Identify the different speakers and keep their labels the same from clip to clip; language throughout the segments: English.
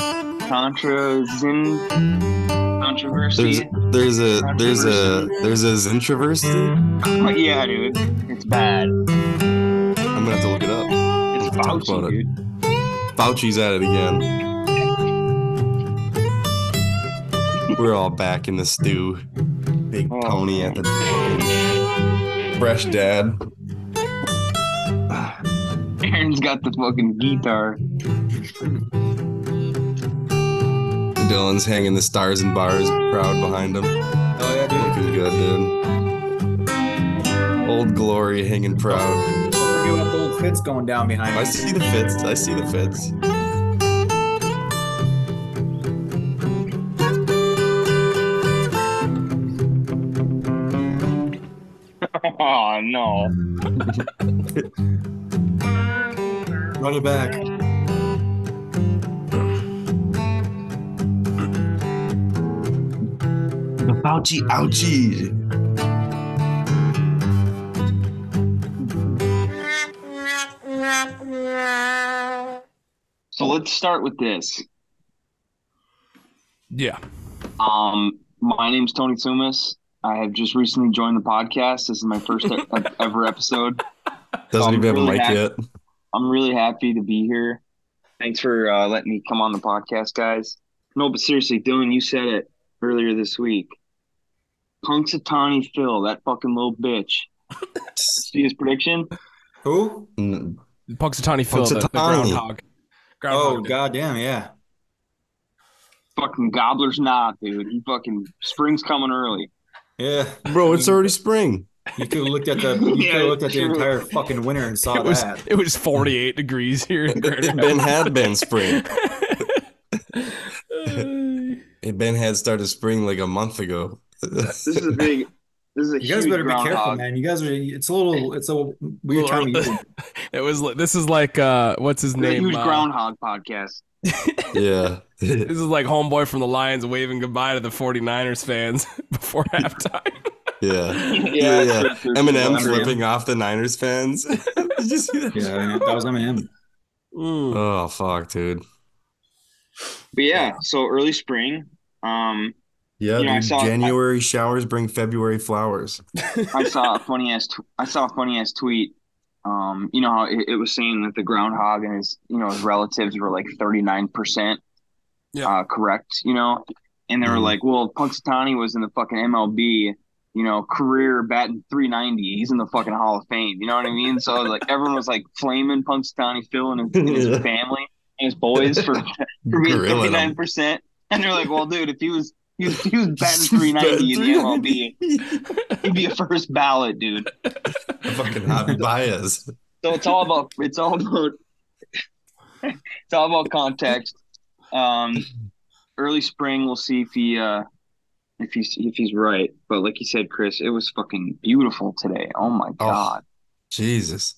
Speaker 1: Contra Zin
Speaker 2: There's
Speaker 1: controversy.
Speaker 2: there's a there's a there's a Zintroversy.
Speaker 1: Oh, yeah, dude, it's bad.
Speaker 2: I'm gonna have to look it up.
Speaker 1: It's
Speaker 2: Talk about
Speaker 1: Fauci,
Speaker 2: it.
Speaker 1: dude.
Speaker 2: Fauci's at it again. We're all back in the stew. Big
Speaker 1: Oh.
Speaker 2: pony at the fresh dad.
Speaker 1: Aaron's got the fucking guitar.
Speaker 2: Dylan's hanging the stars and bars proud behind him.
Speaker 3: Oh yeah, dude.
Speaker 2: Looking good, dude. Old glory hanging proud.
Speaker 3: Don't forget about the old fits going down behind
Speaker 2: I
Speaker 3: me.
Speaker 2: see the fits. I see the fits.
Speaker 1: Oh no.
Speaker 2: Run it back. The Fauci ouchie.
Speaker 1: So let's start with this.
Speaker 4: Yeah.
Speaker 1: Um, my name's Tony Sumas. I have just recently joined the podcast. This is my first e- ever episode.
Speaker 2: Doesn't
Speaker 1: I'm
Speaker 2: even have a
Speaker 1: really
Speaker 2: mic
Speaker 1: happy-
Speaker 2: yet.
Speaker 1: I'm really happy to be here. Thanks for uh, letting me come on the podcast, guys. No, but seriously, Dylan, you said it earlier this week. Punxsutawney Phil, that fucking little bitch. See his prediction?
Speaker 3: Who?
Speaker 2: N-
Speaker 4: Punxsutawney Phil, the, the
Speaker 2: Punxsutawney.
Speaker 4: groundhog.
Speaker 3: Oh
Speaker 4: Groundhog Day.
Speaker 3: goddamn, yeah.
Speaker 1: Fucking gobbler's not, dude. He fucking spring's coming early.
Speaker 3: Yeah.
Speaker 2: Bro, it's already spring.
Speaker 3: You could have looked at the you
Speaker 1: Yeah,
Speaker 3: could have looked at the
Speaker 1: true.
Speaker 3: entire fucking winter and saw
Speaker 4: It was
Speaker 3: that.
Speaker 4: it was 48 degrees here in Grand
Speaker 2: It been had been spring.
Speaker 4: Rapids.
Speaker 2: It been had started spring like a month ago.
Speaker 1: This is a big. This is a
Speaker 3: You guys
Speaker 1: huge
Speaker 3: better be careful,
Speaker 1: groundhog.
Speaker 3: man. You guys are it's a little it's a weird time of year.
Speaker 4: It was li- this is like uh what's his
Speaker 1: The
Speaker 4: name?
Speaker 1: huge
Speaker 4: Uh,
Speaker 1: groundhog podcast.
Speaker 2: yeah.
Speaker 4: This is like homeboy from the Lions waving goodbye to the 49ers fans before halftime.
Speaker 2: yeah.
Speaker 1: yeah,
Speaker 2: yeah.
Speaker 1: that's what they're-
Speaker 2: Eminem
Speaker 3: Eminem.
Speaker 2: flipping off the Niners fans. Did you see that?
Speaker 3: Yeah, man, that was Eminem.
Speaker 4: Mm.
Speaker 2: Oh fuck, dude.
Speaker 1: But yeah, so early spring. Um,
Speaker 2: Yeah,
Speaker 1: You know, I
Speaker 2: dude.
Speaker 1: saw-
Speaker 2: January showers bring February flowers.
Speaker 1: I saw a funny ass. Tw- I saw a funny ass tweet. Um, you know how it, it was saying that the groundhog and his, you know, his relatives were like thirty nine percent,
Speaker 4: Yeah.
Speaker 1: uh, correct. You know, and they were
Speaker 2: Mhm.
Speaker 1: like, "Well, Punxsutawney was in the fucking MLB, you know, career batting three ninety. He's in the fucking Hall of Fame. You know what I mean?" So like everyone was like flaming Punxsutawney Phil and his, and his
Speaker 2: Yeah.
Speaker 1: family and his boys for for being thirty
Speaker 2: Grilling 'em.
Speaker 1: nine percent. And they're like, "Well, dude, if he was he was, he was batting three ninety in the MLB, he'd be a first ballot, dude."
Speaker 2: Fucking Javi Baez.
Speaker 1: So it's all about it's all about it's all about context. Um, early spring, we'll see if he uh, if he's if he's right. But like you said, Chris, it was fucking beautiful today. Oh my god!
Speaker 2: Jesus.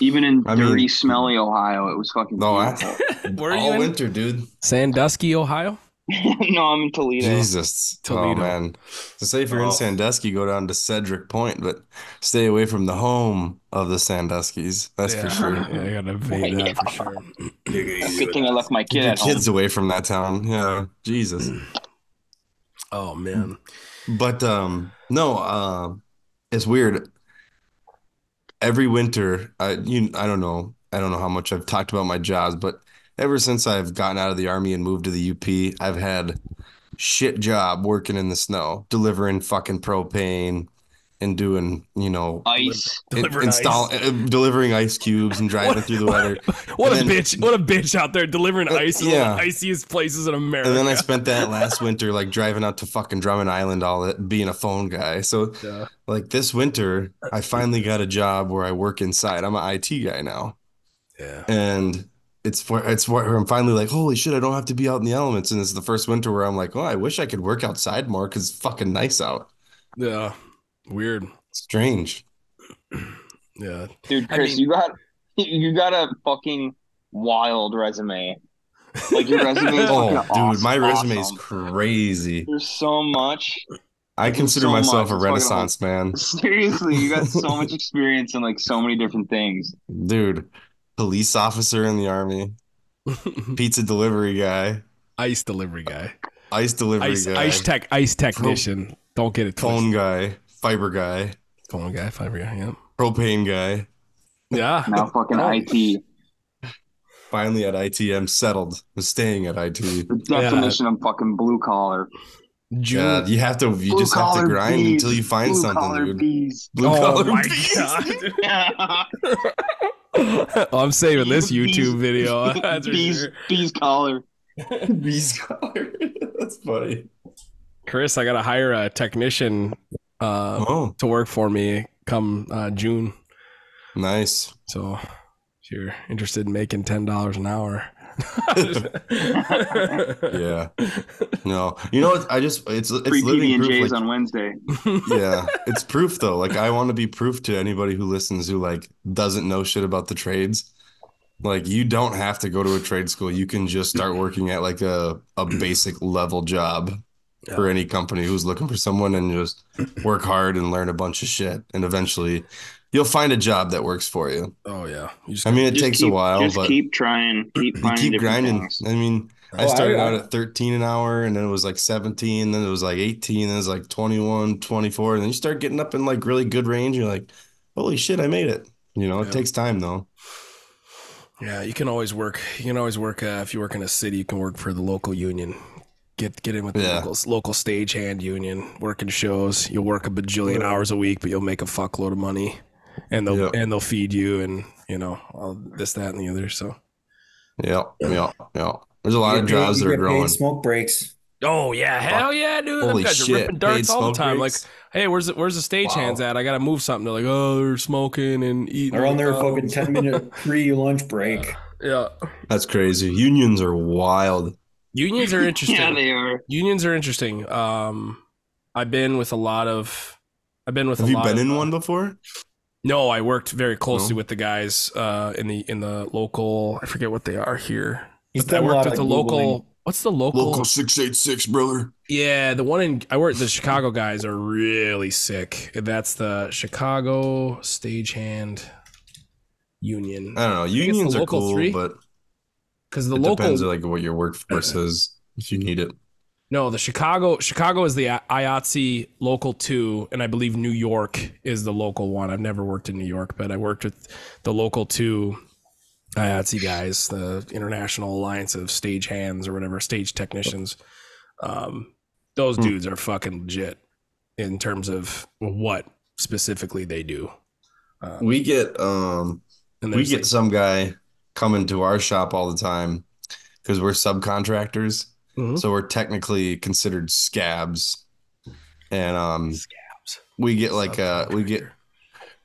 Speaker 1: Even in
Speaker 2: I mean-
Speaker 1: dirty, smelly Ohio, it was fucking.
Speaker 2: No, I-
Speaker 1: beautiful.
Speaker 4: Where are
Speaker 2: All
Speaker 4: you in?
Speaker 2: winter, dude.
Speaker 4: Sandusky, Ohio?
Speaker 1: no, I'm in Toledo.
Speaker 2: Jesus. Oh
Speaker 4: Toledo.
Speaker 2: man. To say if you're
Speaker 3: Oh.
Speaker 2: in Sandusky, go down to Cedric Point, but stay away from the home of the Sanduskys. That's for
Speaker 4: Yeah.
Speaker 2: sure.
Speaker 4: Yeah, I gotta evade that for sure.
Speaker 1: Good thing I left my
Speaker 2: Get
Speaker 1: kid
Speaker 2: your
Speaker 1: at home.
Speaker 2: kids away from that town. Yeah. Jesus.
Speaker 4: Oh man.
Speaker 2: But um no, um it's weird. Every winter, I you I don't know. I don't know how much I've talked about my jobs, but ever since I've gotten out of the army and moved to the UP, I've had shit job working in the snow, delivering fucking propane and doing, you know,
Speaker 1: Ice.
Speaker 2: in-
Speaker 4: Delivering
Speaker 2: install
Speaker 4: ice.
Speaker 2: uh, delivering ice cubes and driving through the weather.
Speaker 4: What
Speaker 2: And
Speaker 4: a
Speaker 2: then-
Speaker 4: bitch! What a bitch out there delivering
Speaker 2: Uh,
Speaker 4: ice in one of
Speaker 2: yeah.
Speaker 4: the iciest places in America.
Speaker 2: And then I spent that last winter like driving out to fucking Drummond Island all that being a phone guy. So
Speaker 4: Yeah.
Speaker 2: like this winter, I finally got a job where I work inside. I'm an IT guy now.
Speaker 4: yeah.
Speaker 2: And it's for it's where I'm finally like, holy shit, I don't have to be out in the elements. And it's the first winter where I'm like, oh, I wish I could work outside more because it's fucking nice out.
Speaker 4: Yeah. Weird.
Speaker 2: Strange.
Speaker 4: Yeah.
Speaker 1: Dude,
Speaker 4: I
Speaker 1: Chris,
Speaker 4: mean-
Speaker 1: you got you got a fucking wild resume. Like your resume is
Speaker 2: Oh,
Speaker 1: fucking
Speaker 2: dude,
Speaker 1: awesome.
Speaker 2: my resume is
Speaker 1: awesome.
Speaker 2: crazy.
Speaker 1: There's so much.
Speaker 2: I consider
Speaker 1: so much.
Speaker 2: myself a
Speaker 1: It's fucking
Speaker 2: renaissance man.
Speaker 1: Seriously, you got so much experience in like so many different things.
Speaker 2: Dude, police officer in the army, pizza delivery guy,
Speaker 4: ice delivery guy,
Speaker 2: ice delivery
Speaker 4: ice
Speaker 2: guy,
Speaker 4: ice tech, ice technician. Don't get it
Speaker 2: cone
Speaker 4: twisted.
Speaker 2: guy, fiber guy,
Speaker 4: Cone guy, fiber guy. Yeah,
Speaker 2: propane guy.
Speaker 4: yeah.
Speaker 1: Now fucking
Speaker 4: Oh.
Speaker 1: IT.
Speaker 2: Finally at IT, I'm settled. I'm staying at IT.
Speaker 1: The definition of fucking blue collar.
Speaker 4: June.
Speaker 2: Yeah, you have to. You
Speaker 1: Blue
Speaker 2: just have to
Speaker 1: collar
Speaker 2: grind
Speaker 1: bees.
Speaker 2: until you find
Speaker 1: blue collar
Speaker 2: something,
Speaker 1: bees.
Speaker 2: dude. Oh, Blue
Speaker 4: oh
Speaker 2: collar
Speaker 4: my
Speaker 2: bees.
Speaker 4: god. Oh,
Speaker 1: Yeah.
Speaker 4: I'm saving this
Speaker 1: Bees-
Speaker 4: YouTube video. That's for
Speaker 1: bees,
Speaker 4: sure.
Speaker 1: bees collar.
Speaker 2: Bees collar. That's funny.
Speaker 4: Chris, I gotta hire a technician uh,
Speaker 2: Oh,
Speaker 4: to work for me come uh, June.
Speaker 2: nice.
Speaker 4: So if you're interested in making ten dollars an hour.
Speaker 2: Yeah. No, you know what? I just it's it's
Speaker 1: Free PB
Speaker 2: living
Speaker 1: and
Speaker 2: proof.
Speaker 1: J's
Speaker 2: like-
Speaker 1: on Wednesday.
Speaker 2: yeah, it's proof though. Like I want to be proof to anybody who listens who like doesn't know shit about the trades. Like you don't have to go to a trade school. You can just start working at like a a basic level job for any company who's looking for someone and just work hard and learn a bunch of shit and eventually you'll find a job that works for you.
Speaker 4: Oh yeah. You just
Speaker 2: I mean, it
Speaker 1: Just
Speaker 2: takes
Speaker 1: keep-
Speaker 2: a while,
Speaker 1: Just
Speaker 2: but
Speaker 1: keep trying. Keep
Speaker 2: you
Speaker 1: finding
Speaker 2: keep
Speaker 1: different
Speaker 2: grinding.
Speaker 1: things.
Speaker 2: I mean, I
Speaker 3: Oh,
Speaker 2: started
Speaker 3: I-
Speaker 2: out at 13 an hour and then it was like 17, then it was like 18, then it was like 21, 24. And then you start getting up in like really good range. You're like, holy shit, I made it. You know,
Speaker 4: Yeah.
Speaker 2: it takes time though.
Speaker 4: Yeah, you can always work. You can always work uh, if you work in a city. You can work for the local union. Get get in with the
Speaker 2: Yeah.
Speaker 4: locals, local stagehand union. Working shows. You'll work a bajillion hours a week, but you'll make a fuckload of money, and they'll
Speaker 2: Yeah.
Speaker 4: and they'll feed you, and you know all this, that, and the other. So.
Speaker 2: Yeah. Yeah. Yeah. There's a lot of jobs that are growing.
Speaker 3: smoke breaks.
Speaker 4: Oh yeah, hell yeah, dude!
Speaker 2: Holy
Speaker 4: Them guys are
Speaker 2: shit.
Speaker 4: ripping darts
Speaker 2: Paid
Speaker 4: all the
Speaker 2: smoke
Speaker 4: time.
Speaker 2: breaks?
Speaker 4: Like, hey, where's the, where's the stagehands at? I gotta move something. They're like, oh, they're smoking and eating.
Speaker 3: They're on their
Speaker 4: McDonald's.
Speaker 3: fucking 10 minute pre lunch break.
Speaker 4: Yeah,
Speaker 2: That's crazy. Unions are wild.
Speaker 4: unions are interesting.
Speaker 1: Yeah, they are.
Speaker 4: unions are interesting. Um, I've been with a lot of. I've been with.
Speaker 2: Have
Speaker 4: a
Speaker 2: you
Speaker 4: lot
Speaker 2: been
Speaker 4: of,
Speaker 2: in one before?
Speaker 4: No, I worked very closely
Speaker 2: No?
Speaker 4: with the guys uh, in the in the local. I forget what they are here.
Speaker 3: He's
Speaker 4: But I
Speaker 3: done a lot
Speaker 4: worked
Speaker 3: of
Speaker 4: with the
Speaker 3: Googling.
Speaker 4: local. What's the local?
Speaker 2: Local 686, brother.
Speaker 4: Yeah, the one in I work. The Chicago guys are really sick. That's the Chicago Stagehand Union.
Speaker 2: I don't know.
Speaker 4: it's the
Speaker 2: Unions are
Speaker 4: local
Speaker 2: cool,
Speaker 4: three.
Speaker 2: but
Speaker 4: Because
Speaker 2: Uh,
Speaker 4: the
Speaker 2: it
Speaker 4: local
Speaker 2: depends on like what your workforce is if you need it.
Speaker 4: No, the Chicago Chicago is the I- IATSE local two, and I believe New York is the local one. I've never worked in New York, but I worked with the local two IATSE guys, the International Alliance of Stage Hands or whatever, stage technicians. Um, those
Speaker 2: Hmm.
Speaker 4: dudes are fucking legit in terms of what specifically they do. Um,
Speaker 2: We get um
Speaker 4: and
Speaker 2: we
Speaker 4: there's,
Speaker 2: get
Speaker 4: like-
Speaker 2: some guy coming to our shop all the time because we're subcontractors
Speaker 4: Mhm.
Speaker 2: so we're technically considered scabs and um
Speaker 4: Scabs.
Speaker 2: we get like uh we get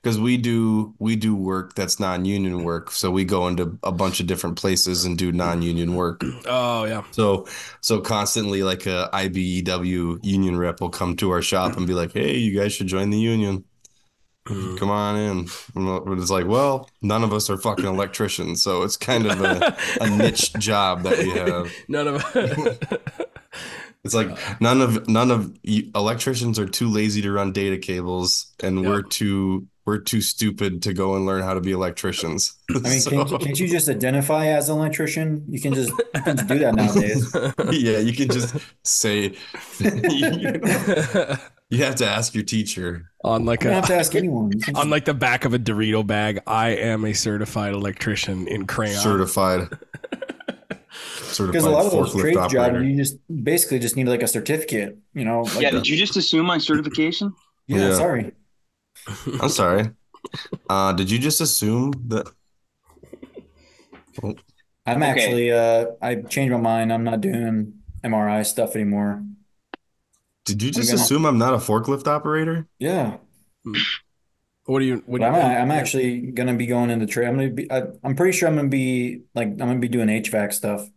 Speaker 2: because we do we do work that's non-union work so we go into a bunch of different places and do non-union work
Speaker 4: oh yeah
Speaker 2: so so constantly like a ibew union rep will come to our
Speaker 4: Mm-hmm.
Speaker 2: shop and be like hey you guys should join the union
Speaker 4: Mhm.
Speaker 2: Mm. come on in. And it's like, well, none of us are fucking electricians, so it's kind of a, a niche job that we have.
Speaker 4: none of
Speaker 2: It's like none of none of you, electricians are too lazy to run data cables, and
Speaker 4: Yeah.
Speaker 2: we're too we're too stupid to go and learn how to be electricians.
Speaker 3: I mean, can
Speaker 2: So,
Speaker 3: can, can't you just identify as an electrician? You can just, you can just do that nowadays.
Speaker 2: yeah, you can just say you have to ask your teacher.
Speaker 4: on like
Speaker 3: You don't have to
Speaker 4: a
Speaker 3: ask anyone. You can just-
Speaker 4: on like the back of a Dorito bag. I am a certified electrician in crayon.
Speaker 2: Certified. Certified
Speaker 3: Because a lot of those
Speaker 2: forklift
Speaker 3: trade
Speaker 2: operator.
Speaker 3: jobs, you just basically just need like a certificate, you know? Like,
Speaker 1: Yeah, did you just assume my certification?
Speaker 3: yeah,
Speaker 2: Yeah.
Speaker 3: sorry.
Speaker 2: I'm sorry. Uh, did you just assume that?
Speaker 3: I'm
Speaker 1: Okay.
Speaker 3: actually, uh, I changed my mind. I'm not doing MRI stuff anymore.
Speaker 2: Did you just
Speaker 3: gonna-
Speaker 2: assume I'm not a forklift operator?
Speaker 3: Yeah.
Speaker 4: What do you? What
Speaker 3: But
Speaker 4: do you
Speaker 3: I'm, I'm actually gonna be going into trade. I'm gonna be, I, I'm pretty sure I'm gonna be like, I'm gonna be doing HVAC stuff.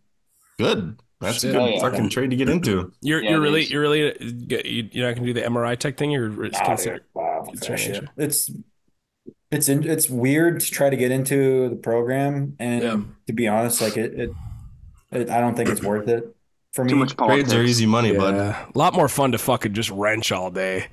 Speaker 2: Good. That's
Speaker 4: Shit.
Speaker 2: a good
Speaker 1: Oh, yeah.
Speaker 2: fucking trade to get into.
Speaker 4: You're
Speaker 1: Yeah,
Speaker 4: you're
Speaker 1: it
Speaker 4: really
Speaker 1: is.
Speaker 4: you're really you- you're not gonna do the MRI tech thing. You're it's
Speaker 3: Nah,
Speaker 4: considered.
Speaker 3: dude. Wow, fuck
Speaker 4: it's
Speaker 3: that
Speaker 4: right
Speaker 3: shit.
Speaker 4: nature.
Speaker 3: It's it's in, it's weird to try to get into the program, and
Speaker 4: Yeah.
Speaker 3: to be honest, like it, it, it I don't think it's worth it for
Speaker 1: Too
Speaker 3: me.
Speaker 1: much politics.
Speaker 2: Trades are easy money, bud.
Speaker 4: Yeah, a lot more fun to fucking just wrench all day.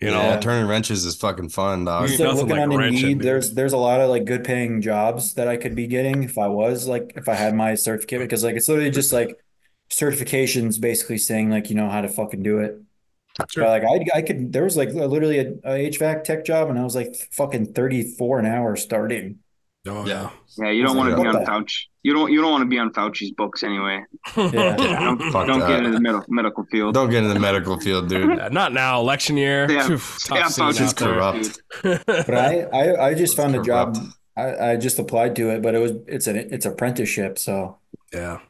Speaker 2: You know,
Speaker 3: Yeah.
Speaker 2: turning wrenches is fucking fun, dog.
Speaker 4: There's
Speaker 3: So
Speaker 4: nothing
Speaker 3: looking
Speaker 4: like
Speaker 3: on
Speaker 4: wrenching,
Speaker 3: Indeed,
Speaker 4: dude.
Speaker 3: there's there's a lot of like good paying jobs that I could be getting if I was like if I had my certificate because like it's literally just like certifications basically saying like you know how to fucking do it.
Speaker 4: Sure.
Speaker 3: But like I I could there was like literally a, a HVAC tech job and I was like fucking 34 an hour starting.
Speaker 4: Oh,
Speaker 2: Yeah.
Speaker 1: Yeah, you don't want to be on
Speaker 3: What the-
Speaker 1: Fauci. You don't. You don't want to be on Fauci's books anyway.
Speaker 3: Yeah.
Speaker 1: Don't,
Speaker 2: Fuck
Speaker 1: don't
Speaker 2: that.
Speaker 1: get into the medical medical field.
Speaker 2: Don't get in the medical field, dude.
Speaker 4: Yeah, not now, election year.
Speaker 1: Yeah,
Speaker 4: Phew,
Speaker 1: Stay
Speaker 4: tough
Speaker 1: on
Speaker 4: scene
Speaker 1: Fauci's
Speaker 2: Fauci's
Speaker 4: out there.
Speaker 2: corrupt.
Speaker 1: books, dude.
Speaker 3: But I I, I just found a job.
Speaker 2: Corrupt.
Speaker 3: I, I just applied to it, but it was it's an it's apprenticeship, so
Speaker 4: Yeah.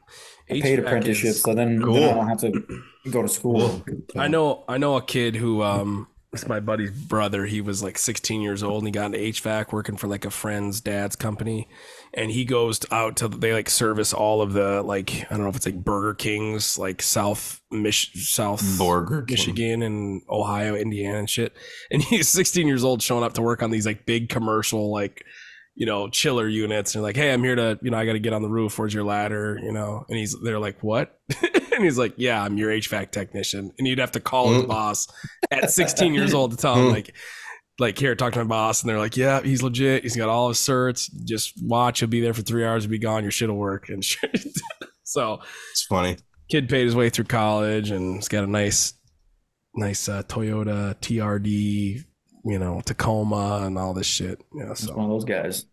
Speaker 3: I paid
Speaker 4: HVAC
Speaker 3: apprenticeship,
Speaker 4: is-
Speaker 3: so then,
Speaker 2: cool.
Speaker 3: then I don't have to go to school.
Speaker 4: I know I know a kid who um it's my buddy's brother. He was like 16 years old and he got into HVAC working for like a friend's dad's company. And he goes out to they like service all of the like I don't know if it's like Burger Kings, like South Mich- South
Speaker 2: Burger King.
Speaker 4: Michigan and Ohio, Indiana and shit. And he's 16 years old showing up to work on these like big commercial like you know chiller units and like hey i'm here to you know i gotta get on the roof where's your ladder you know and he's they're like what and he's like yeah i'm your hvac technician and you'd have to call his
Speaker 2: Mm.
Speaker 4: boss at 16 years old to tell him
Speaker 2: Mm.
Speaker 4: like like here talk to my boss and they're like yeah he's legit he's got all his certs just watch he'll be there for three hours he'll be gone your shit'll work and shit so
Speaker 2: It's funny.
Speaker 4: kid paid his way through college and he's got a nice nice uh, toyota trd you know tacoma and all this shit yeah
Speaker 3: It's
Speaker 4: so
Speaker 3: one of those guys.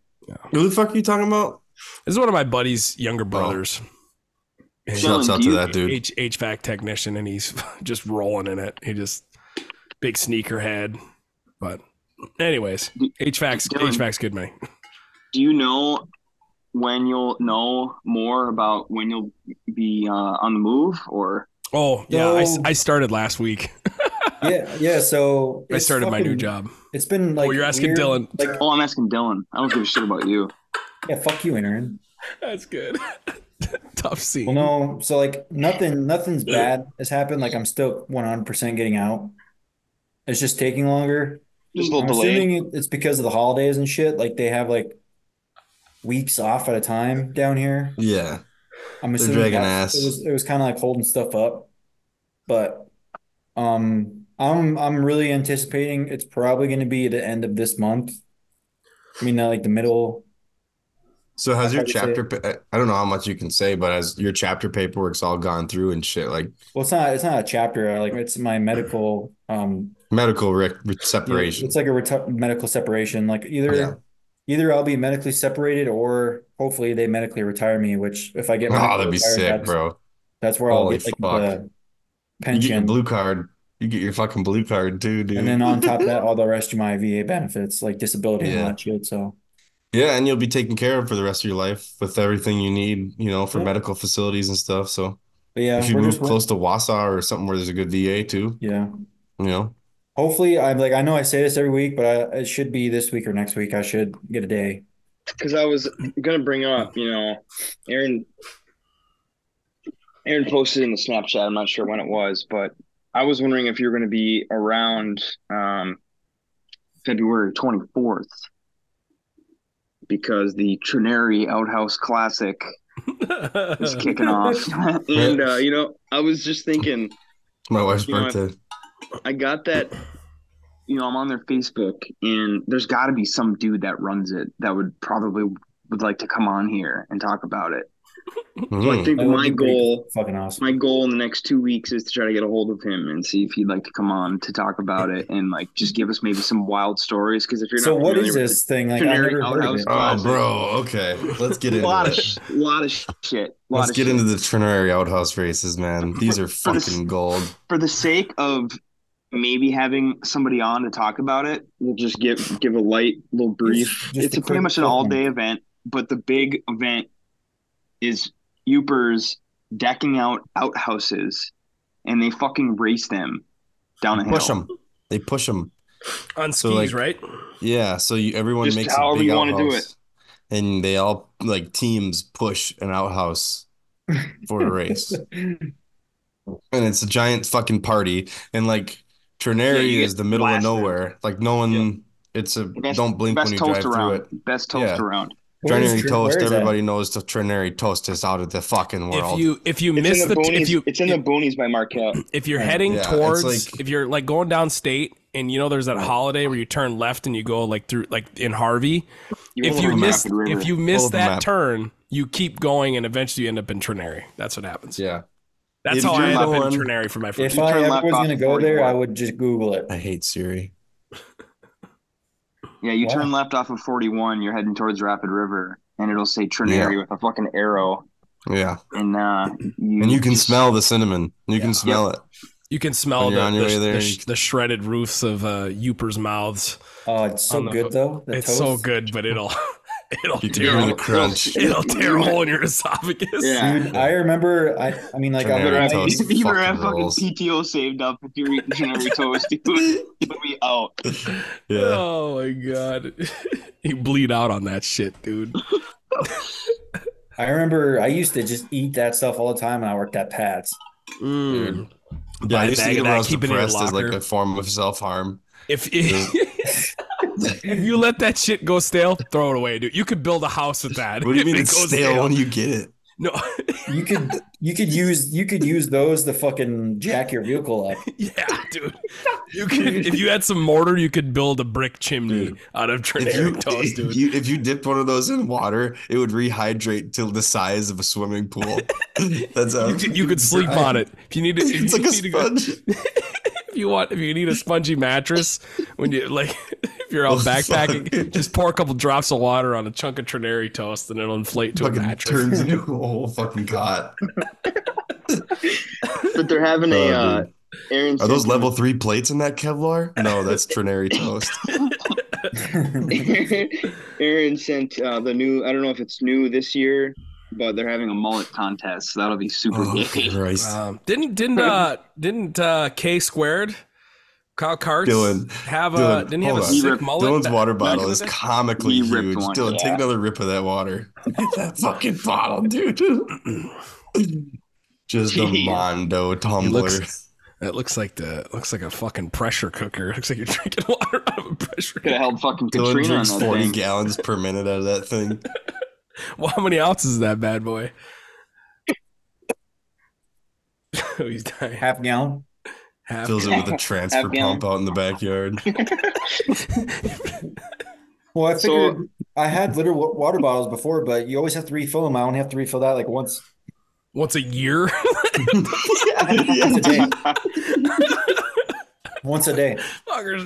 Speaker 2: Who the fuck are you talking about?
Speaker 4: This is one of my buddy's younger brothers. And he's
Speaker 1: Dylan,
Speaker 2: Shouts out
Speaker 1: do
Speaker 2: to
Speaker 1: you-
Speaker 2: that dude.
Speaker 4: H- HVAC technician, and he's just rolling in it. He just big sneaker head. But anyways, HVAC's
Speaker 1: Dylan.
Speaker 4: HVAC's good money.
Speaker 1: Do you know when you'll know more about when you'll be uh, on the move? Or
Speaker 4: Oh yeah, I, s-
Speaker 3: No.
Speaker 4: I started last week.
Speaker 3: Yeah, yeah. So
Speaker 4: I
Speaker 3: it's
Speaker 4: started my new
Speaker 3: fucking-
Speaker 4: job.
Speaker 3: It's been like
Speaker 4: oh, you're asking
Speaker 3: weird-
Speaker 4: Dylan.
Speaker 3: Like
Speaker 1: oh, I'm asking Dylan. I don't give a shit about you.
Speaker 3: yeah, fuck you, Aaron.
Speaker 4: That's good. Tough scene.
Speaker 3: Well, no, so like nothing, nothing's bad has happened. Like I'm still 100% getting out. It's just taking longer.
Speaker 1: Just a
Speaker 3: I'm
Speaker 1: little delayed.
Speaker 3: assuming it- it's because of the holidays and shit. Like they have like weeks off at a time down here.
Speaker 2: Yeah.
Speaker 3: I'm
Speaker 2: They're
Speaker 3: assuming
Speaker 2: dragging
Speaker 3: that's-
Speaker 2: ass.
Speaker 3: It was it was kind of like holding stuff up, but um, I'm I'm really anticipating it's probably going to be the end of this month. I mean, not like the middle.
Speaker 2: So has your
Speaker 3: Like I said-
Speaker 2: chapter? pa- I don't know how much you can say, but has your chapter paperwork's all gone through and shit, like
Speaker 3: Well, it's not it's not a chapter. Like it's my medical um
Speaker 2: medical re- re-
Speaker 3: you know,
Speaker 2: separation.
Speaker 3: It's like a reti- medical separation. Like either
Speaker 2: Yeah.
Speaker 3: either I'll be medically separated or hopefully they medically retire me, which if I get
Speaker 2: Oh,
Speaker 3: medically
Speaker 2: that'd be
Speaker 3: retired,
Speaker 2: sick,
Speaker 3: that's,
Speaker 2: bro.
Speaker 3: that's where I'll
Speaker 2: Holy
Speaker 3: get like
Speaker 2: fuck.
Speaker 3: the
Speaker 2: You get your
Speaker 3: pension.
Speaker 2: blue card. You get your fucking blue card too, dude.
Speaker 3: And then on top of that, all the rest of my VA benefits, like disability and all
Speaker 2: Yeah.
Speaker 3: that shit. So
Speaker 2: yeah, and you'll be taken care of for the rest of your life with everything you need, you know, for
Speaker 3: Yeah.
Speaker 2: medical facilities and stuff. So
Speaker 3: but yeah,
Speaker 2: if you
Speaker 3: we're
Speaker 2: move
Speaker 3: just-
Speaker 2: close to Wausau or something where there's a good VA too,
Speaker 3: yeah.
Speaker 2: you know,
Speaker 3: Hopefully I'm like I know I say this every week, but I, it should be this week or next week. I should get a day.
Speaker 1: because I was gonna bring up, you know, Aaron. Aaron posted in the Snapchat. I'm not sure when it was, but I was wondering if you're gonna be around um, February 24th because the Trinary Outhouse Classic
Speaker 4: Uh.
Speaker 1: is kicking off, and uh, you know, I was just thinking.
Speaker 2: it's my wife's
Speaker 1: You know what?
Speaker 2: birthday.
Speaker 1: I got that. You know, I'm on their Facebook, and there's got to be some dude that runs it that would probably would like to come on here and talk about it. So I
Speaker 2: Mhm.
Speaker 1: think
Speaker 3: That would
Speaker 1: my
Speaker 3: be pretty
Speaker 1: goal,
Speaker 3: Fucking awesome.
Speaker 1: my goal in the next two weeks is to try to get a hold of him and see if he'd like to come on to talk about it and like just give us maybe some wild stories. Because if you're
Speaker 3: So
Speaker 1: not
Speaker 3: what
Speaker 1: familiar
Speaker 3: is
Speaker 1: with
Speaker 3: this thing? Like I've
Speaker 1: Canary
Speaker 3: never heard of
Speaker 1: outhouse
Speaker 3: it.
Speaker 2: Oh, bro. Okay, let's get
Speaker 1: it, a
Speaker 2: into
Speaker 1: lot of
Speaker 2: it.
Speaker 1: sh- lot of shit. Lot
Speaker 2: Let's
Speaker 1: of
Speaker 2: get
Speaker 1: shit.
Speaker 2: into the ternary outhouse races, man. These are
Speaker 1: this-
Speaker 2: fucking gold.
Speaker 1: for the sake of maybe having somebody on to talk about it, we'll just give give a light little brief. It's,
Speaker 3: It's just a
Speaker 1: a pretty
Speaker 3: quick-
Speaker 1: much an
Speaker 3: quick
Speaker 1: all day event, but the big event is Upers decking out outhouses, and they fucking race them down a hill.
Speaker 2: Push them. They push them.
Speaker 4: on skis,
Speaker 2: So, like-
Speaker 4: right?
Speaker 2: Yeah. So you, everyone
Speaker 1: Just
Speaker 2: makes
Speaker 1: however
Speaker 2: a big
Speaker 1: you wanna
Speaker 2: outhouse,
Speaker 1: do
Speaker 2: and they all like teams push an outhouse for a race, and it's a giant fucking party. And like
Speaker 1: Yeah,
Speaker 2: Ternary
Speaker 1: you
Speaker 2: is
Speaker 1: get
Speaker 2: the middle of
Speaker 1: blasted.
Speaker 2: nowhere. Like no one. It's a
Speaker 1: Best-
Speaker 2: don't blink when
Speaker 1: Best
Speaker 2: you
Speaker 1: toast
Speaker 2: drive through
Speaker 1: around.
Speaker 2: it.
Speaker 1: Best toast
Speaker 2: Yeah.
Speaker 1: around.
Speaker 2: Trinary toast.
Speaker 3: Where is that?
Speaker 2: Everybody knows the Trinary toast is out of the fucking world.
Speaker 4: If you if you
Speaker 1: It's
Speaker 4: miss
Speaker 1: in the,
Speaker 4: the, t-
Speaker 1: boonies.
Speaker 4: if you
Speaker 1: it's in the boonies by Marquette.
Speaker 4: if you're heading
Speaker 2: Yeah, it's
Speaker 4: towards
Speaker 2: like-
Speaker 4: if you're like going downstate and you know there's that holiday where you turn left and you go like through like in Harvey.
Speaker 1: all
Speaker 4: if
Speaker 1: over
Speaker 4: you
Speaker 1: the
Speaker 4: miss
Speaker 1: Rapid River.
Speaker 4: if you miss
Speaker 2: All over the
Speaker 4: that
Speaker 2: map.
Speaker 4: turn, you keep going and eventually you end up in Trinary. That's what happens.
Speaker 2: yeah,
Speaker 4: That's
Speaker 2: If
Speaker 4: how I
Speaker 2: you're
Speaker 4: ended up
Speaker 2: going-
Speaker 4: in Trinary for my first.
Speaker 3: If
Speaker 1: You
Speaker 3: I
Speaker 1: turn
Speaker 3: ever
Speaker 1: left
Speaker 3: was
Speaker 1: off
Speaker 3: gonna
Speaker 1: the
Speaker 3: go there,
Speaker 1: 41.
Speaker 3: I would just Google it.
Speaker 2: I hate Siri.
Speaker 1: Yeah, you
Speaker 3: Wow.
Speaker 1: turn left off of 41, you're heading towards Rapid River, and it'll say Trinary with a fucking arrow.
Speaker 2: Yeah,
Speaker 1: And uh, you,
Speaker 2: and you can
Speaker 1: just-
Speaker 2: smell the cinnamon. You
Speaker 4: Yeah.
Speaker 2: can smell it.
Speaker 4: You can smell
Speaker 2: When
Speaker 4: the,
Speaker 2: you're on your way
Speaker 4: the,
Speaker 2: there,
Speaker 4: the,
Speaker 2: you
Speaker 4: sh- the shredded roofs of uh, Uper's mouths.
Speaker 3: Oh, it's so
Speaker 4: On the-
Speaker 3: good though. The
Speaker 4: it's
Speaker 3: toast.
Speaker 4: so good, but it'll it'll
Speaker 2: You can
Speaker 4: tear
Speaker 2: hear
Speaker 4: a-
Speaker 2: the crunch.
Speaker 4: it'll tear a hole in your esophagus.
Speaker 1: Yeah.
Speaker 3: Dude, I remember. I, I mean, like, I,
Speaker 1: Either
Speaker 2: Trinary
Speaker 1: have,
Speaker 2: toast
Speaker 1: either have
Speaker 2: fucking
Speaker 1: fucking
Speaker 2: rules.
Speaker 1: PTO saved up if you're eating Trinary toast, dude. Put me out.
Speaker 2: Yeah,
Speaker 4: Oh my god. you bleed out on that shit, dude.
Speaker 3: I remember I used to just eat that stuff all the time when I worked at Pat's.
Speaker 2: yeah.
Speaker 4: Mm.
Speaker 2: I
Speaker 4: Buy a
Speaker 2: used to
Speaker 4: bag
Speaker 2: eat it
Speaker 4: of
Speaker 2: when I
Speaker 4: that,
Speaker 2: was
Speaker 4: keep it in your
Speaker 2: depressed as like
Speaker 4: locker.
Speaker 2: a form of self harm.
Speaker 4: If if you let that shit go stale, throw it away, dude. You could build a house with that.
Speaker 2: What do you
Speaker 4: If
Speaker 2: mean
Speaker 4: it
Speaker 2: it's
Speaker 4: goes
Speaker 2: stale when you get it?
Speaker 4: No,
Speaker 3: You could you could use you could use those to fucking jack your vehicle up.
Speaker 4: yeah, dude. You could if you had some mortar, you could build a brick chimney
Speaker 2: Dude.
Speaker 4: out of
Speaker 2: If
Speaker 4: Trinidad
Speaker 2: you,
Speaker 4: toast, dude.
Speaker 2: if you if you dipped one of those in water, it would rehydrate till the size of a swimming pool. That's how
Speaker 4: you could, you could sleep on it if you need to. If you
Speaker 2: It's like a
Speaker 4: need to go-
Speaker 2: sponge.
Speaker 4: if you want, if you need a spongy mattress when you like, if you're out
Speaker 2: Oh,
Speaker 4: backpacking,
Speaker 2: fuck.
Speaker 4: just pour a couple drops of water on a chunk of Trinary toast, and it'll inflate to a
Speaker 2: Fucking
Speaker 4: mattress.
Speaker 2: turns into a whole fucking cot.
Speaker 1: But they're having a.
Speaker 2: Oh,
Speaker 1: Uh,
Speaker 2: dude.
Speaker 1: Aaron
Speaker 2: Are those
Speaker 1: Simpson-
Speaker 2: level three plates in that Kevlar? No, that's trinary toast.
Speaker 1: Aaron sent uh, the new. I don't know if it's new this year, but they're having a mullet contest. So that'll be super
Speaker 2: Oh,
Speaker 1: gay.
Speaker 2: Christ.
Speaker 4: Um, didn't didn't uh didn't uh K squared Kyle Karts
Speaker 2: Dylan,
Speaker 4: have a
Speaker 2: Dylan,
Speaker 4: didn't he have a
Speaker 2: hold on.
Speaker 4: sick
Speaker 1: He ripped-
Speaker 4: mullet?
Speaker 2: Dylan's
Speaker 4: that-
Speaker 2: water
Speaker 4: that-
Speaker 2: bottle is
Speaker 4: that-
Speaker 1: He
Speaker 2: comically
Speaker 1: ripped
Speaker 2: huge.
Speaker 1: one,
Speaker 2: Dylan,
Speaker 1: yeah.
Speaker 2: take another rip of that water. that fucking bottle, dude. Just a
Speaker 1: Jeez.
Speaker 2: mondo tumbler.
Speaker 4: looks- That looks like the looks like a fucking pressure cooker. It looks like you're drinking water out of a pressure
Speaker 1: Could
Speaker 4: cooker.
Speaker 1: have held fucking
Speaker 2: Dylan
Speaker 1: Katrina on
Speaker 2: drinks
Speaker 1: that
Speaker 2: 40
Speaker 1: thing.
Speaker 2: gallons per minute out of that thing.
Speaker 4: Well, how many ounces is that bad boy? oh, he's dying. Half,
Speaker 3: Half gallon.
Speaker 2: Fills it with a transfer
Speaker 1: Half gallon.
Speaker 2: pump out in the backyard.
Speaker 3: Well, I
Speaker 1: So-
Speaker 3: figured I had liter wa- water bottles before, but you always have to refill them. I only have to refill that like once.
Speaker 4: once a year.
Speaker 3: Once a day.
Speaker 2: Uh,
Speaker 3: Once a day.
Speaker 4: Fucker's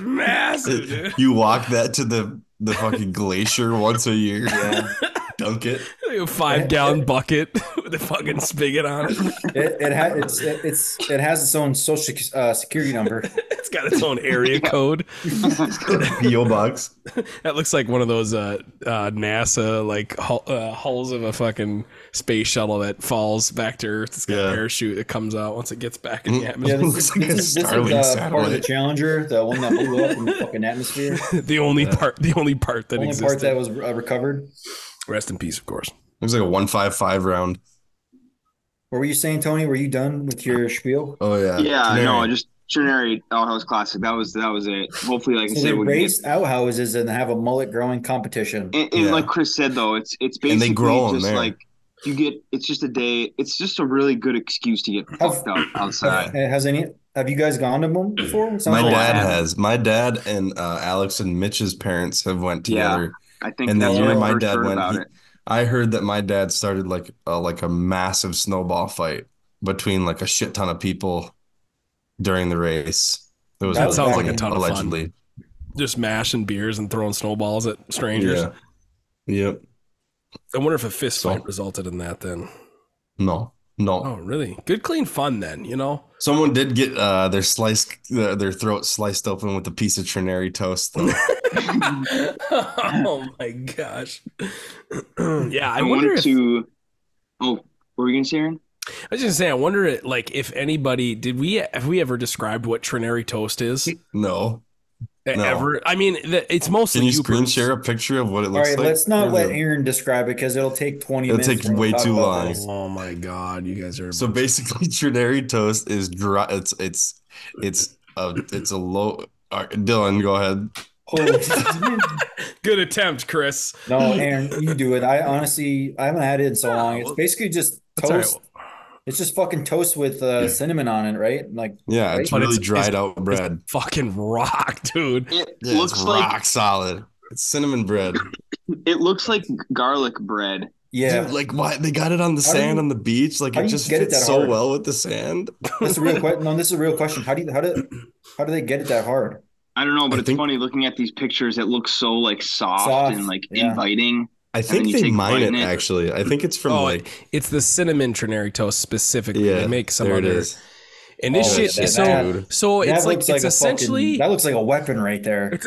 Speaker 4: massive, dude.
Speaker 2: you walk that to the, the fucking glacier once a year. Dunk it.
Speaker 4: Like a five gallon bucket with a fucking spigot on it.
Speaker 3: It it has it's it, it's it has its own social sec- uh, security number.
Speaker 4: It's got its own area code.
Speaker 2: P.O. box.
Speaker 4: That looks like one of those uh, uh, NASA like hull, uh, hulls of a fucking space shuttle that falls back to Earth. It's got
Speaker 2: Yeah.
Speaker 4: a parachute that comes out once it gets back in the
Speaker 2: Mm.
Speaker 3: Yeah,
Speaker 4: atmosphere.
Speaker 3: this
Speaker 2: Looks
Speaker 3: is,
Speaker 2: like a
Speaker 3: this is, this is
Speaker 2: Starlink
Speaker 3: uh, part of the
Speaker 2: satellite.
Speaker 3: Challenger, the one that blew up in the fucking atmosphere.
Speaker 4: the only
Speaker 2: Yeah.
Speaker 4: part, the only part that
Speaker 3: only
Speaker 4: exists.
Speaker 3: part that was uh, recovered.
Speaker 4: Rest in peace, of course.
Speaker 2: Looks like a 155 round.
Speaker 3: What were you saying, Tony? Were you done with your spiel?
Speaker 2: Oh, yeah.
Speaker 1: Yeah, no,
Speaker 2: Trinary.
Speaker 1: just Trinary Outhouse Classic. That was that was it. Hopefully, like I
Speaker 3: So they
Speaker 1: said, we can get-
Speaker 3: raise outhouses and have a mullet growing competition.
Speaker 1: and, and
Speaker 2: Yeah.
Speaker 1: like Chris said though, it's it's
Speaker 2: And
Speaker 1: basically
Speaker 2: they grow 'em
Speaker 1: just
Speaker 2: there.
Speaker 1: like you get. It's just a day. It's just a really good excuse to get
Speaker 3: Have-
Speaker 1: fucked up outside.
Speaker 3: Hey, Uh, Has any? Have you guys gone to one before? Sounds
Speaker 2: My
Speaker 3: like-
Speaker 2: dad
Speaker 1: Yeah.
Speaker 2: has. My dad and uh, Alex and Mitch's parents have went
Speaker 1: Yeah.
Speaker 2: together.
Speaker 1: I think
Speaker 2: And
Speaker 1: that's
Speaker 2: then
Speaker 1: when I
Speaker 2: my
Speaker 1: first
Speaker 2: dad
Speaker 1: heard
Speaker 2: went,
Speaker 1: about
Speaker 2: he-
Speaker 1: it.
Speaker 2: I heard that my dad started like a, like a massive snowball fight between like a shit ton of people during the race. It was
Speaker 3: That
Speaker 2: really
Speaker 3: sounds
Speaker 2: funny,
Speaker 3: like a
Speaker 4: ton of fun.
Speaker 2: allegedly.
Speaker 4: Just mashing beers and throwing snowballs at strangers.
Speaker 2: Yeah. Yep.
Speaker 4: I wonder if a fist
Speaker 2: So-
Speaker 4: fight resulted in that. Then,
Speaker 2: No. No.
Speaker 4: oh really? Good, clean fun. Then you know.
Speaker 2: Someone did get uh, their slice their, their throat sliced open with a piece of trinary toast. Though.
Speaker 4: oh my gosh. yeah, I,
Speaker 1: I,
Speaker 4: wonder
Speaker 1: wanted
Speaker 4: if
Speaker 1: to. Oh, what were you gonna say, Aaron?
Speaker 4: I was just saying, I wonder it, like if anybody did we have we ever described what trinary toast is E,
Speaker 2: no. No.
Speaker 4: ever? I mean, the, it's mostly
Speaker 2: Can you
Speaker 4: Ubers.
Speaker 2: screen share a picture of what it
Speaker 3: All
Speaker 2: looks
Speaker 3: right,
Speaker 2: like?
Speaker 3: let's not
Speaker 2: Or
Speaker 3: let
Speaker 2: the-
Speaker 3: Aaron describe it because it'll take 20
Speaker 2: It'll
Speaker 3: minutes.
Speaker 2: take
Speaker 3: for him to
Speaker 2: way
Speaker 3: talk
Speaker 2: too
Speaker 3: about
Speaker 2: long.
Speaker 3: this.
Speaker 4: Oh my god, you guys are
Speaker 2: So basically, trinary toast is dry. It's it's it's a it's a low. all right, Dylan, go ahead.
Speaker 3: Holy
Speaker 4: Good attempt, Chris.
Speaker 3: no, Aaron, you do it. I honestly, I haven't had it in so long. It's basically just
Speaker 4: That's all right.
Speaker 3: toast. It's just fucking toast with uh, cinnamon on it, right? Like
Speaker 2: Yeah, it's
Speaker 4: But
Speaker 2: really
Speaker 4: it's-
Speaker 2: dried
Speaker 4: it's-
Speaker 2: out bread.
Speaker 4: Fucking rock, dude.
Speaker 1: It
Speaker 2: Yeah,
Speaker 1: looks
Speaker 2: it's
Speaker 1: like
Speaker 2: rock solid. It's cinnamon bread.
Speaker 1: it looks like garlic bread.
Speaker 3: yeah,
Speaker 2: Dude, like why they got it on the
Speaker 3: How do
Speaker 2: sand
Speaker 3: you-
Speaker 2: on the beach? Like
Speaker 3: how do
Speaker 2: it
Speaker 3: you
Speaker 2: just
Speaker 3: get it
Speaker 2: fits
Speaker 3: that
Speaker 2: so
Speaker 3: hard?
Speaker 2: well with the sand.
Speaker 3: that's a real question. No, this is a real question. How do you how do how do they get it that hard?
Speaker 1: I don't know, but
Speaker 2: I
Speaker 1: it's
Speaker 2: think-
Speaker 1: funny looking at these pictures. It looks so like soft,
Speaker 3: Soft,
Speaker 1: and like
Speaker 3: yeah.
Speaker 1: inviting.
Speaker 2: I
Speaker 1: then
Speaker 2: think
Speaker 1: you
Speaker 2: they
Speaker 1: take a
Speaker 2: mine
Speaker 1: bite
Speaker 2: it
Speaker 1: in it.
Speaker 2: actually. I think it's from
Speaker 4: Oh,
Speaker 2: like
Speaker 4: It's the cinnamon trinary toast specifically.
Speaker 2: yeah.
Speaker 4: they make some
Speaker 2: there
Speaker 4: other.
Speaker 2: it is.
Speaker 4: And this
Speaker 3: Oh,
Speaker 4: shit.
Speaker 3: that-
Speaker 4: so
Speaker 3: that-
Speaker 4: so
Speaker 3: That
Speaker 4: it's like
Speaker 3: looks
Speaker 4: it's
Speaker 3: a
Speaker 4: essentially
Speaker 3: fucking, that looks like a weapon right there.
Speaker 4: it's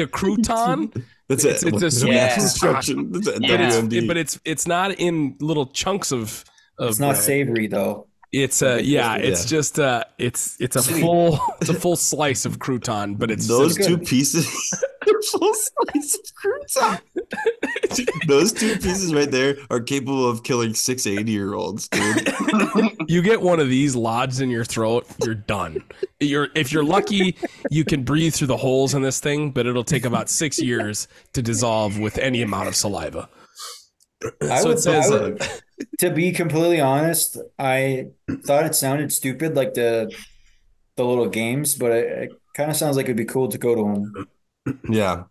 Speaker 4: a crouton.
Speaker 2: That's
Speaker 4: It's-
Speaker 2: it.
Speaker 4: it's a
Speaker 2: That's
Speaker 1: sweet
Speaker 2: the
Speaker 1: spot.
Speaker 2: instruction. That's it.
Speaker 1: Yeah.
Speaker 4: but it's
Speaker 2: WMD.
Speaker 4: it- but it's it's not in little chunks of of
Speaker 3: It's not
Speaker 4: bread.
Speaker 3: savory though.
Speaker 4: It's uh yeah,
Speaker 2: Yeah.
Speaker 4: it's just uh it's it's a
Speaker 3: Sweet.
Speaker 4: full it's a full slice of crouton, but it's
Speaker 2: those
Speaker 3: good.
Speaker 2: two pieces they're full slice of crouton. Those two pieces right there are capable of killing six 80 year olds, dude.
Speaker 4: you get one of these lodged in your throat, you're done. You're if you're lucky, you can breathe through the holes in this thing, but it'll take about six years to dissolve with any amount of saliva.
Speaker 3: I
Speaker 4: So
Speaker 3: would,
Speaker 4: it says, uh,
Speaker 3: I would- to be completely honest, I thought it sounded stupid, like the the little games, but it, it kind of sounds like it'd be cool to go to them.
Speaker 2: Yeah.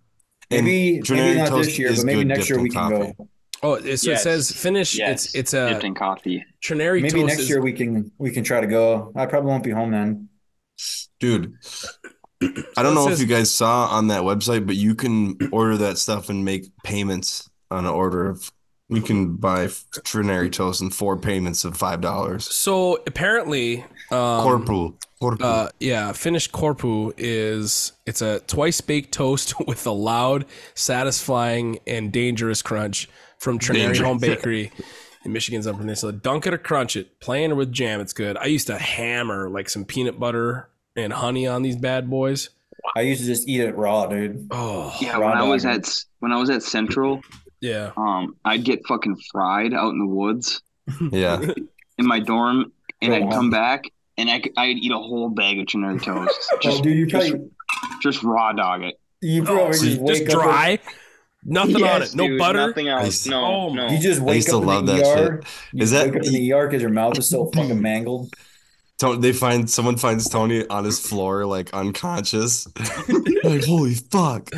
Speaker 2: And
Speaker 3: Maybe maybe
Speaker 2: Trinity
Speaker 3: not
Speaker 2: toast
Speaker 3: this year,
Speaker 2: is
Speaker 3: but maybe
Speaker 2: good
Speaker 3: next year
Speaker 2: dipped
Speaker 3: we
Speaker 2: in
Speaker 3: can
Speaker 2: coffee.
Speaker 3: go.
Speaker 4: Oh, it- so it
Speaker 1: Yes.
Speaker 4: says finish.
Speaker 1: Yes.
Speaker 4: It's it's
Speaker 1: dipped
Speaker 4: a
Speaker 1: in coffee.
Speaker 4: trinary
Speaker 3: Maybe
Speaker 4: toast.
Speaker 3: next
Speaker 4: is-
Speaker 3: year we can we can try to go. I probably won't be home then.
Speaker 2: dude. I don't
Speaker 4: it
Speaker 2: know
Speaker 4: says-
Speaker 2: if you guys saw on that website, but you can order that stuff and make payments on an order of. You can buy trinary toast in four payments of five dollars.
Speaker 4: so apparently, um,
Speaker 2: Corporal, corporal.
Speaker 4: Uh, yeah, Finnish korpu is it's a twice baked toast with a loud, satisfying, and dangerous crunch from Trinary
Speaker 2: Dangerous.
Speaker 4: Home Bakery in Michigan's Upper Peninsula. Dunk it or crunch it, plain or with jam. It's good. I used to hammer like some peanut butter and honey on these bad boys.
Speaker 3: I used to just eat it raw, dude.
Speaker 4: Oh yeah,
Speaker 1: Yeah, when
Speaker 3: raw
Speaker 1: I was
Speaker 3: dog.
Speaker 1: at when I was at Central, um, I'd get fucking fried out in the woods
Speaker 2: yeah,
Speaker 1: in my dorm, and
Speaker 3: Oh,
Speaker 1: I'd
Speaker 3: wow.
Speaker 1: come back and I could- I'd eat a whole bag of Trinary toast,
Speaker 3: Well,
Speaker 1: just
Speaker 3: Oh, dude, you
Speaker 1: just-
Speaker 3: probably
Speaker 1: just raw dog it.
Speaker 3: you
Speaker 4: Oh,
Speaker 3: probably
Speaker 4: so
Speaker 3: just
Speaker 4: you- just
Speaker 3: wake up.
Speaker 4: dry, nothing on
Speaker 1: Yes,
Speaker 4: it, no
Speaker 1: dude,
Speaker 4: butter.
Speaker 1: nothing
Speaker 2: I
Speaker 1: else.
Speaker 2: see.
Speaker 1: No,
Speaker 4: Oh,
Speaker 1: no.
Speaker 3: You just wake
Speaker 2: used to
Speaker 3: up in
Speaker 2: love
Speaker 3: the
Speaker 2: that
Speaker 3: ER. You
Speaker 2: Is that-
Speaker 3: wake up in the ER because your mouth is so fucking mangled.
Speaker 2: To- they find someone finds Tony on his floor, like unconscious. like holy fuck,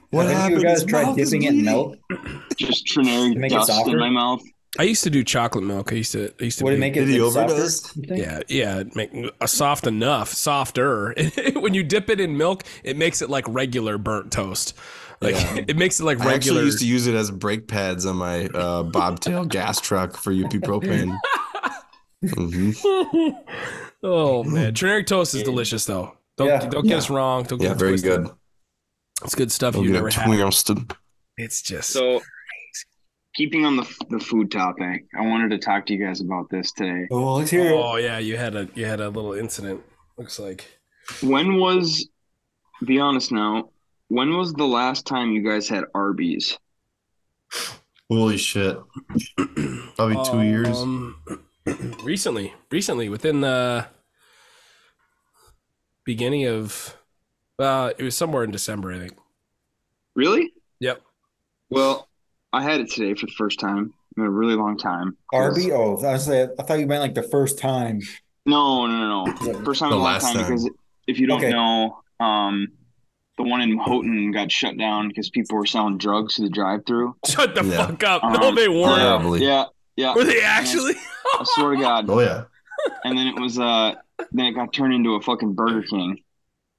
Speaker 2: what
Speaker 3: Have
Speaker 2: happened?
Speaker 3: you guys
Speaker 2: His
Speaker 3: tried
Speaker 2: mouth is
Speaker 3: dipping it in
Speaker 2: bleeding.
Speaker 3: milk?
Speaker 1: just
Speaker 3: To
Speaker 1: trinary
Speaker 3: make it
Speaker 1: dust
Speaker 3: softer?
Speaker 1: in my mouth.
Speaker 4: I used to do chocolate milk. I used to. I used to
Speaker 3: Would it
Speaker 4: make-
Speaker 3: make it
Speaker 2: Did he
Speaker 3: like, softer,
Speaker 2: overdose?
Speaker 3: you think?
Speaker 4: Yeah, yeah, it make uh, soft enough, softer. when you dip it in milk, it makes it like regular burnt toast. Like
Speaker 2: Yeah.
Speaker 4: it makes it like
Speaker 2: I actually
Speaker 4: regular.
Speaker 2: used to use it as brake pads on my uh, bobtail gas truck for UP propane. Mhm.
Speaker 4: oh man, trinary toast is delicious though. Don't
Speaker 3: Yeah.
Speaker 4: don't get us wrong. Don't get
Speaker 2: Yeah,
Speaker 4: us
Speaker 2: very
Speaker 4: twisted.
Speaker 2: good.
Speaker 4: It's good stuff
Speaker 2: We'll
Speaker 4: you
Speaker 2: get
Speaker 4: never
Speaker 2: it
Speaker 4: had.
Speaker 2: twisted.
Speaker 4: It's just Oh,
Speaker 1: So, keeping on the the food topic, I wanted to talk to you guys about this today.
Speaker 3: Oh, let's hear it.
Speaker 4: Oh yeah, you had a you had a little incident. Looks like
Speaker 1: When was, be honest now, when was the last time you guys had Arby's?
Speaker 2: Holy shit. Probably two
Speaker 1: Um,
Speaker 2: years.
Speaker 4: years. Um, recently, recently, within the beginning of, uh, it was somewhere in December, I think.
Speaker 1: Really?
Speaker 4: Yep.
Speaker 1: Well, I had it today for the first time in a really long time.
Speaker 3: Arby? Oh, I was like, I thought you meant like the first time.
Speaker 1: No, no, no, no. First time in
Speaker 2: The
Speaker 1: a long
Speaker 2: last
Speaker 1: time,
Speaker 2: time.
Speaker 1: because if you don't
Speaker 3: Okay.
Speaker 1: know, um, the one in Houghton got shut down because people were selling drugs through the drive-through.
Speaker 4: Shut the
Speaker 2: Yeah.
Speaker 4: fuck
Speaker 1: Um,
Speaker 4: up! No,
Speaker 1: uh,
Speaker 4: they weren't.
Speaker 2: Yeah. Probably.
Speaker 1: Yeah, yeah.
Speaker 4: Were they actually?
Speaker 1: I swear to God.
Speaker 2: Oh, yeah.
Speaker 1: and then it was uh then it got turned into a fucking Burger King.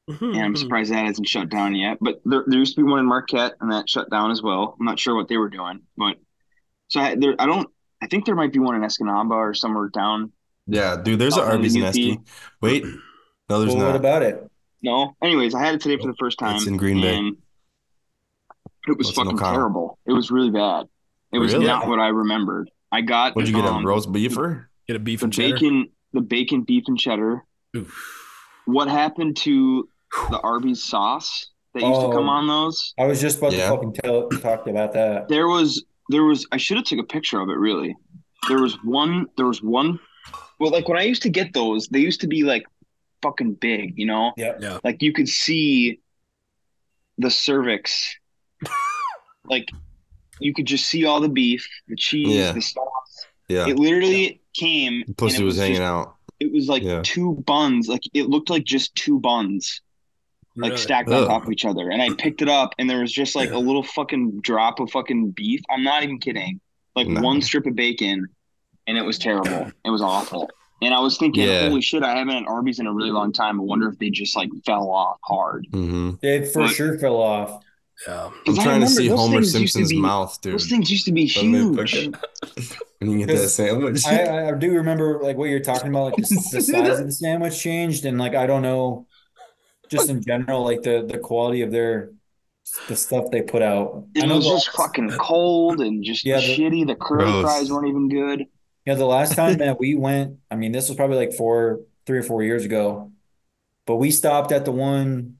Speaker 1: And
Speaker 2: Mm-hmm.
Speaker 1: I'm surprised that hasn't shut down yet. But there, there used to be one in Marquette and that shut down as well. I'm not sure what they were doing, but so I there I don't I think there might be one in Escanaba or somewhere down.
Speaker 2: Yeah, dude, there's an
Speaker 1: Something
Speaker 2: Arby's in
Speaker 1: UP.
Speaker 2: Esky. Wait. No, there's
Speaker 3: Well, what
Speaker 2: not.
Speaker 3: about it?
Speaker 1: No. Anyways, I had it today for the first time.
Speaker 2: It's in Green Bay.
Speaker 1: and It was
Speaker 2: It's in
Speaker 1: fucking
Speaker 2: O'Connell.
Speaker 1: terrible. It was really bad. It was
Speaker 2: Really?
Speaker 1: not what I remembered. I got
Speaker 2: What'd you get?
Speaker 1: um,
Speaker 2: A roast beefer?
Speaker 4: Get a beef
Speaker 1: the
Speaker 4: and cheddar.
Speaker 1: bacon the bacon beef and cheddar.
Speaker 4: Oof.
Speaker 1: What happened to the Arby's sauce that used to come
Speaker 3: Oh.
Speaker 1: on those?
Speaker 3: I was just about to
Speaker 2: Yeah.
Speaker 3: fucking tell talk about that.
Speaker 1: there was there was I should have took a picture of it really. There was one there was one well like when I used to get those, they used to be like fucking big, you know?
Speaker 3: Yep.
Speaker 4: Yeah.
Speaker 1: Like you could see the cervix. like you could just see all the beef, the cheese,
Speaker 2: Yeah.
Speaker 1: the sauce.
Speaker 2: Yeah.
Speaker 1: It literally came. and
Speaker 2: Pussy
Speaker 1: it
Speaker 2: was, hanging
Speaker 1: just-
Speaker 2: out.
Speaker 1: It was like
Speaker 2: Yeah.
Speaker 1: two buns. Like it looked like just two buns, like
Speaker 4: Really?
Speaker 1: stacked
Speaker 2: Ugh.
Speaker 1: on top of each other. And I picked it up, and there was just like a little fucking drop of fucking beef. I'm not even kidding. Like
Speaker 2: No.
Speaker 1: one strip of bacon, and it was terrible. It was awful. And I was thinking,
Speaker 2: Yeah.
Speaker 1: holy shit, I haven't had Arby's in a really long time. I wonder if they just like fell off hard.
Speaker 2: hmm
Speaker 3: It for
Speaker 1: Right.
Speaker 3: sure fell off.
Speaker 4: Yeah.
Speaker 1: 'Cause
Speaker 2: I'm
Speaker 1: I
Speaker 2: trying to
Speaker 1: remember
Speaker 2: see
Speaker 1: those
Speaker 2: Homer
Speaker 1: things used to
Speaker 2: Simpson's
Speaker 1: be-
Speaker 2: mouth, dude.
Speaker 1: Those things used to be
Speaker 2: When they cook
Speaker 1: huge.
Speaker 2: it. And you get that sandwich.
Speaker 3: I,
Speaker 1: uh,
Speaker 3: I- I do remember like what you're talking about, like the, the size of the sandwich changed, and like I don't know, just in general, like the the quality of their the stuff they put out. I
Speaker 1: It
Speaker 3: know
Speaker 1: was
Speaker 3: the-
Speaker 1: just fucking cold and just
Speaker 3: Yeah, the-
Speaker 1: shitty. The curly
Speaker 2: Gross.
Speaker 1: fries weren't even good.
Speaker 3: Yeah, the last time that we went, I mean, this was probably like four, three or four years ago, but we stopped at the one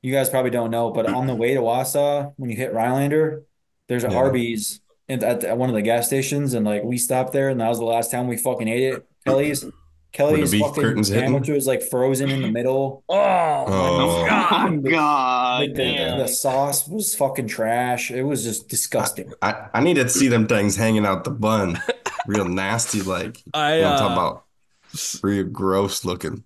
Speaker 3: you guys probably don't know, but on the way to Wausau, when you hit Rhinelander, there's an
Speaker 2: Yeah.
Speaker 3: Arby's in, at, at one of the gas stations, and like we stopped there, and that was the last time we fucking ate it. Kelly's Kelly's
Speaker 2: beef
Speaker 3: fucking
Speaker 2: curtains hitting?
Speaker 3: sandwich was like frozen in the middle.
Speaker 2: Oh.
Speaker 4: Oh, God.
Speaker 1: God
Speaker 3: Like the,
Speaker 1: damn.
Speaker 3: the sauce was fucking trash. It was just disgusting.
Speaker 2: I, I need to see them things hanging out the bun. Real nasty, like
Speaker 4: I,
Speaker 2: you know
Speaker 4: uh,
Speaker 2: what I'm talking about. Real gross looking.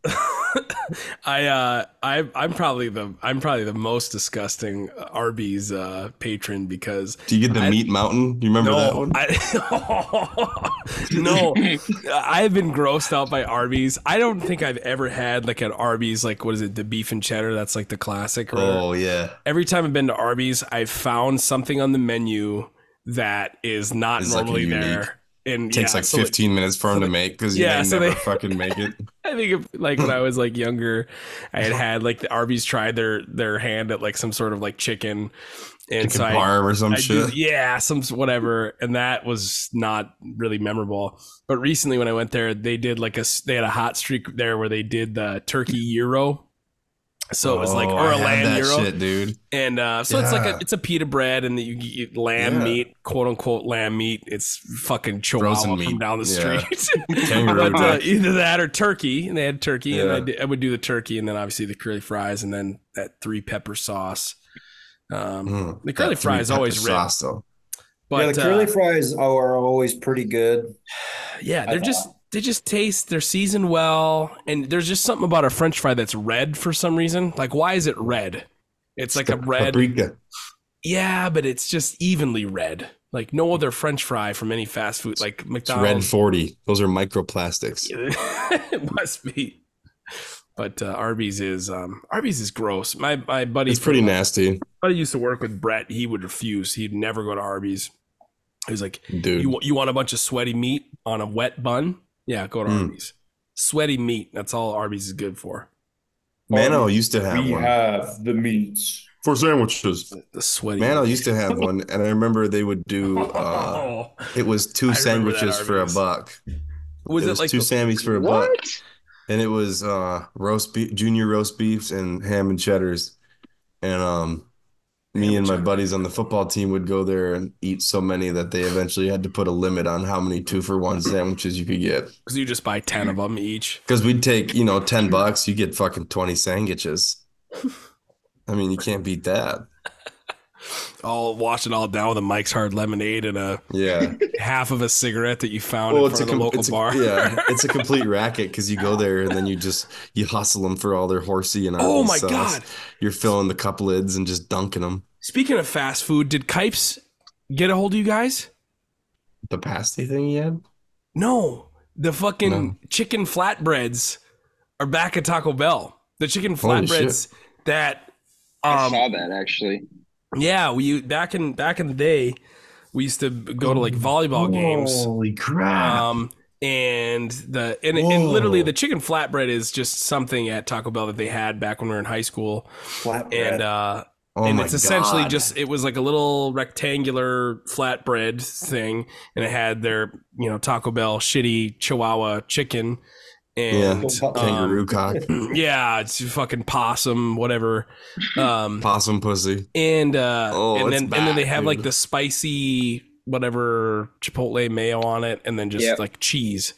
Speaker 4: I uh I I'm probably the I'm probably the most disgusting Arby's uh patron because
Speaker 2: Do you get the
Speaker 4: I-
Speaker 2: meat mountain? You remember that
Speaker 4: no
Speaker 2: one?
Speaker 4: I no I've been grossed out by Arby's. I don't think I've ever had like an Arby's like what is it the beef and cheddar that's like the classic or
Speaker 2: oh yeah.
Speaker 4: every time I've been to Arby's, I've found something on the menu that is not
Speaker 2: It's like
Speaker 4: normally
Speaker 2: unique.
Speaker 4: there. And
Speaker 2: It takes
Speaker 4: yeah,
Speaker 2: like
Speaker 4: so, like,
Speaker 2: 15 minutes for them to make because
Speaker 4: yeah,
Speaker 2: they
Speaker 4: so
Speaker 2: never
Speaker 4: they-
Speaker 2: fucking make it.
Speaker 4: I think if, like when I was like younger, I had had like the Arby's tried their their hand at like some sort of like chicken, and
Speaker 2: Chicken
Speaker 4: so I,
Speaker 2: parm or some
Speaker 4: I
Speaker 2: shit.
Speaker 4: just- yeah, some s- whatever, and that was not really memorable. But recently when I went there, they did like a s- they had a hot streak there where they did the turkey euro. So it was like
Speaker 2: Oh,
Speaker 4: or
Speaker 2: I
Speaker 4: a
Speaker 2: had
Speaker 4: lamb
Speaker 2: that
Speaker 4: euro.
Speaker 2: shit, dude.
Speaker 4: And uh, so it's like
Speaker 2: Yeah.
Speaker 4: a, it's a pita bread, and that you eat lamb
Speaker 2: Yeah.
Speaker 4: meat, quote unquote lamb meat. It's fucking chihuahua
Speaker 2: Frozen
Speaker 4: from
Speaker 2: meat.
Speaker 4: down the
Speaker 2: Yeah.
Speaker 4: street.
Speaker 2: Kangaroo
Speaker 4: but uh,
Speaker 2: neck.
Speaker 4: either that or turkey, and they had turkey, and
Speaker 2: Yeah.
Speaker 4: I, did, I would do the turkey, and then obviously the curly fries, and then that three pepper sauce. Um,
Speaker 2: Mm,
Speaker 4: the curly
Speaker 2: that three
Speaker 4: fry is always
Speaker 2: pepper
Speaker 4: red.
Speaker 2: sauce though.
Speaker 4: but
Speaker 3: Mm-hmm. yeah, the
Speaker 4: uh,
Speaker 3: curly fries are always pretty good.
Speaker 4: yeah,
Speaker 3: I
Speaker 4: they're
Speaker 3: thought.
Speaker 4: just they just taste they're seasoned well, and there's just something about a French fry that's red for some reason. Like why is it red? It's like a red
Speaker 2: paprika.
Speaker 4: Yeah, but it's just evenly red. Like no other French fry from any fast food, like
Speaker 2: It's red
Speaker 4: McDonald's.
Speaker 2: 40. Those are microplastics.
Speaker 4: it must be. But uh, Arby's is um, Arby's is gross. My my buddy,
Speaker 2: It's pretty nasty,
Speaker 4: buddy used to work with Brett. He would refuse. He'd never go to Arby's. He was like,
Speaker 2: dude.
Speaker 4: "You wa- you want a bunch of sweaty meat on a wet bun? Yeah, go to
Speaker 2: Mm.
Speaker 4: Arby's. Sweaty meat. That's all Arby's is good for.
Speaker 2: Mano used to have one
Speaker 3: have the meats.
Speaker 2: for sandwiches.
Speaker 4: The sweaty
Speaker 2: Mano used to have one, and I remember they would do. Uh, it was two
Speaker 4: I remember that
Speaker 2: sandwiches for a
Speaker 4: Arby's.
Speaker 2: buck.
Speaker 4: was it,
Speaker 2: was
Speaker 4: like
Speaker 2: two
Speaker 4: the-
Speaker 2: sandwiches for a buck, and it was uh, roast beef, junior roast beefs, and ham and cheddars. And um, me
Speaker 4: Ham
Speaker 2: and my
Speaker 4: cheddar.
Speaker 2: buddies on the football team would go there and eat so many that they eventually had to put a limit on how many two for one sandwiches you could get.
Speaker 4: Because you just buy ten of them each.
Speaker 2: Because we'd take, you know, 10 bucks, you get fucking 20 sandwiches. I mean, you can't beat that.
Speaker 4: all wash it all down with a Mike's Hard Lemonade and a
Speaker 2: Yeah.
Speaker 4: half of a cigarette that you found in front of the
Speaker 2: com-
Speaker 4: local
Speaker 2: it's
Speaker 4: bar.
Speaker 2: yeah, it's a complete racket because you go there and then you just you hustle them for all their horsey and
Speaker 4: oh
Speaker 2: Arby's
Speaker 4: my
Speaker 2: sauce.
Speaker 4: god!
Speaker 2: You're filling the cup lids and just dunking them.
Speaker 4: Speaking of fast food, did Kipes get a hold of you guys?
Speaker 2: The pasty thing you had?
Speaker 4: No, the fucking
Speaker 2: No.
Speaker 4: chicken flatbreads are back at Taco Bell. The chicken
Speaker 2: Holy shit.
Speaker 4: flatbreads that
Speaker 1: I
Speaker 4: um
Speaker 1: saw that actually.
Speaker 4: yeah we back in back in the day we used to go to like volleyball games.
Speaker 2: Holy crap.
Speaker 4: Um, and the and, and
Speaker 2: Ah. Whoa.
Speaker 4: literally the chicken flatbread is just something at Taco Bell that they had back when we were in high school,
Speaker 3: Flatbread.
Speaker 4: and uh,
Speaker 2: oh
Speaker 4: and
Speaker 2: my
Speaker 4: it's essentially
Speaker 2: God.
Speaker 4: just it was like a little rectangular flatbread thing, and it had their you know Taco Bell shitty Chihuahua chicken, and
Speaker 3: Yeah.
Speaker 2: kangaroo cock,
Speaker 4: um, yeah, it's fucking possum, whatever. Um,
Speaker 2: possum pussy.
Speaker 4: and uh
Speaker 2: Oh,
Speaker 4: and
Speaker 2: it's
Speaker 4: then and then they
Speaker 2: back,
Speaker 4: have like
Speaker 2: dude.
Speaker 4: the spicy whatever chipotle mayo on it and then just
Speaker 1: Yep.
Speaker 4: like cheese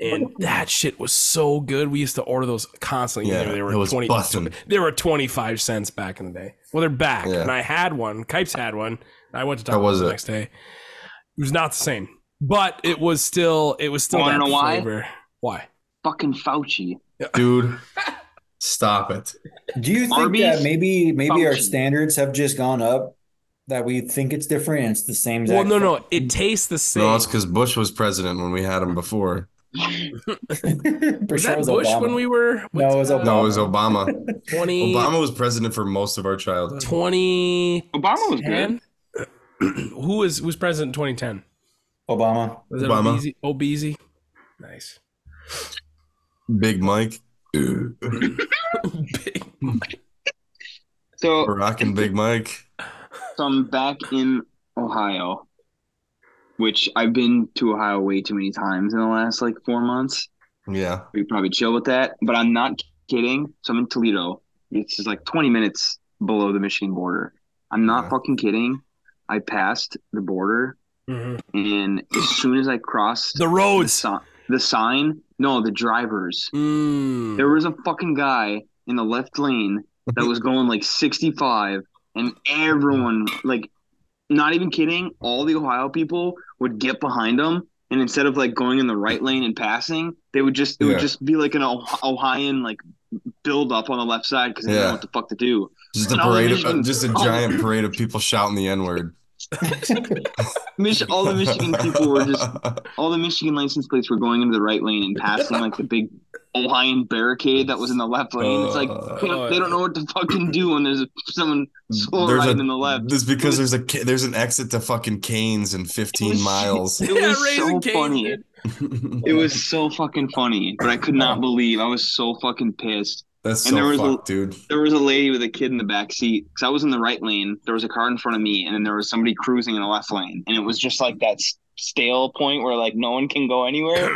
Speaker 4: And that shit was so good. We used to order those constantly.
Speaker 2: Yeah,
Speaker 4: Yeah, they
Speaker 2: it
Speaker 4: were
Speaker 2: was
Speaker 4: twenty.
Speaker 2: bussin'.
Speaker 4: They were twenty five cents back in the day. Well, they're back,
Speaker 2: Yeah.
Speaker 4: and I had one. Kipes had one. I went to
Speaker 2: How
Speaker 4: Taco
Speaker 2: was
Speaker 4: Bell the
Speaker 2: it?
Speaker 4: next day. It was not the same, but it was still it was still
Speaker 1: Wanna
Speaker 4: that
Speaker 1: know why?
Speaker 4: flavor. Why?
Speaker 1: Fucking Fauci.
Speaker 2: dude. Stop it.
Speaker 3: Do you think
Speaker 1: Arby's
Speaker 3: that maybe maybe our
Speaker 1: function.
Speaker 3: standards have just gone up that we think it's different and it's the same
Speaker 4: Well,
Speaker 3: exact
Speaker 4: no, no, it tastes the same.
Speaker 2: No, it's because Bush was president when we had him before.
Speaker 3: no. For
Speaker 4: was
Speaker 3: sure
Speaker 4: that
Speaker 3: it was
Speaker 4: Bush
Speaker 3: Obama.
Speaker 4: when we were?
Speaker 3: No, it was
Speaker 4: uh,
Speaker 2: No, it was Obama.
Speaker 4: 20,
Speaker 2: Obama was president for most of our childhood.
Speaker 4: 2010?
Speaker 1: Obama was good.
Speaker 4: Who was who was president in 2010?
Speaker 3: Obama.
Speaker 4: Was it
Speaker 2: Obama.
Speaker 4: Obese? Obese? Nice.
Speaker 2: Big Mike. Barack
Speaker 4: Big-
Speaker 1: So
Speaker 2: and Big Mike.
Speaker 1: So I'm back in Ohio, which I've been to Ohio way too many times in the last like four months.
Speaker 2: Yeah.
Speaker 1: We could probably chill with that, but I'm not kidding. So I'm in Toledo. It's just like 20 minutes below the Michigan border. I'm not
Speaker 2: Yeah.
Speaker 1: fucking kidding. I passed the border,
Speaker 4: Mhm.
Speaker 1: and as soon as I crossed
Speaker 4: The
Speaker 1: the,
Speaker 4: roads.
Speaker 1: si- the sign, no, the drivers,
Speaker 4: Mm.
Speaker 1: there was a fucking guy in the left lane that was going like 65 and everyone like not even kidding all the ohio people would get behind him and instead of like going in the right lane and passing they would just it
Speaker 2: Yeah.
Speaker 1: would just be like an oh- ohioan like build up on the left side because they didn't
Speaker 2: Yeah.
Speaker 1: know what the fuck to do
Speaker 2: Just a
Speaker 1: And all the
Speaker 2: parade of,
Speaker 1: Michigan-
Speaker 2: uh, just a giant parade of people shouting the N word.
Speaker 1: Mich- all the michigan people were just all the michigan license plates were going into the right lane and passing like the big ohioan barricade that was in the left lane it's like
Speaker 2: Uh,
Speaker 1: they don't, they don't know what to fucking do when there's someone slow
Speaker 2: There's a-
Speaker 1: riding in the left
Speaker 2: This because there's a ca- there's an exit to fucking Canes in
Speaker 1: Oh,
Speaker 2: 15 miles.
Speaker 1: It
Speaker 4: Yeah,
Speaker 1: was
Speaker 4: Raising
Speaker 1: so
Speaker 4: Cane's,
Speaker 1: funny.
Speaker 4: dude.
Speaker 1: It was so fucking funny, but I could not believe. I was so fucking pissed.
Speaker 2: That's
Speaker 1: and there
Speaker 2: so
Speaker 1: was a-
Speaker 2: fucked, dude.
Speaker 1: There was a lady with a kid in the back seat because I was in the right lane. There was a car in front of me, and then there was somebody cruising in the left lane, and it was just like that s- stale point where like no one can go anywhere.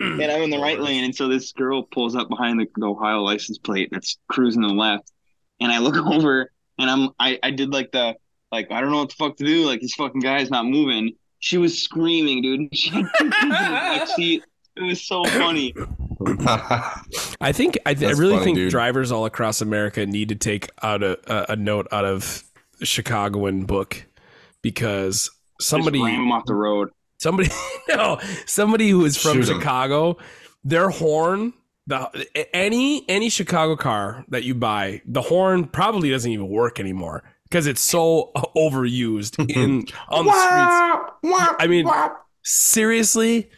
Speaker 1: and I'm in the right lane, and so this girl pulls up behind the, the Ohio license plate that's cruising the left, and I look over, and I'm I I did like the like I don't know what the fuck to do. Like this fucking guy's not moving. She was screaming, dude. She had kids in the back seat. It was so funny.
Speaker 4: I think I, th- I
Speaker 2: That's
Speaker 4: really
Speaker 2: funny,
Speaker 4: think
Speaker 2: dude.
Speaker 4: drivers all across America need to take out a, a, a note out of Chicagoan book because somebody
Speaker 1: Just ram him off the road.
Speaker 4: somebody no somebody who is from
Speaker 2: Shoot 'em.
Speaker 4: Chicago, their horn the any any Chicago car that you buy, the horn probably doesn't even work anymore because it's so overused in on the streets. I mean, seriously,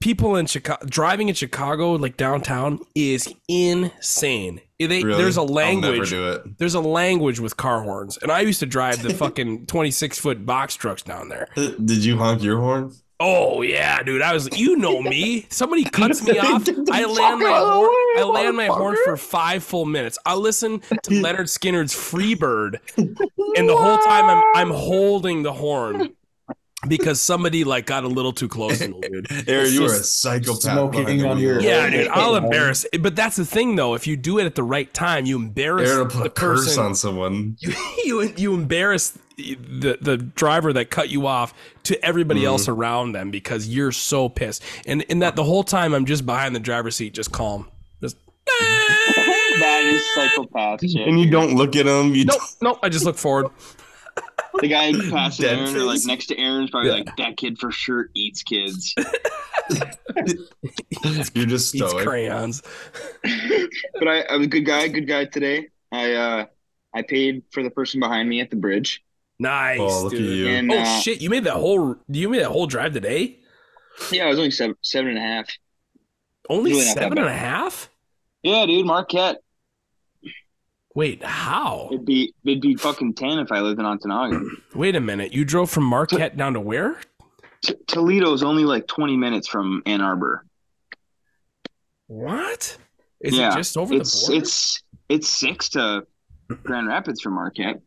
Speaker 4: people in Chicago driving in Chicago like downtown is insane. They,
Speaker 2: Really?
Speaker 4: There's a
Speaker 2: I'll never
Speaker 4: language.
Speaker 2: do it.
Speaker 4: There's a language with car horns, and I used to drive the fucking 26 foot box trucks down there.
Speaker 2: Did you honk your horn?
Speaker 4: Oh yeah, dude. I was you know me. Somebody cuts me off. I land my horn. I land my horn for five full minutes. I listen to Leonard Skinner's Freebird, and the whole time I'm I'm holding the horn because somebody like got a little too close to me, dude.
Speaker 2: Aaron,
Speaker 3: It's
Speaker 2: you are a
Speaker 3: just
Speaker 2: psychopath.
Speaker 3: smoking
Speaker 2: behind the
Speaker 3: on your-
Speaker 2: wheel.
Speaker 4: Yeah, dude. I'll embarrass. But that's the thing, though. If you do it at the right time, you embarrass
Speaker 2: Aaron will put
Speaker 4: the
Speaker 2: a curse
Speaker 4: person.
Speaker 2: on someone.
Speaker 4: you you embarrass the the driver that cut you off to everybody
Speaker 2: Mm-hmm.
Speaker 4: else around them because you're so pissed. And in that the whole time I'm just behind the driver's seat, just calm. Just
Speaker 1: That is psychopath shit.
Speaker 2: And you don't look at him. You
Speaker 4: nope, nope. I just look forward.
Speaker 1: The guy passing
Speaker 2: Dead
Speaker 1: Aaron or like
Speaker 2: face.
Speaker 1: next to Aaron's probably
Speaker 4: Yeah.
Speaker 1: like that kid for sure eats kids.
Speaker 2: don't- you're just
Speaker 4: Eats
Speaker 2: stoic.
Speaker 4: crayons.
Speaker 1: but I, I'm a good guy. Good guy today. I uh I paid for the person behind me at the bridge.
Speaker 4: Nice,
Speaker 2: Oh, look at
Speaker 4: dude.
Speaker 2: you.
Speaker 1: And
Speaker 4: Oh
Speaker 1: uh,
Speaker 4: shit! You made that whole you made that whole drive today.
Speaker 1: yeah, it was only seven seven and a half.
Speaker 4: Only
Speaker 1: Really not that
Speaker 4: seven
Speaker 1: bad.
Speaker 4: and a half.
Speaker 1: Yeah, dude, Marquette.
Speaker 4: Wait, how?
Speaker 1: It'd be it'd be fucking ten if I lived in Ontonaga.
Speaker 4: Wait a minute. You drove from Marquette down to where?
Speaker 1: T- Toledo's only like twenty minutes from Ann Arbor.
Speaker 4: What? Is
Speaker 1: Yeah,
Speaker 4: it just over
Speaker 1: It's
Speaker 4: the border?
Speaker 1: it's it's six to Grand Rapids from Marquette.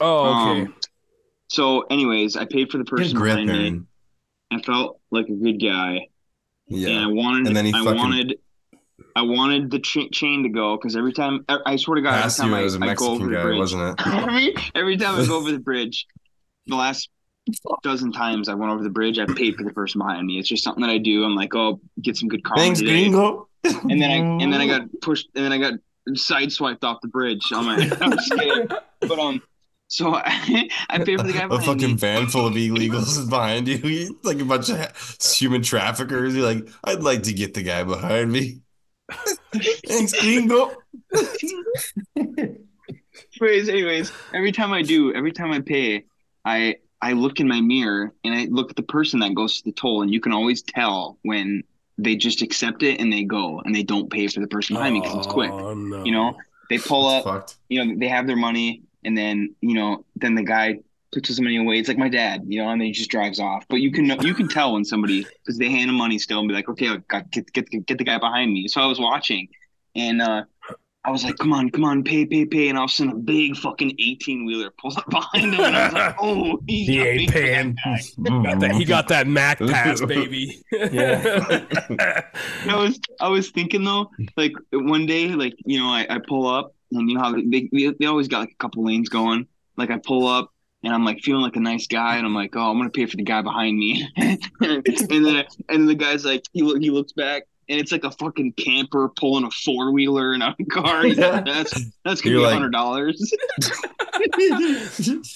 Speaker 4: oh, okay.
Speaker 1: Um, so, anyways, I paid for the
Speaker 2: Get a
Speaker 1: person
Speaker 2: grip,
Speaker 1: behind me.
Speaker 2: Aaron.
Speaker 1: I felt like a good guy, and I
Speaker 2: Yeah.
Speaker 1: wanted.
Speaker 2: And then he
Speaker 1: I
Speaker 2: fucking-
Speaker 1: wanted. I wanted the ch- chain to go because every time e, I, I swear to God, every
Speaker 2: Asked
Speaker 1: time
Speaker 2: you
Speaker 1: I,
Speaker 2: as a
Speaker 1: I go over
Speaker 2: Mexican
Speaker 1: the
Speaker 2: guy,
Speaker 1: bridge,
Speaker 2: wasn't it?
Speaker 1: every every time I go over the bridge, the last dozen times I went over the bridge. I paid for the person behind me. It's just something that I do. I'm like, oh, get some good karma
Speaker 2: Thanks,
Speaker 1: today.
Speaker 2: Gringo.
Speaker 1: And then I and then I got pushed and then I got sideswiped off the bridge. I'm like, I'm just kidding. But um, so I, I paid for the guy
Speaker 2: a
Speaker 1: behind
Speaker 2: fucking
Speaker 1: me.
Speaker 2: van full of illegals is behind you. You're like a bunch of ha- human traffickers. You're like, I'd like to get the guy behind me. Thanks, Gringo.
Speaker 1: Anyways, anyways, every time I do, every time I pay, I I look in my mirror and I look at the person that goes to the toll, and you can always tell when they just accept it and they go and they don't pay for the person behind me because it's quick.
Speaker 4: Oh, no.
Speaker 1: You know, they pull
Speaker 2: It's
Speaker 1: up,
Speaker 2: fucked.
Speaker 1: you know, they have their money, and then you know, then the guy puts his money away. It's like my dad, you know, and then he just drives off. But you can you can tell when somebody because they hand him money still and be like, okay, like, God, get get get the guy behind me. So I was watching, and uh, I was like, come on, come on, pay, pay, pay, and all of a sudden a big fucking eighteen wheeler pulls up behind him, and I was like, oh, he's
Speaker 4: He
Speaker 1: not
Speaker 4: ain't
Speaker 1: paying for that
Speaker 4: paying.
Speaker 1: guy.
Speaker 4: Got that- he got that Mac pass, baby.
Speaker 3: Yeah.
Speaker 1: I was I was thinking though, like one day, like you know, I, I pull up and you know how they, they they always got like a couple lanes going. Like I pull up and I'm like feeling like a nice guy and I'm like, oh, I'm gonna pay for the guy behind me. and then and then the guy's like, he look, he looks back and it's like a fucking camper pulling a four wheeler in a car. He's like, that's that's gonna
Speaker 2: You're
Speaker 1: be a
Speaker 2: like-
Speaker 1: hundred dollars.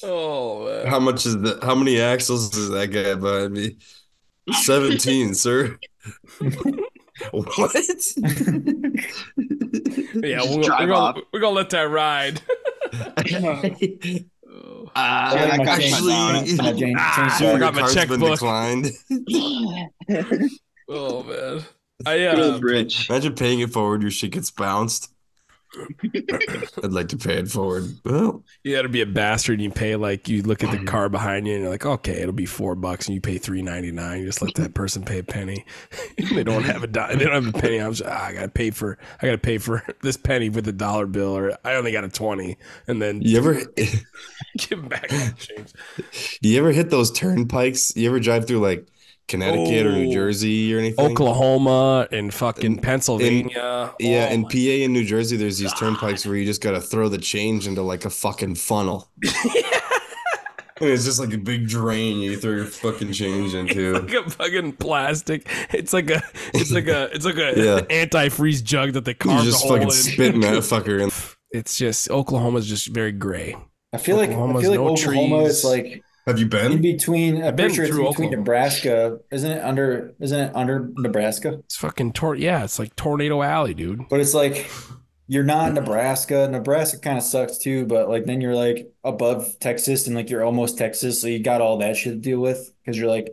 Speaker 4: oh, man.
Speaker 2: How much is that? How many axles is that guy behind me? 17, sir. what?
Speaker 4: yeah,
Speaker 1: Just
Speaker 4: we're, gonna-
Speaker 1: drive
Speaker 4: we're, gonna,
Speaker 1: off.
Speaker 4: we're gonna let that ride. Oh.
Speaker 2: Uh,
Speaker 1: Yeah, that
Speaker 3: my
Speaker 1: got
Speaker 3: change-
Speaker 1: shut down.
Speaker 3: my change-
Speaker 4: Ah,
Speaker 2: sir,
Speaker 4: I
Speaker 2: your
Speaker 3: change-
Speaker 4: got my
Speaker 2: card's been
Speaker 4: checkbook.
Speaker 2: declined.
Speaker 4: Oh man, I
Speaker 1: Good
Speaker 4: uh,
Speaker 1: old bridge.
Speaker 2: Imagine paying it forward, your shit gets bounced. I'd like to pay it forward. Well,
Speaker 4: you had to be a bastard. You pay like you look at the car behind you and you're like, okay, it'll be four bucks, and you pay three ninety nine. You just let that person pay a penny. they don't have a dime. They don't have a penny. I'm just, ah, I gotta pay for I gotta pay for this penny with a dollar bill, or I only got a twenty, and then
Speaker 2: you ever
Speaker 4: give 'em back that change.
Speaker 2: you ever hit those turnpikes? You ever drive through like Connecticut or New
Speaker 4: Oh.
Speaker 2: Jersey or anything?
Speaker 4: Oklahoma and fucking
Speaker 2: In-
Speaker 4: Pennsylvania.
Speaker 2: Yeah,
Speaker 4: Oh,
Speaker 2: in
Speaker 4: my-
Speaker 2: PA and New Jersey, there's these turnpikes where you just gotta throw the change into like a fucking funnel. And it's just like a big drain you throw your fucking change into.
Speaker 4: It's like a fucking plastic. It's like a, it's like a, it's like a
Speaker 2: Yeah.
Speaker 4: antifreeze jug that they
Speaker 2: You
Speaker 4: carved a
Speaker 2: just
Speaker 4: hole in.
Speaker 2: fucking spitting that fucker in.
Speaker 4: It's just Oklahoma's just very gray.
Speaker 3: I feel like I
Speaker 4: Oklahoma's
Speaker 3: feel like
Speaker 4: no
Speaker 3: Oklahoma
Speaker 4: trees.
Speaker 3: is like
Speaker 2: Have you
Speaker 3: in
Speaker 2: been?
Speaker 3: between. I'm
Speaker 4: been
Speaker 3: pretty sure it's in between
Speaker 4: through Oklahoma.
Speaker 3: Nebraska. Isn't it under? Isn't it under Nebraska?
Speaker 4: It's fucking tor. Yeah, it's like Tornado Alley, dude.
Speaker 3: But it's like you're not Nebraska. Nebraska kind of sucks too. But like then you're like above Texas and like you're almost Texas, so you got all that shit to deal with because you're like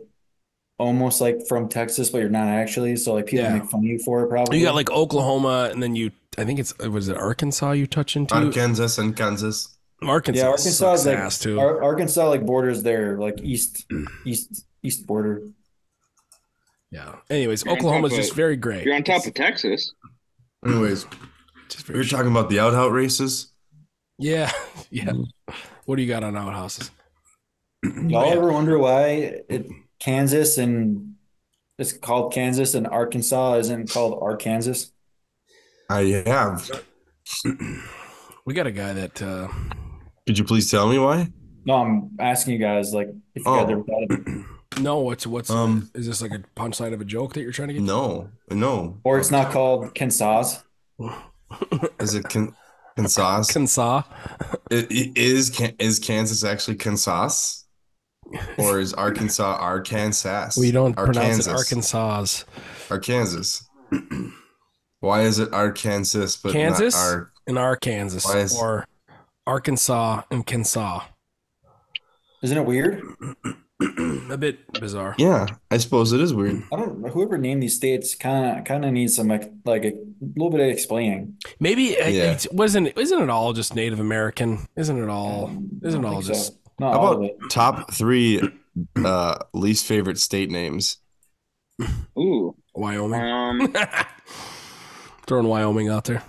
Speaker 3: almost like from Texas, but you're not actually. So like people
Speaker 4: Yeah.
Speaker 3: make fun of you for it probably.
Speaker 4: You got like Oklahoma, and then you. I think it's was it Arkansas you touch into.
Speaker 2: Out of Kansas and Kansas.
Speaker 4: Arkansas,
Speaker 3: yeah, Arkansas
Speaker 4: sucks
Speaker 3: is like
Speaker 4: ass too. Mm.
Speaker 3: Ar- Arkansas like borders there like east east east border.
Speaker 4: yeah. Anyways,
Speaker 1: You're on top
Speaker 4: Oklahoma's
Speaker 1: of-
Speaker 4: just very gray.
Speaker 1: You're on top of Texas.
Speaker 2: Anyways,
Speaker 4: Just
Speaker 2: we were
Speaker 4: very,
Speaker 2: talking about the out out races.
Speaker 4: yeah, yeah.
Speaker 3: Mm.
Speaker 4: What do you got on outhouses?
Speaker 3: Y'all
Speaker 4: Mm, Yeah.
Speaker 3: ever wonder why it, Kansas and it's called Kansas and Arkansas isn't called Arkansas?
Speaker 2: I have.
Speaker 4: We got a guy that. uh
Speaker 2: Could you please tell me why?
Speaker 3: No, I'm asking you guys like if you
Speaker 2: Oh.
Speaker 3: got their better-
Speaker 4: No, what's what's
Speaker 2: Um,
Speaker 4: is this like a punchline of a joke that you're trying to get?
Speaker 2: no, no.
Speaker 3: or it's not called Kansas.
Speaker 2: Is it can Kansas?
Speaker 4: Arkansas.
Speaker 2: It- it- Is Kan- is Kansas actually Kansas, or is Arkansas Arkansas?
Speaker 4: We don't pronounce
Speaker 2: Arkansas.
Speaker 4: it Arkansas's.
Speaker 2: Arkansas. Why is it Arkansas but
Speaker 4: Kansas?
Speaker 2: not Ar-
Speaker 4: in Arkansas
Speaker 2: Why is-
Speaker 4: or Arkansas and Kansas.
Speaker 3: Isn't it weird?
Speaker 4: a bit bizarre.
Speaker 2: Yeah, I suppose it is weird.
Speaker 3: I don't whoever named these states kind of kind of needs some like like a little bit of explaining.
Speaker 4: Maybe it,
Speaker 2: Yeah.
Speaker 4: it's- wasn't it- isn't it all just Native American? Isn't it all?
Speaker 3: Um, I
Speaker 4: Isn't
Speaker 3: don't
Speaker 4: all
Speaker 3: think so.
Speaker 4: just?
Speaker 3: Not
Speaker 2: How
Speaker 3: all
Speaker 2: about
Speaker 3: of it.
Speaker 2: top three uh, least favorite state names?
Speaker 1: Ooh,
Speaker 4: Wyoming?
Speaker 1: um,
Speaker 4: Throwing Wyoming out there.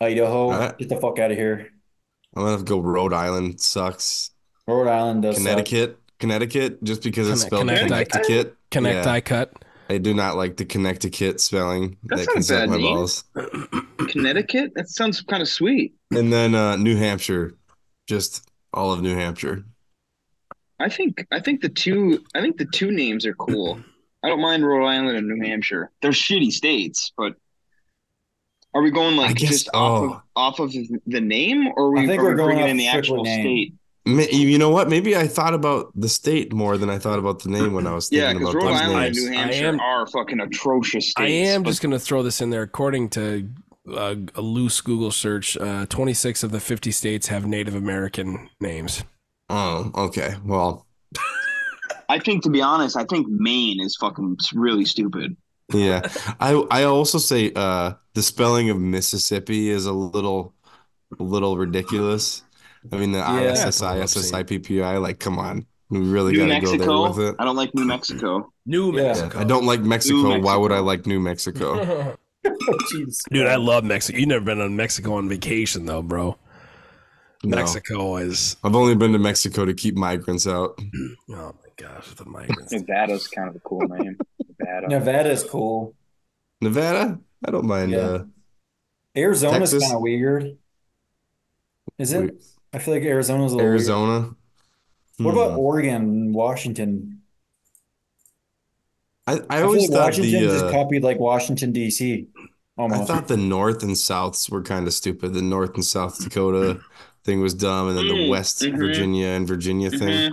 Speaker 3: Idaho,
Speaker 2: Alright.
Speaker 3: get the fuck out of here.
Speaker 2: I'm gonna have to go Rhode Island. Sucks.
Speaker 3: Rhode Island does suck.
Speaker 2: Connecticut, Connecticut, just because it's
Speaker 4: Conne-
Speaker 2: spelled
Speaker 4: Connecticut.
Speaker 2: Connecticut.
Speaker 4: Connect
Speaker 2: Yeah.
Speaker 4: I cut.
Speaker 2: I do not like the Connecticut spelling.
Speaker 1: That's
Speaker 2: that can
Speaker 1: not a
Speaker 2: suck
Speaker 1: bad
Speaker 2: my
Speaker 1: name.
Speaker 2: balls.
Speaker 1: Connecticut. That sounds kind of sweet.
Speaker 2: And then uh, New Hampshire, just all of New Hampshire.
Speaker 1: I think I think the two I think the two names are cool. I don't mind Rhode Island and New Hampshire. They're shitty states, but are we going
Speaker 2: I
Speaker 1: like
Speaker 2: guess-
Speaker 1: just
Speaker 2: oh.
Speaker 1: off of off of the name, or are we,
Speaker 3: I think
Speaker 1: are
Speaker 3: we're
Speaker 1: we
Speaker 3: going
Speaker 1: bringing
Speaker 3: off
Speaker 1: in the
Speaker 3: strictly
Speaker 1: actual
Speaker 3: name.
Speaker 1: state?
Speaker 2: Ma- You know what? Maybe I thought about the state more than I thought about the name when I was
Speaker 1: Yeah,
Speaker 2: thinking
Speaker 1: because
Speaker 2: about
Speaker 1: Rhode
Speaker 2: those
Speaker 1: Island
Speaker 2: names.
Speaker 1: and New
Speaker 4: I
Speaker 1: Hampshire
Speaker 4: am-
Speaker 1: are fucking atrocious
Speaker 4: I
Speaker 1: states.
Speaker 4: am
Speaker 1: but
Speaker 4: just going to throw this in there. According to uh, a loose Google search, uh, 26 of the 50 states have Native American names.
Speaker 2: Oh, okay. Well,
Speaker 1: I think to be honest, I think Maine is fucking really stupid.
Speaker 2: yeah. I I also say uh the spelling of Mississippi is a little a little ridiculous. I mean the
Speaker 3: Yeah.
Speaker 2: ISSI, SSIPPI, like come on. We really
Speaker 1: New
Speaker 2: gotta
Speaker 1: Mexico.
Speaker 2: go there with it.
Speaker 1: I don't like New Mexico.
Speaker 4: New
Speaker 3: Yeah.
Speaker 4: Mexico.
Speaker 2: I don't like Mexico. Why would
Speaker 1: Mexico.
Speaker 2: I like New Mexico?
Speaker 3: Oh, Jeez.
Speaker 4: Dude, I love Mexico. You've never been on Mexico on vacation, though, bro.
Speaker 2: No.
Speaker 4: Mexico is.
Speaker 2: I've only been to Mexico to keep migrants out.
Speaker 4: Oh my gosh, the migrants.
Speaker 1: Nevada's kind of a cool name. Nevada.
Speaker 3: Nevada is cool.
Speaker 2: Nevada? I don't mind
Speaker 3: Yeah.
Speaker 2: uh
Speaker 3: Arizona's
Speaker 2: Texas?
Speaker 3: kind of weird. Is it?
Speaker 2: Weird.
Speaker 3: I feel like Arizona's a little weird.
Speaker 2: Arizona.
Speaker 3: What
Speaker 2: Hmm.
Speaker 3: about Oregon, and Washington?
Speaker 2: I, I
Speaker 3: I feel
Speaker 2: always
Speaker 3: like
Speaker 2: thought
Speaker 3: Washington
Speaker 2: the
Speaker 3: just
Speaker 2: uh,
Speaker 3: copied like Washington D.C.
Speaker 2: I
Speaker 3: almost.
Speaker 2: thought the North and Souths were kind of stupid. The North and South Dakota thing was dumb, and then the
Speaker 1: Mm,
Speaker 2: West
Speaker 1: mhm.
Speaker 2: Virginia and Virginia
Speaker 1: Mhm.
Speaker 2: thing.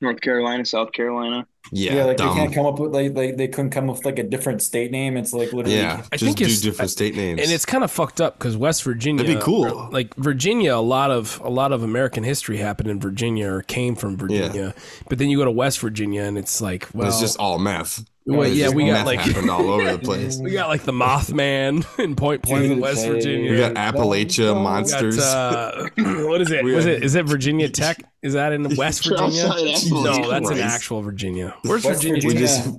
Speaker 1: North Carolina, South Carolina.
Speaker 2: Yeah,
Speaker 3: Yeah, like they
Speaker 2: dumb.
Speaker 3: can't come up with like like they couldn't come up with like a different state name. It's like literally
Speaker 2: yeah,
Speaker 4: I
Speaker 2: just
Speaker 4: think
Speaker 2: do
Speaker 4: it's- uh,
Speaker 2: different state names.
Speaker 4: and it's kind of fucked up because West Virginia.
Speaker 2: that'd be cool.
Speaker 4: Like Virginia, a lot of a lot of American history happened in Virginia or came from Virginia. But then you go to West Virginia and it's like, well,
Speaker 2: it's just all math.
Speaker 4: well,
Speaker 2: It's
Speaker 4: yeah,
Speaker 2: just
Speaker 4: we
Speaker 2: math
Speaker 4: got like
Speaker 2: happened all over the place.
Speaker 4: we got like the Mothman in Point
Speaker 3: Dude,
Speaker 4: Pleasant, West
Speaker 3: hey.
Speaker 4: Virginia.
Speaker 2: We got Appalachia
Speaker 3: Oh,
Speaker 4: We
Speaker 3: God.
Speaker 4: got,
Speaker 2: monsters.
Speaker 4: uh, what is it?
Speaker 2: We
Speaker 4: Was
Speaker 2: got-
Speaker 4: it is it Virginia Tech? Is that in West Virginia?
Speaker 1: Southside Appalachia.
Speaker 4: No, that's in
Speaker 2: Christ.
Speaker 4: actual Virginia. Where's
Speaker 3: West
Speaker 4: Virginia?
Speaker 2: we
Speaker 3: Virginia.
Speaker 2: just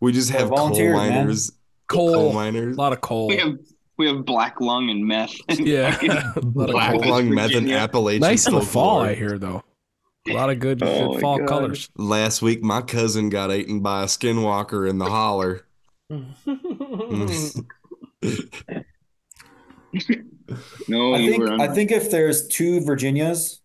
Speaker 2: we just
Speaker 3: We're
Speaker 2: have coal
Speaker 3: volunteers, man.
Speaker 2: miners, coal
Speaker 4: Coal, a
Speaker 2: miners,
Speaker 4: lot of coal.
Speaker 1: We have we have black lung and meth.
Speaker 4: Yeah, A lot of
Speaker 2: black
Speaker 4: coal.
Speaker 2: lung meth and
Speaker 1: Virginia.
Speaker 2: Appalachian.
Speaker 4: Nice in the fall,
Speaker 2: folklore.
Speaker 4: I hear though. A lot of good,
Speaker 1: Oh
Speaker 4: good
Speaker 1: my
Speaker 4: fall
Speaker 1: God.
Speaker 4: colors.
Speaker 2: Last week, my cousin got eaten by a skinwalker in the holler. Mm.
Speaker 1: No,
Speaker 4: Oh,
Speaker 3: I
Speaker 1: you
Speaker 3: think
Speaker 1: were.
Speaker 3: I think if there's two Virginias,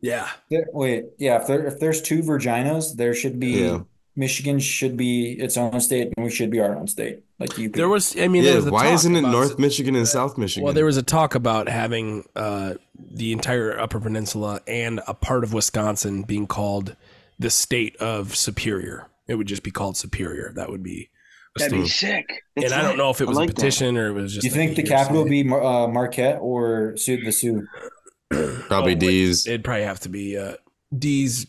Speaker 4: yeah,
Speaker 3: there, wait, yeah, if there if there's two Virginias, there should be
Speaker 2: Yeah.
Speaker 3: Michigan should be its own state and we should be our own state. Like you
Speaker 4: there was. I mean, there
Speaker 2: yeah,
Speaker 4: was a
Speaker 2: why
Speaker 4: talk
Speaker 2: isn't it
Speaker 4: about-
Speaker 2: North Michigan and South Michigan?
Speaker 4: Well, there was a talk about having uh, the entire Upper Peninsula and a part of Wisconsin being called the state of Superior. It would just be called Superior. That would be. A
Speaker 1: that'd be
Speaker 4: state.
Speaker 1: sick.
Speaker 4: And I don't know if it
Speaker 1: I
Speaker 4: was
Speaker 1: like
Speaker 4: a
Speaker 1: that.
Speaker 4: petition or it was just.
Speaker 3: you
Speaker 4: like
Speaker 3: think
Speaker 4: a
Speaker 3: the capital be
Speaker 4: hearsay.
Speaker 3: Mar- uh, Marquette or Sioux the Sioux?
Speaker 2: probably
Speaker 4: Oh, wait.
Speaker 2: D's
Speaker 4: It'd probably have to be uh, D's.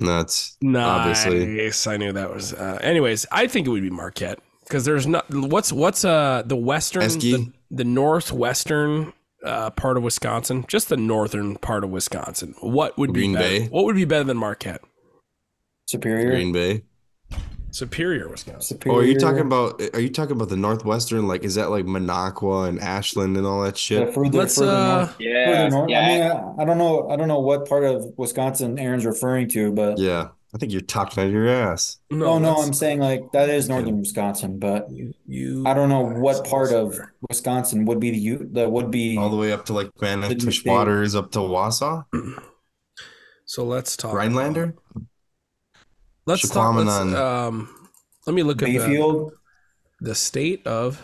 Speaker 2: nuts.
Speaker 4: Nice.
Speaker 2: Obviously.
Speaker 4: I knew that was. Uh, anyways, I think it would be Marquette because there's not. What's what's uh the western
Speaker 2: Esky?
Speaker 4: the, the northwestern uh, part of Wisconsin, just the northern part of Wisconsin. What would
Speaker 2: Green
Speaker 4: be better,
Speaker 2: Bay?
Speaker 4: What would be better than Marquette?
Speaker 3: Superior,
Speaker 2: Green Bay.
Speaker 4: Superior, Wisconsin.
Speaker 2: Oh, are you talking
Speaker 3: Superior,
Speaker 2: about? Are you talking about the Northwestern? Like, is that like Minocqua and Ashland and all that
Speaker 3: the
Speaker 2: shit?
Speaker 3: further
Speaker 4: Let's
Speaker 3: further north.
Speaker 4: uh,
Speaker 1: Yeah,
Speaker 3: Further north. I
Speaker 1: yeah.
Speaker 3: mean, I, I don't know. I don't know what part of Wisconsin Aaron's referring to, but
Speaker 2: Yeah, I think you're talking out of your ass.
Speaker 4: no,
Speaker 3: oh no,
Speaker 4: that's-
Speaker 3: I'm saying like that is northern Wisconsin, but
Speaker 4: you, you-
Speaker 3: I don't know what part of Wisconsin would be the U that would be.
Speaker 2: All the way up to like Manitowish
Speaker 3: they-
Speaker 2: Waters, up to Wausau,
Speaker 4: So let's talk. about-
Speaker 2: Rhinelander.
Speaker 4: Let's talk. Let's,
Speaker 2: Chiquamanon.
Speaker 4: um, let me look at the,
Speaker 3: Bayfield.
Speaker 4: the state of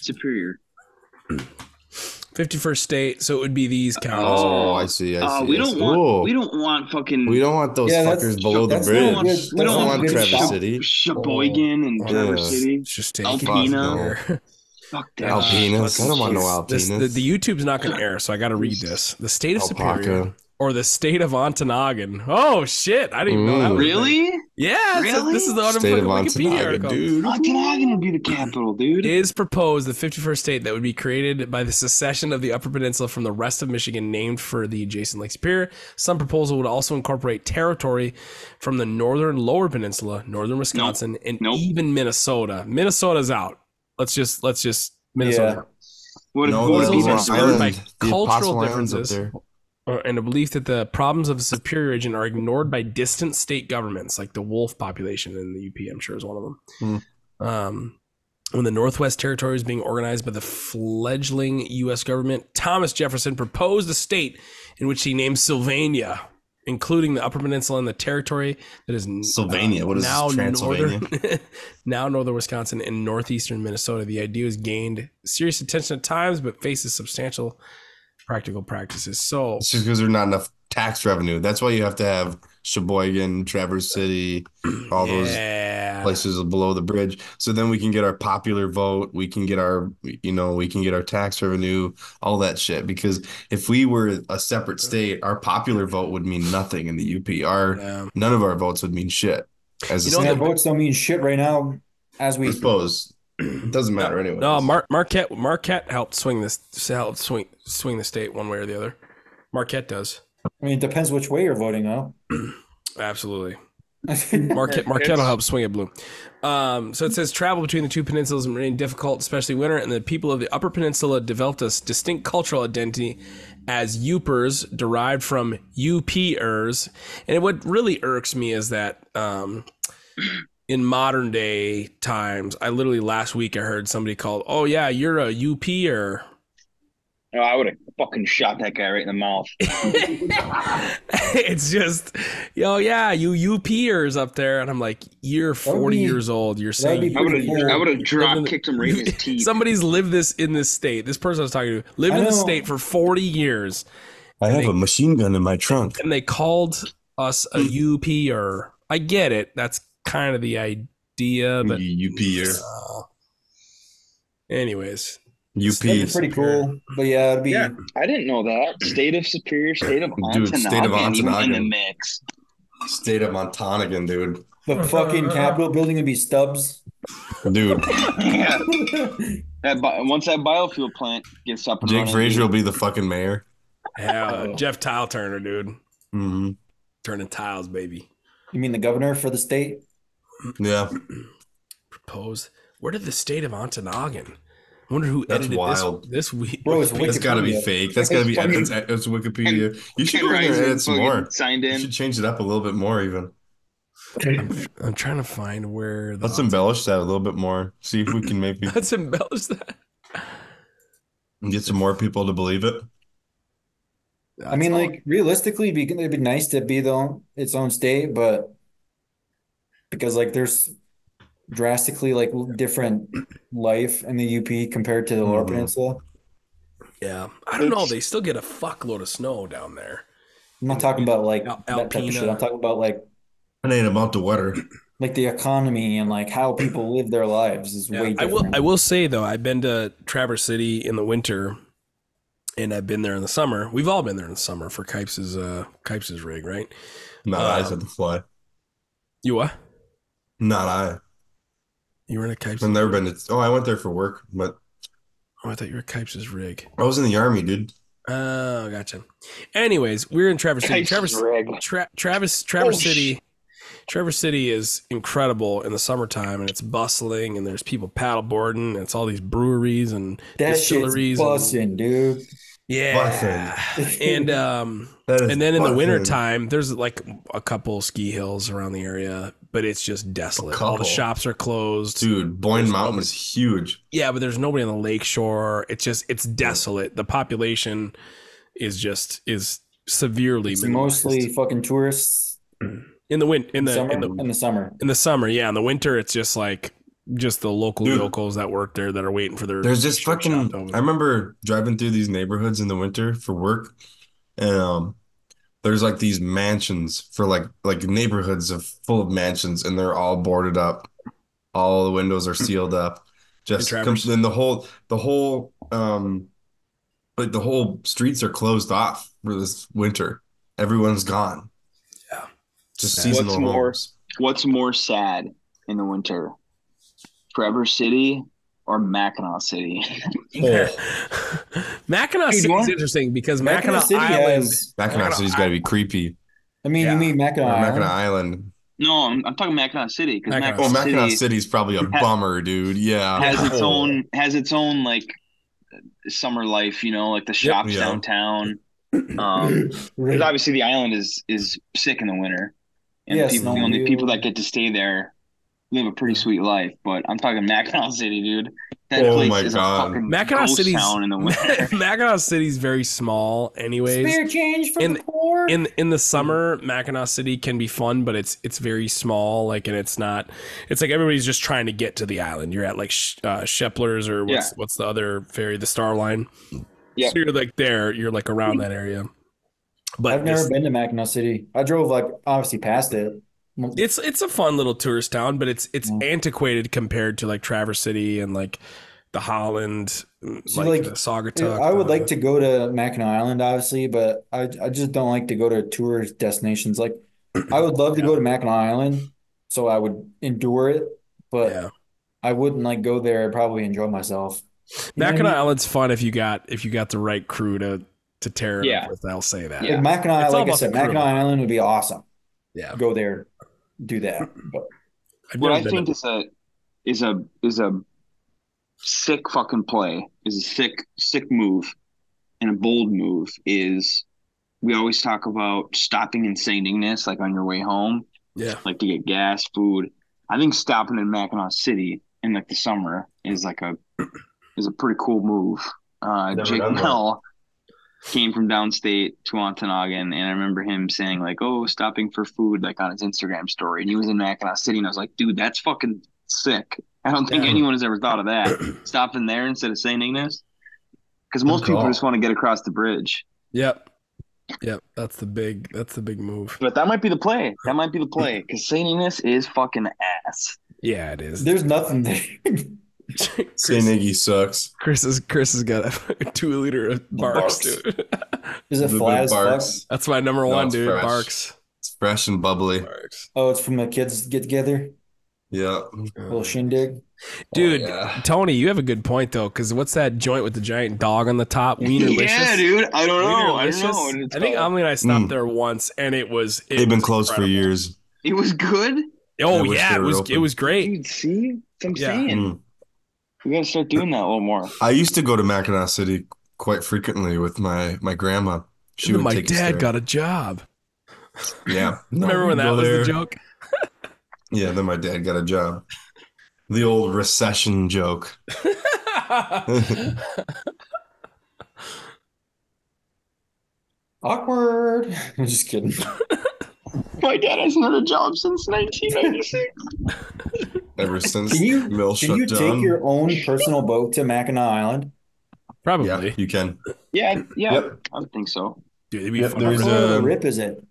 Speaker 1: Superior.
Speaker 4: 51st state. So it would be these counties.
Speaker 2: Oh,
Speaker 1: Oh.
Speaker 2: I see. I see.
Speaker 1: Uh, we
Speaker 2: I
Speaker 1: don't
Speaker 2: see.
Speaker 1: want.
Speaker 2: Ooh.
Speaker 1: We don't want fucking.
Speaker 2: We don't want those
Speaker 3: Yeah, that's-
Speaker 2: fuckers below the
Speaker 3: that's not a
Speaker 2: bridge.
Speaker 3: good- that's
Speaker 1: We don't
Speaker 3: not a
Speaker 1: want
Speaker 2: want
Speaker 3: good
Speaker 2: Travis
Speaker 3: shot.
Speaker 1: Shep-
Speaker 2: City.
Speaker 1: Sheboygan and
Speaker 4: Oh,
Speaker 1: Traverse
Speaker 2: yeah.
Speaker 1: City.
Speaker 4: Just take
Speaker 1: Alpina.
Speaker 4: it.
Speaker 1: Fuck that.
Speaker 4: Uh,
Speaker 2: Alpinas.
Speaker 4: let's-
Speaker 2: I don't want no
Speaker 4: This,
Speaker 2: Alpinas.
Speaker 4: the, the YouTube's not going to air, so I got to read this. The state of Superior
Speaker 2: Alpaca.
Speaker 4: or the state of Ontonagon. Oh shit! I didn't even know that.
Speaker 2: Ooh.
Speaker 4: was a thing.
Speaker 1: Really?
Speaker 4: Yeah. it's a-
Speaker 1: Really?
Speaker 4: this is the
Speaker 2: Mm. State
Speaker 4: fucking
Speaker 2: of
Speaker 4: Wikipedia
Speaker 2: Ontonaga,
Speaker 4: article.
Speaker 2: dude.
Speaker 1: Okanagan would be the capital, dude.
Speaker 4: It is proposed the 51st state that would be created by the secession of the Upper Peninsula from the rest of Michigan, named for the adjacent Lake Superior. Some proposal would also incorporate territory from the northern Lower Peninsula, northern Wisconsin, and
Speaker 1: Nope.
Speaker 4: even Minnesota. Minnesota's out. Let's just let's just Minnesota.
Speaker 3: Yeah.
Speaker 1: What
Speaker 2: No,
Speaker 1: what
Speaker 2: the
Speaker 4: it's
Speaker 1: if we
Speaker 2: Long
Speaker 4: even
Speaker 1: went-
Speaker 4: Long spurred by
Speaker 2: Island, the
Speaker 4: cultural
Speaker 2: Apostle Islands up
Speaker 4: differences.
Speaker 2: there.
Speaker 4: uh, and a belief that the problems of the superior region are ignored by distant
Speaker 2: Hmm.
Speaker 4: state governments, like the wolf population in the UP, I'm sure is one of them. Um, when the Northwest Territory was being organized by the fledgling U.S. government, Thomas Jefferson proposed a state in which he named Sylvania, including the Upper Peninsula and the territory that is n-
Speaker 2: Sylvania. What is
Speaker 4: now
Speaker 2: this, Transylvania?
Speaker 4: northern, now northern Wisconsin and northeastern Minnesota. The idea has gained serious attention at times, but faces substantial practical practices. So
Speaker 2: It's just because there's not enough tax revenue. That's why you have to have Sheboygan, Traverse City, all those
Speaker 4: yeah.
Speaker 2: places below the bridge. So then we can get our popular vote. We can get our, you know, we can get our tax revenue, all that shit. Because if we were a separate state, our popular vote would mean nothing in the UP. Our
Speaker 4: Yeah.
Speaker 2: none of our votes would mean shit. As
Speaker 4: You
Speaker 2: a
Speaker 4: know,
Speaker 2: state.
Speaker 4: the-
Speaker 3: Yeah, votes don't mean shit right now as
Speaker 2: I
Speaker 3: we
Speaker 2: suppose it doesn't matter anyway.
Speaker 4: No, Mar- Marquette Marquette helped swing this helped swing swing the state one way or the other. Marquette does
Speaker 3: I mean it depends which way you're voting though.
Speaker 4: absolutely.
Speaker 3: Mark
Speaker 4: Marquette Marquette will help swing it blue. Um, so it says travel between the two peninsulas remained difficult, especially winter, and the people of the Upper Peninsula developed a s- distinct cultural identity as Upers, derived from UPers. And what really irks me is that um, in modern day times, I literally last week I heard somebody called, "Oh yeah, you're a UPer."
Speaker 1: No, Oh, I would have fucking shot that guy right in the mouth.
Speaker 4: it's just, yo, yeah, you UPers up there, and I'm like, you're 40
Speaker 3: be-
Speaker 4: years old. You're
Speaker 3: that'd
Speaker 4: saying
Speaker 3: be
Speaker 1: I would have. I would have drop
Speaker 4: Living the-
Speaker 1: kicked him right in his teeth.
Speaker 4: Somebody's lived this in this state. This person I was talking to lived
Speaker 3: I
Speaker 4: in this
Speaker 3: know.
Speaker 4: state for 40 years,
Speaker 2: I have a machine gun in my trunk.
Speaker 4: and they called us
Speaker 1: Hmm.
Speaker 4: a UP or I get it. That's kind of the
Speaker 1: Hmm.
Speaker 4: idea, but
Speaker 2: UP
Speaker 4: Uh, anyways,
Speaker 3: that'd be
Speaker 2: UP.
Speaker 3: pretty cool. But yeah, it'd be
Speaker 1: Yeah. I didn't know that. State of Superior, state of Ontonagon,
Speaker 2: Dude, state of
Speaker 1: even in the
Speaker 2: Ontonagon.
Speaker 1: mix.
Speaker 2: State of Montanagan, dude.
Speaker 3: the fucking Capitol building would be stubs.
Speaker 2: Dude,
Speaker 1: Yeah, that bi- once that biofuel plant gets up, and
Speaker 2: Jake
Speaker 1: running,
Speaker 2: Frazier will be the fucking mayor.
Speaker 1: Oh.
Speaker 4: yeah, Jeff Tile Turner, dude,
Speaker 2: hmm
Speaker 4: turning tiles, baby.
Speaker 3: you mean the governor for the state?
Speaker 2: Yeah,
Speaker 4: Propose. Where did the state of Ontonagen? I wonder who
Speaker 2: That's
Speaker 4: edited
Speaker 2: wild.
Speaker 4: this this week.
Speaker 3: Bro, it's
Speaker 2: that's got to be
Speaker 3: Wikipedude.
Speaker 2: fake. That's got to be
Speaker 1: Fucking-
Speaker 2: it's, it's Wikipedia. You should
Speaker 1: Ken
Speaker 2: go in there
Speaker 1: Reisman
Speaker 2: and edit some
Speaker 1: fucking
Speaker 2: more.
Speaker 1: Signed
Speaker 2: You
Speaker 1: in.
Speaker 2: should change it up a little bit more, even.
Speaker 4: I'm trying to find where the
Speaker 2: Let's embellish that a little bit more. See if we can maybe
Speaker 4: let's embellish that.
Speaker 2: get some more people to believe it.
Speaker 3: I mean, like realistically, it'd be, it'd be nice to be the own, its own state, but because like there's drastically like different life in the UP compared to the Lower
Speaker 2: Mhm.
Speaker 3: Peninsula.
Speaker 4: Yeah, I don't know. They still get a fuckload of snow down there.
Speaker 3: I'm not talking about like
Speaker 4: Al-
Speaker 3: that type of shit.
Speaker 4: Alpena.
Speaker 3: I'm talking about like
Speaker 2: It ain't about the weather.
Speaker 3: like the economy and like how people live their lives is way
Speaker 4: Yeah, I
Speaker 3: different.
Speaker 4: will. I will say though, I've been to Traverse City in the winter, and I've been there in the summer. We've all been there in the summer for Kipes's uh Kipes's rig, right?
Speaker 2: Not I said the fly.
Speaker 4: You what?
Speaker 2: Not I.
Speaker 4: You were in a Kipes.
Speaker 2: I've never been to. Oh, I went there for work, but
Speaker 4: Oh, I thought you were Kipes's rig.
Speaker 2: I was in the army, dude.
Speaker 4: Oh, gotcha. Anyways, we're in Traverse City.
Speaker 1: Tyson
Speaker 4: Traverse.
Speaker 1: Drag.
Speaker 4: Tra- Travis Traverse
Speaker 1: Oh,
Speaker 4: City Traverse City is incredible in the summertime and it's bustling and there's people paddleboarding and it's all these breweries and
Speaker 3: that
Speaker 4: distilleries
Speaker 3: shit's
Speaker 4: and-
Speaker 3: busting, dude.
Speaker 4: yeah and um
Speaker 2: That is
Speaker 4: and then in the
Speaker 2: fucking-
Speaker 4: wintertime there's like a couple ski hills around the area but it's just desolate all the
Speaker 2: couple.
Speaker 4: shops are closed
Speaker 2: dude, Boyne Mountain is huge.
Speaker 4: yeah but there's nobody on the lake shore it's just it's desolate the population is just is severely
Speaker 3: It's
Speaker 4: minimized.
Speaker 3: mostly fucking tourists
Speaker 4: in the wind in the
Speaker 3: summer
Speaker 4: in the
Speaker 3: summer.
Speaker 4: In the summer, yeah. In the winter, it's just like just the local
Speaker 2: Dude.
Speaker 4: yokels that work there that are waiting for their.
Speaker 2: There's just
Speaker 4: shit
Speaker 2: fucking.
Speaker 4: chopped over.
Speaker 2: I remember driving through these neighborhoods in the winter for work, and um, there's like these mansions for like like neighborhoods of full of mansions, and they're all boarded up. All the windows are sealed up. Just
Speaker 4: Traverse.
Speaker 2: com- then the whole the whole um, like the whole streets are closed off for this winter. Everyone's gone.
Speaker 4: Yeah.
Speaker 2: Just
Speaker 4: What's
Speaker 2: seasonal
Speaker 1: more-
Speaker 2: homes.
Speaker 1: What's more sad in the winter, Traverse City or Mackinac City?
Speaker 4: Mackinac
Speaker 1: Dude, you
Speaker 4: City is
Speaker 1: want-
Speaker 4: interesting because
Speaker 3: Mackinac
Speaker 4: Mackinac,
Speaker 3: City
Speaker 4: Island.
Speaker 3: has.
Speaker 2: Mackinac
Speaker 4: Mackinac
Speaker 2: City's got to be creepy.
Speaker 3: I mean,
Speaker 4: Yeah.
Speaker 3: you mean Mackinac?
Speaker 2: Or
Speaker 3: Island?
Speaker 2: Mackinac Island.
Speaker 1: No, I'm, I'm talking Mackinac City because
Speaker 4: Mackinac.
Speaker 1: Mackinac,
Speaker 2: Oh, Mackinac
Speaker 1: City
Speaker 2: City's probably a
Speaker 1: Ha-
Speaker 2: bummer, dude. Yeah.
Speaker 1: has its
Speaker 2: Oh.
Speaker 1: own has its own like summer life. You know, like the shops
Speaker 2: yeah.
Speaker 1: downtown. Um,
Speaker 3: Right.
Speaker 1: because obviously the island is is sick in the winter, and
Speaker 3: Yeah,
Speaker 1: people,
Speaker 3: snow
Speaker 1: the only
Speaker 3: and-
Speaker 1: people that get to stay there live a pretty sweet life, but I'm talking Mackinac City, dude. That
Speaker 2: Oh
Speaker 1: place
Speaker 2: my
Speaker 1: is
Speaker 2: God.
Speaker 1: a fucking
Speaker 4: Mackinac
Speaker 1: ghost
Speaker 4: City's
Speaker 1: town in the winter.
Speaker 4: Mackinac City's very small, anyways.
Speaker 3: Spare change for
Speaker 4: In-
Speaker 3: the poor.
Speaker 4: in in the summer Mackinac City can be fun but it's it's very small like and it's not it's like everybody's just trying to get to the island you're at like Sh- uh, Shepler's or what's
Speaker 1: Yeah.
Speaker 4: what's the other ferry the Star Line
Speaker 1: Yeah.
Speaker 4: so you're like there you're like around that area but
Speaker 3: I've never
Speaker 4: this-
Speaker 3: been to Mackinac City. I drove like obviously past it.
Speaker 4: it's it's a fun little tourist town but it's it's
Speaker 3: Mm.
Speaker 4: antiquated compared to like Traverse City and like the Holland mm,
Speaker 3: So,
Speaker 4: like,
Speaker 3: like,
Speaker 4: the Saugatuck
Speaker 3: I would
Speaker 4: uh,
Speaker 3: like to go to Mackinac Island, obviously, but I I just don't like to go to tourist destinations. Like I would love to go to Mackinac Island, so I would endure it, but
Speaker 4: yeah
Speaker 3: I wouldn't like go there and probably enjoy myself. You know what I
Speaker 4: Mackinac Island's fun if you got if you got the right crew to to tear it
Speaker 1: Yeah.
Speaker 4: up with I'll say that
Speaker 3: mean? Like, Mackinac,
Speaker 4: It's all
Speaker 3: like I
Speaker 4: about
Speaker 3: said,
Speaker 4: the crew.
Speaker 3: Mackinac Island would be awesome.
Speaker 4: Yeah.
Speaker 3: Go there, do that. But
Speaker 4: I've
Speaker 1: what
Speaker 4: never
Speaker 1: I
Speaker 4: been
Speaker 1: think
Speaker 4: to-
Speaker 1: is a is a is a sick fucking play is a sick sick move and a bold move is we always talk about stopping in Saintiness like on your way home
Speaker 4: yeah
Speaker 1: like to get gas food I think stopping in Mackinac City in like the summer is like a is a pretty cool move uh
Speaker 2: Never
Speaker 1: Jake
Speaker 2: done that.
Speaker 1: Mel came from downstate to Ontonagon and I remember him saying like oh stopping for food like on his Instagram story and he was in Mackinac City and I was like dude that's fucking sick I don't think
Speaker 4: Yeah.
Speaker 1: anyone has ever thought of that stopping there instead of St. Ignace because most people
Speaker 2: call.
Speaker 1: just want to get across the bridge
Speaker 4: Yep. Yep. That's the big that's the big move.
Speaker 1: but that might be the play that might be the play because St. Ignace is fucking ass
Speaker 4: Yeah, it is.
Speaker 3: there's nothing there.
Speaker 2: St.
Speaker 4: Chris,
Speaker 2: Iggy sucks.
Speaker 4: Chris is Chris has got a fucking two liter of barks,
Speaker 2: Barks.
Speaker 4: dude.
Speaker 3: Is it
Speaker 2: Little bit
Speaker 3: flat
Speaker 2: of
Speaker 3: as fuck?
Speaker 2: barks.
Speaker 4: That's my number
Speaker 2: No,
Speaker 4: one,
Speaker 2: it's
Speaker 4: dude.
Speaker 2: fresh.
Speaker 4: Barks.
Speaker 2: It's fresh and bubbly.
Speaker 4: Barks.
Speaker 3: Oh, it's from the kids get together,
Speaker 2: Yeah.
Speaker 4: Oh.
Speaker 3: little shindig.
Speaker 4: Dude,
Speaker 2: Oh, yeah.
Speaker 4: Tony, you have a good point though, because what's that joint with the giant dog on the top? Wienerlicious.
Speaker 1: Yeah, dude. I don't know. I don't
Speaker 4: Wienerlicious?
Speaker 1: know. what it's
Speaker 4: I think
Speaker 1: called.
Speaker 4: Amelie and I stopped
Speaker 2: Mm.
Speaker 4: there once, and it was. It
Speaker 2: They've been
Speaker 4: was
Speaker 2: closed for
Speaker 4: incredible.
Speaker 2: years.
Speaker 1: it was good.
Speaker 4: Oh
Speaker 2: I wish
Speaker 4: yeah,
Speaker 2: they
Speaker 4: it
Speaker 2: were
Speaker 4: was. It
Speaker 2: open.
Speaker 4: was great.
Speaker 1: Dude, see, That's what I'm
Speaker 4: Yeah.
Speaker 1: saying
Speaker 2: Mm.
Speaker 1: we gotta start doing that a little more.
Speaker 2: I used to go to Mackinac City quite frequently with my my grandma. She
Speaker 4: And then
Speaker 2: would
Speaker 4: my
Speaker 2: take us
Speaker 4: dad
Speaker 2: there.
Speaker 4: got a job.
Speaker 2: yeah.
Speaker 4: Remember when
Speaker 2: No, go
Speaker 4: that was the
Speaker 2: there.
Speaker 4: joke?
Speaker 2: Yeah, then my dad got a job. The old recession joke.
Speaker 3: Awkward. I'm just kidding.
Speaker 1: My dad hasn't had a job since 1996.
Speaker 2: Ever since
Speaker 3: Can you-
Speaker 2: mill
Speaker 3: Can
Speaker 2: shut
Speaker 3: you
Speaker 2: down.
Speaker 3: take your own personal boat to Mackinac Island?
Speaker 4: Probably.
Speaker 2: yeah, you can.
Speaker 1: yeah, yeah.
Speaker 2: Yep.
Speaker 1: I would think so.
Speaker 4: Dude, it'd be
Speaker 2: Yep,
Speaker 4: fun.
Speaker 2: there's
Speaker 3: How
Speaker 2: a-
Speaker 3: far of a rip is it?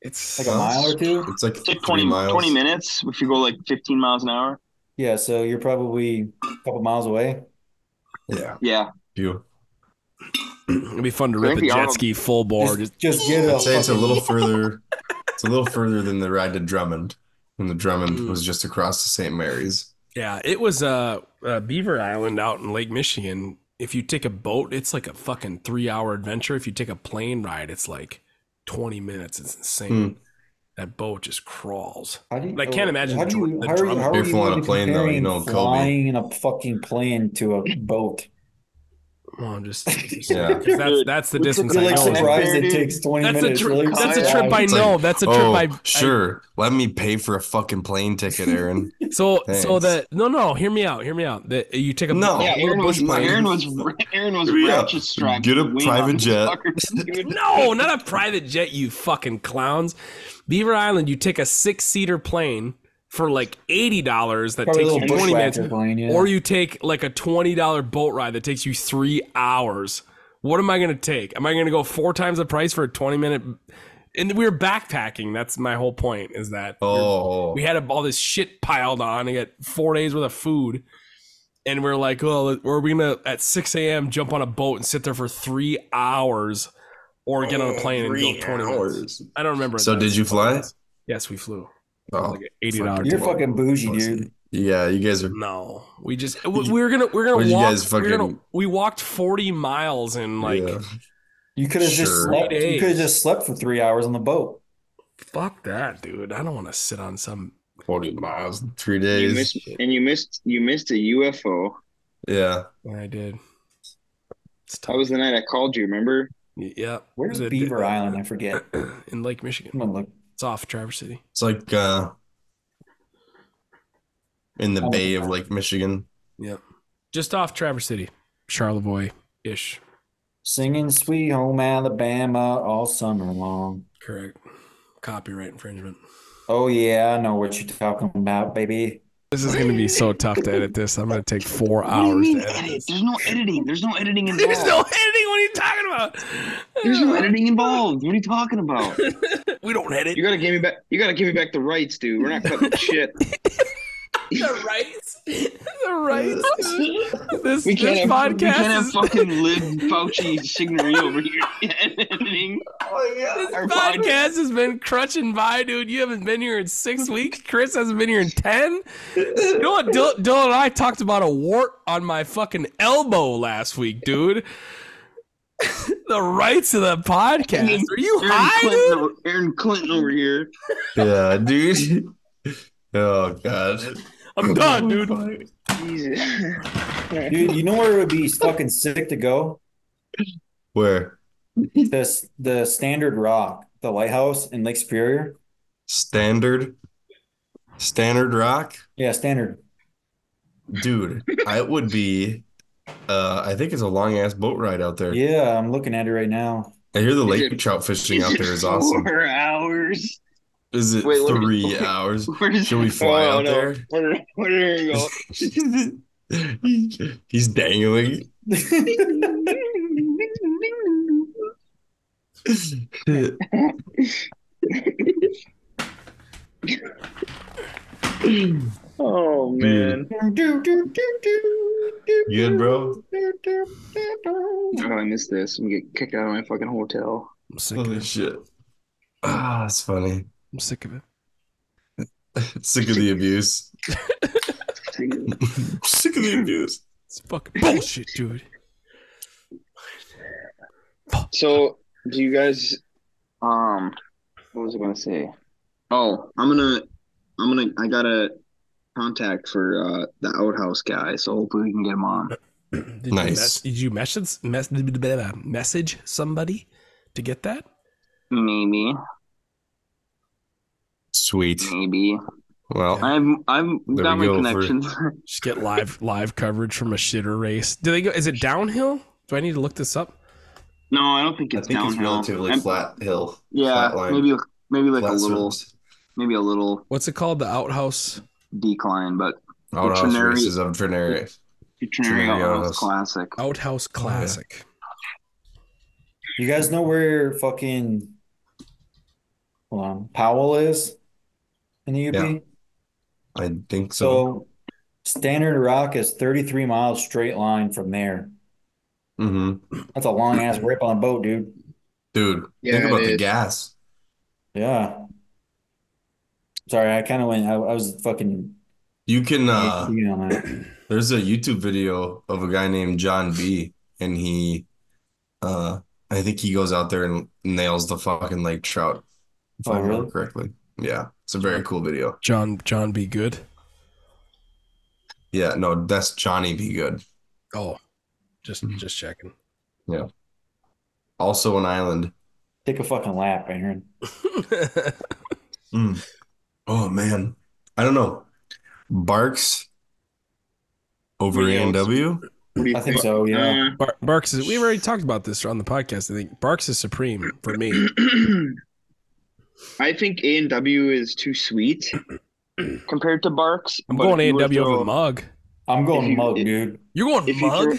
Speaker 4: it's
Speaker 3: Like a mile or two?
Speaker 2: It's like
Speaker 1: It's like
Speaker 2: three
Speaker 1: 20,
Speaker 2: miles.
Speaker 1: 20 minutes if you go like 15 miles an hour.
Speaker 3: Yeah, so you're probably a couple miles away.
Speaker 2: Yeah.
Speaker 1: Yeah.
Speaker 2: You.
Speaker 4: It'd be fun to
Speaker 1: I
Speaker 4: rip
Speaker 1: think
Speaker 4: a
Speaker 1: the
Speaker 4: jet
Speaker 1: Arnold-
Speaker 4: ski full bore. Just,
Speaker 3: Just, just get
Speaker 2: I'd say it's a
Speaker 3: fucking-
Speaker 2: little further. It's a little further than the ride to Drummond, when the Drummond
Speaker 4: Mm.
Speaker 2: was just across the St. Mary's.
Speaker 4: yeah, it was uh, uh, Beaver Island out in Lake Michigan. If you take a boat, it's like a fucking three hour adventure. If you take a plane ride, it's like twenty minutes. It's
Speaker 2: Hmm.
Speaker 4: insane. That boat just crawls.
Speaker 3: How do you-
Speaker 4: I can't imagine
Speaker 3: How do
Speaker 4: the
Speaker 3: you?
Speaker 4: dr-
Speaker 3: How are you?
Speaker 4: the drum-
Speaker 3: How are
Speaker 2: You're
Speaker 3: you
Speaker 2: flying a
Speaker 3: even
Speaker 2: plane, though, you
Speaker 3: comparing
Speaker 2: know, Kobe.
Speaker 3: flying in a fucking plane to a boat?
Speaker 4: Well, Oh, I'm just
Speaker 2: Yeah.
Speaker 4: yeah. that's that's the
Speaker 1: Dude,
Speaker 4: distance.
Speaker 1: it's
Speaker 3: You're
Speaker 4: I
Speaker 3: like
Speaker 1: know.
Speaker 3: surprised it
Speaker 1: Dude,
Speaker 3: takes twenty
Speaker 4: That's a
Speaker 3: minutes.
Speaker 4: trip.
Speaker 3: You're like,
Speaker 4: that's a
Speaker 3: "Oh,
Speaker 4: trip I
Speaker 2: It's
Speaker 4: know.
Speaker 2: like,
Speaker 4: that's a trip
Speaker 2: oh,
Speaker 4: I I
Speaker 2: sure. Let me pay for a fucking plane ticket, Aaron.
Speaker 4: So so
Speaker 2: Thanks.
Speaker 4: that no no hear me out hear me out that you take Oh, a
Speaker 2: No.
Speaker 1: Yeah,
Speaker 2: Yeah,
Speaker 1: Aaron was,
Speaker 4: bush plane.
Speaker 1: Aaron was Aaron was
Speaker 2: Yeah.
Speaker 1: ratchet strapped.
Speaker 2: Get
Speaker 1: to
Speaker 2: a
Speaker 1: the wing
Speaker 2: private
Speaker 1: on this
Speaker 2: jet.
Speaker 1: fucker, dude.
Speaker 4: No, not a private jet, you fucking clowns. Beaver Island, you take a six seater plane for like eighty dollars that
Speaker 3: Probably a
Speaker 4: takes you
Speaker 3: little
Speaker 4: twenty minutes,
Speaker 3: bushwhacker plane, yeah.
Speaker 4: or you take like a twenty dollar boat ride that takes you three hours. What am I gonna take? Am I gonna go four times the price for a twenty minute? And we were backpacking. That's my whole point. Is that we were
Speaker 2: Oh,
Speaker 4: we had all this shit piled on. I got four days worth of food, and we're like, "Oh, are we gonna at six a.m. jump on a boat and sit there for three hours, or get
Speaker 2: Oh,
Speaker 4: on a plane and go twenty minutes?" I don't remember.
Speaker 2: So
Speaker 4: that.
Speaker 2: did you fly?
Speaker 4: Yes, we flew.
Speaker 2: Oh,
Speaker 4: Like an eighty dollars.
Speaker 3: You're fucking bougie, dude.
Speaker 2: yeah. You guys are.
Speaker 4: No, we just we, we were gonna we we're
Speaker 2: What
Speaker 4: gonna
Speaker 2: did you
Speaker 4: walk.
Speaker 2: guys
Speaker 4: we we're gonna,
Speaker 2: fucking-
Speaker 4: we walked forty miles in like
Speaker 2: yeah.
Speaker 3: You could have just
Speaker 2: Sure.
Speaker 3: slept.
Speaker 4: Three
Speaker 3: You could have just slept for three hours on the boat.
Speaker 4: fuck that, dude. I don't want to sit on some.
Speaker 2: forty miles, in three
Speaker 1: You
Speaker 2: days.
Speaker 1: missed, and you missed you missed a UFO.
Speaker 2: Yeah.
Speaker 4: I did. It's
Speaker 1: That was the night I called you. Remember?
Speaker 4: yeah.
Speaker 3: Where's
Speaker 4: It was a-
Speaker 3: Beaver Island? I forget.
Speaker 4: in Lake
Speaker 3: I'm
Speaker 4: Michigan.
Speaker 3: gonna look.
Speaker 4: It's off Traverse City.
Speaker 2: It's like uh in the bay of Lake Michigan.
Speaker 4: Yep. Just off Traverse City, Charlevoix ish.
Speaker 3: Singing Sweet Home Alabama all summer long.
Speaker 4: Correct. Copyright infringement.
Speaker 3: Oh, yeah, I know what you're talking about, baby.
Speaker 4: This is going to be so tough to edit this. I'm going to take four
Speaker 1: What do you
Speaker 4: hours.
Speaker 1: mean
Speaker 4: to edit.
Speaker 1: edit? There's no editing. There's no editing involved.
Speaker 4: There's no editing. What are you talking about?
Speaker 1: There's no editing involved. What are you talking about?
Speaker 4: We don't edit.
Speaker 1: You gotta give me back. You gotta give me back the rights, dude. We're not cutting shit.
Speaker 4: the rights. The rights. This,
Speaker 1: We can't.
Speaker 4: this
Speaker 1: Have,
Speaker 4: podcast
Speaker 1: we can't have
Speaker 4: is-
Speaker 1: fucking Lib Fauci Signory over here editing.
Speaker 4: This
Speaker 1: Oh, Our
Speaker 4: podcast has been crutching by, dude. You haven't been here in six weeks. Chris hasn't been here in ten. You know what? Dylan, Dylan and I talked about a wart on my fucking elbow last week, dude. the rights of the podcast. Are you
Speaker 1: Aaron
Speaker 4: high,
Speaker 1: Clinton,
Speaker 4: dude?
Speaker 1: over, Aaron Clinton over here.
Speaker 2: Yeah, dude. Oh god.
Speaker 4: I'm done, dude.
Speaker 1: Jesus.
Speaker 3: Dude, you know where it would be fucking sick to go?
Speaker 2: Where?
Speaker 3: This the Standard Rock, the lighthouse in Lake Superior.
Speaker 2: Standard Standard Rock?
Speaker 3: Yeah, Standard.
Speaker 2: Dude, I would be uh I think it's a long ass boat ride out there.
Speaker 3: Yeah, I'm looking at it right now.
Speaker 2: I hear the
Speaker 1: Is
Speaker 2: lake
Speaker 1: it-
Speaker 2: trout fishing out there is
Speaker 1: Four
Speaker 2: awesome.
Speaker 1: hours.
Speaker 2: Is it
Speaker 1: Wait, let me-
Speaker 2: three hours?
Speaker 1: Where is-
Speaker 2: Should we fly
Speaker 1: oh,
Speaker 2: out
Speaker 1: no.
Speaker 2: there?
Speaker 1: Where, where do we go?
Speaker 2: He's dangling.
Speaker 1: Oh man.
Speaker 2: You good, bro?
Speaker 1: Oh, I missed this. I'm gonna get kicked out of my fucking hotel.
Speaker 4: I'm sick of
Speaker 2: Holy
Speaker 4: it.
Speaker 2: shit. Ah, it's funny.
Speaker 4: I'm sick of it.
Speaker 2: Sick of the abuse.
Speaker 1: Dude,
Speaker 2: Sick of the abuse.
Speaker 4: It's fucking bullshit, dude.
Speaker 1: So, do you guys? Um, what was I gonna say? Oh, I'm gonna, I'm gonna, I got a contact for uh the outhouse guy. So hopefully we can get him on.
Speaker 4: Did
Speaker 2: Nice.
Speaker 4: You mes- did you message mes- message somebody to get that?
Speaker 1: Maybe,
Speaker 2: Sweet.
Speaker 1: maybe.
Speaker 2: Well,
Speaker 1: I've, I've
Speaker 2: There
Speaker 1: got my
Speaker 2: we go for-
Speaker 1: connections.
Speaker 4: Just get live live coverage from a shitter race. Do they go? Is it downhill? Do I need to look this up?
Speaker 1: no, I don't think
Speaker 2: I
Speaker 1: it's
Speaker 2: think it's
Speaker 1: downhill.
Speaker 2: relatively
Speaker 1: I'm-
Speaker 2: flat hill.
Speaker 1: Yeah,
Speaker 2: flat line.
Speaker 1: maybe, maybe like
Speaker 2: flat
Speaker 1: a little,
Speaker 2: surface.
Speaker 1: maybe a little
Speaker 4: What's it called? The outhouse.
Speaker 1: decline, but
Speaker 2: Outhouse
Speaker 1: Trinary-
Speaker 2: races of Trinary.
Speaker 1: Trinary
Speaker 2: Trinary
Speaker 1: outhouse
Speaker 2: Outhouse.
Speaker 1: classic. Oh,
Speaker 4: Outhouse Classic.
Speaker 3: You guys know where fucking hold on, Powell is in the UP?
Speaker 2: Yeah. I think so.
Speaker 3: So Standard Rock is 33 miles straight line from there.
Speaker 2: hmm
Speaker 3: That's a long ass rip on a boat, dude.
Speaker 2: Dude,
Speaker 1: Yeah,
Speaker 2: think
Speaker 1: it
Speaker 2: about the
Speaker 1: is.
Speaker 2: gas.
Speaker 3: Yeah. Sorry, I kind of went. I, I was fucking
Speaker 2: You can uh
Speaker 3: ADHD on that.
Speaker 2: There's a YouTube video of a guy named John B, and he, uh, I think he goes out there and nails the fucking lake trout, if
Speaker 3: Oh,
Speaker 2: I remember
Speaker 3: really?
Speaker 2: correctly. Yeah, it's a very cool video.
Speaker 4: John John B. Good.
Speaker 2: Yeah, no, that's Johnny B. Good.
Speaker 4: Oh, just
Speaker 1: Mm-hmm.
Speaker 4: just checking.
Speaker 2: Also an island.
Speaker 3: Take a fucking lap, Aaron.
Speaker 1: Hmm.
Speaker 2: Mm. Oh man, I don't know. Barks over
Speaker 1: Yeah, it's-
Speaker 2: A&W.
Speaker 1: What do you
Speaker 3: I think so. Yeah.
Speaker 4: Bar- Barks is. We've already talked about this on the podcast. I think Barks is supreme for me.
Speaker 1: I think A and W is too sweet compared to Barks.
Speaker 4: I'm
Speaker 1: but
Speaker 4: going
Speaker 1: if you
Speaker 4: A and
Speaker 1: were to
Speaker 4: W
Speaker 1: throw-
Speaker 4: over mug.
Speaker 3: I'm
Speaker 1: If
Speaker 3: going
Speaker 1: you-
Speaker 3: mug,
Speaker 1: if-
Speaker 3: dude.
Speaker 4: You're going
Speaker 1: If you
Speaker 4: mug.
Speaker 1: throw-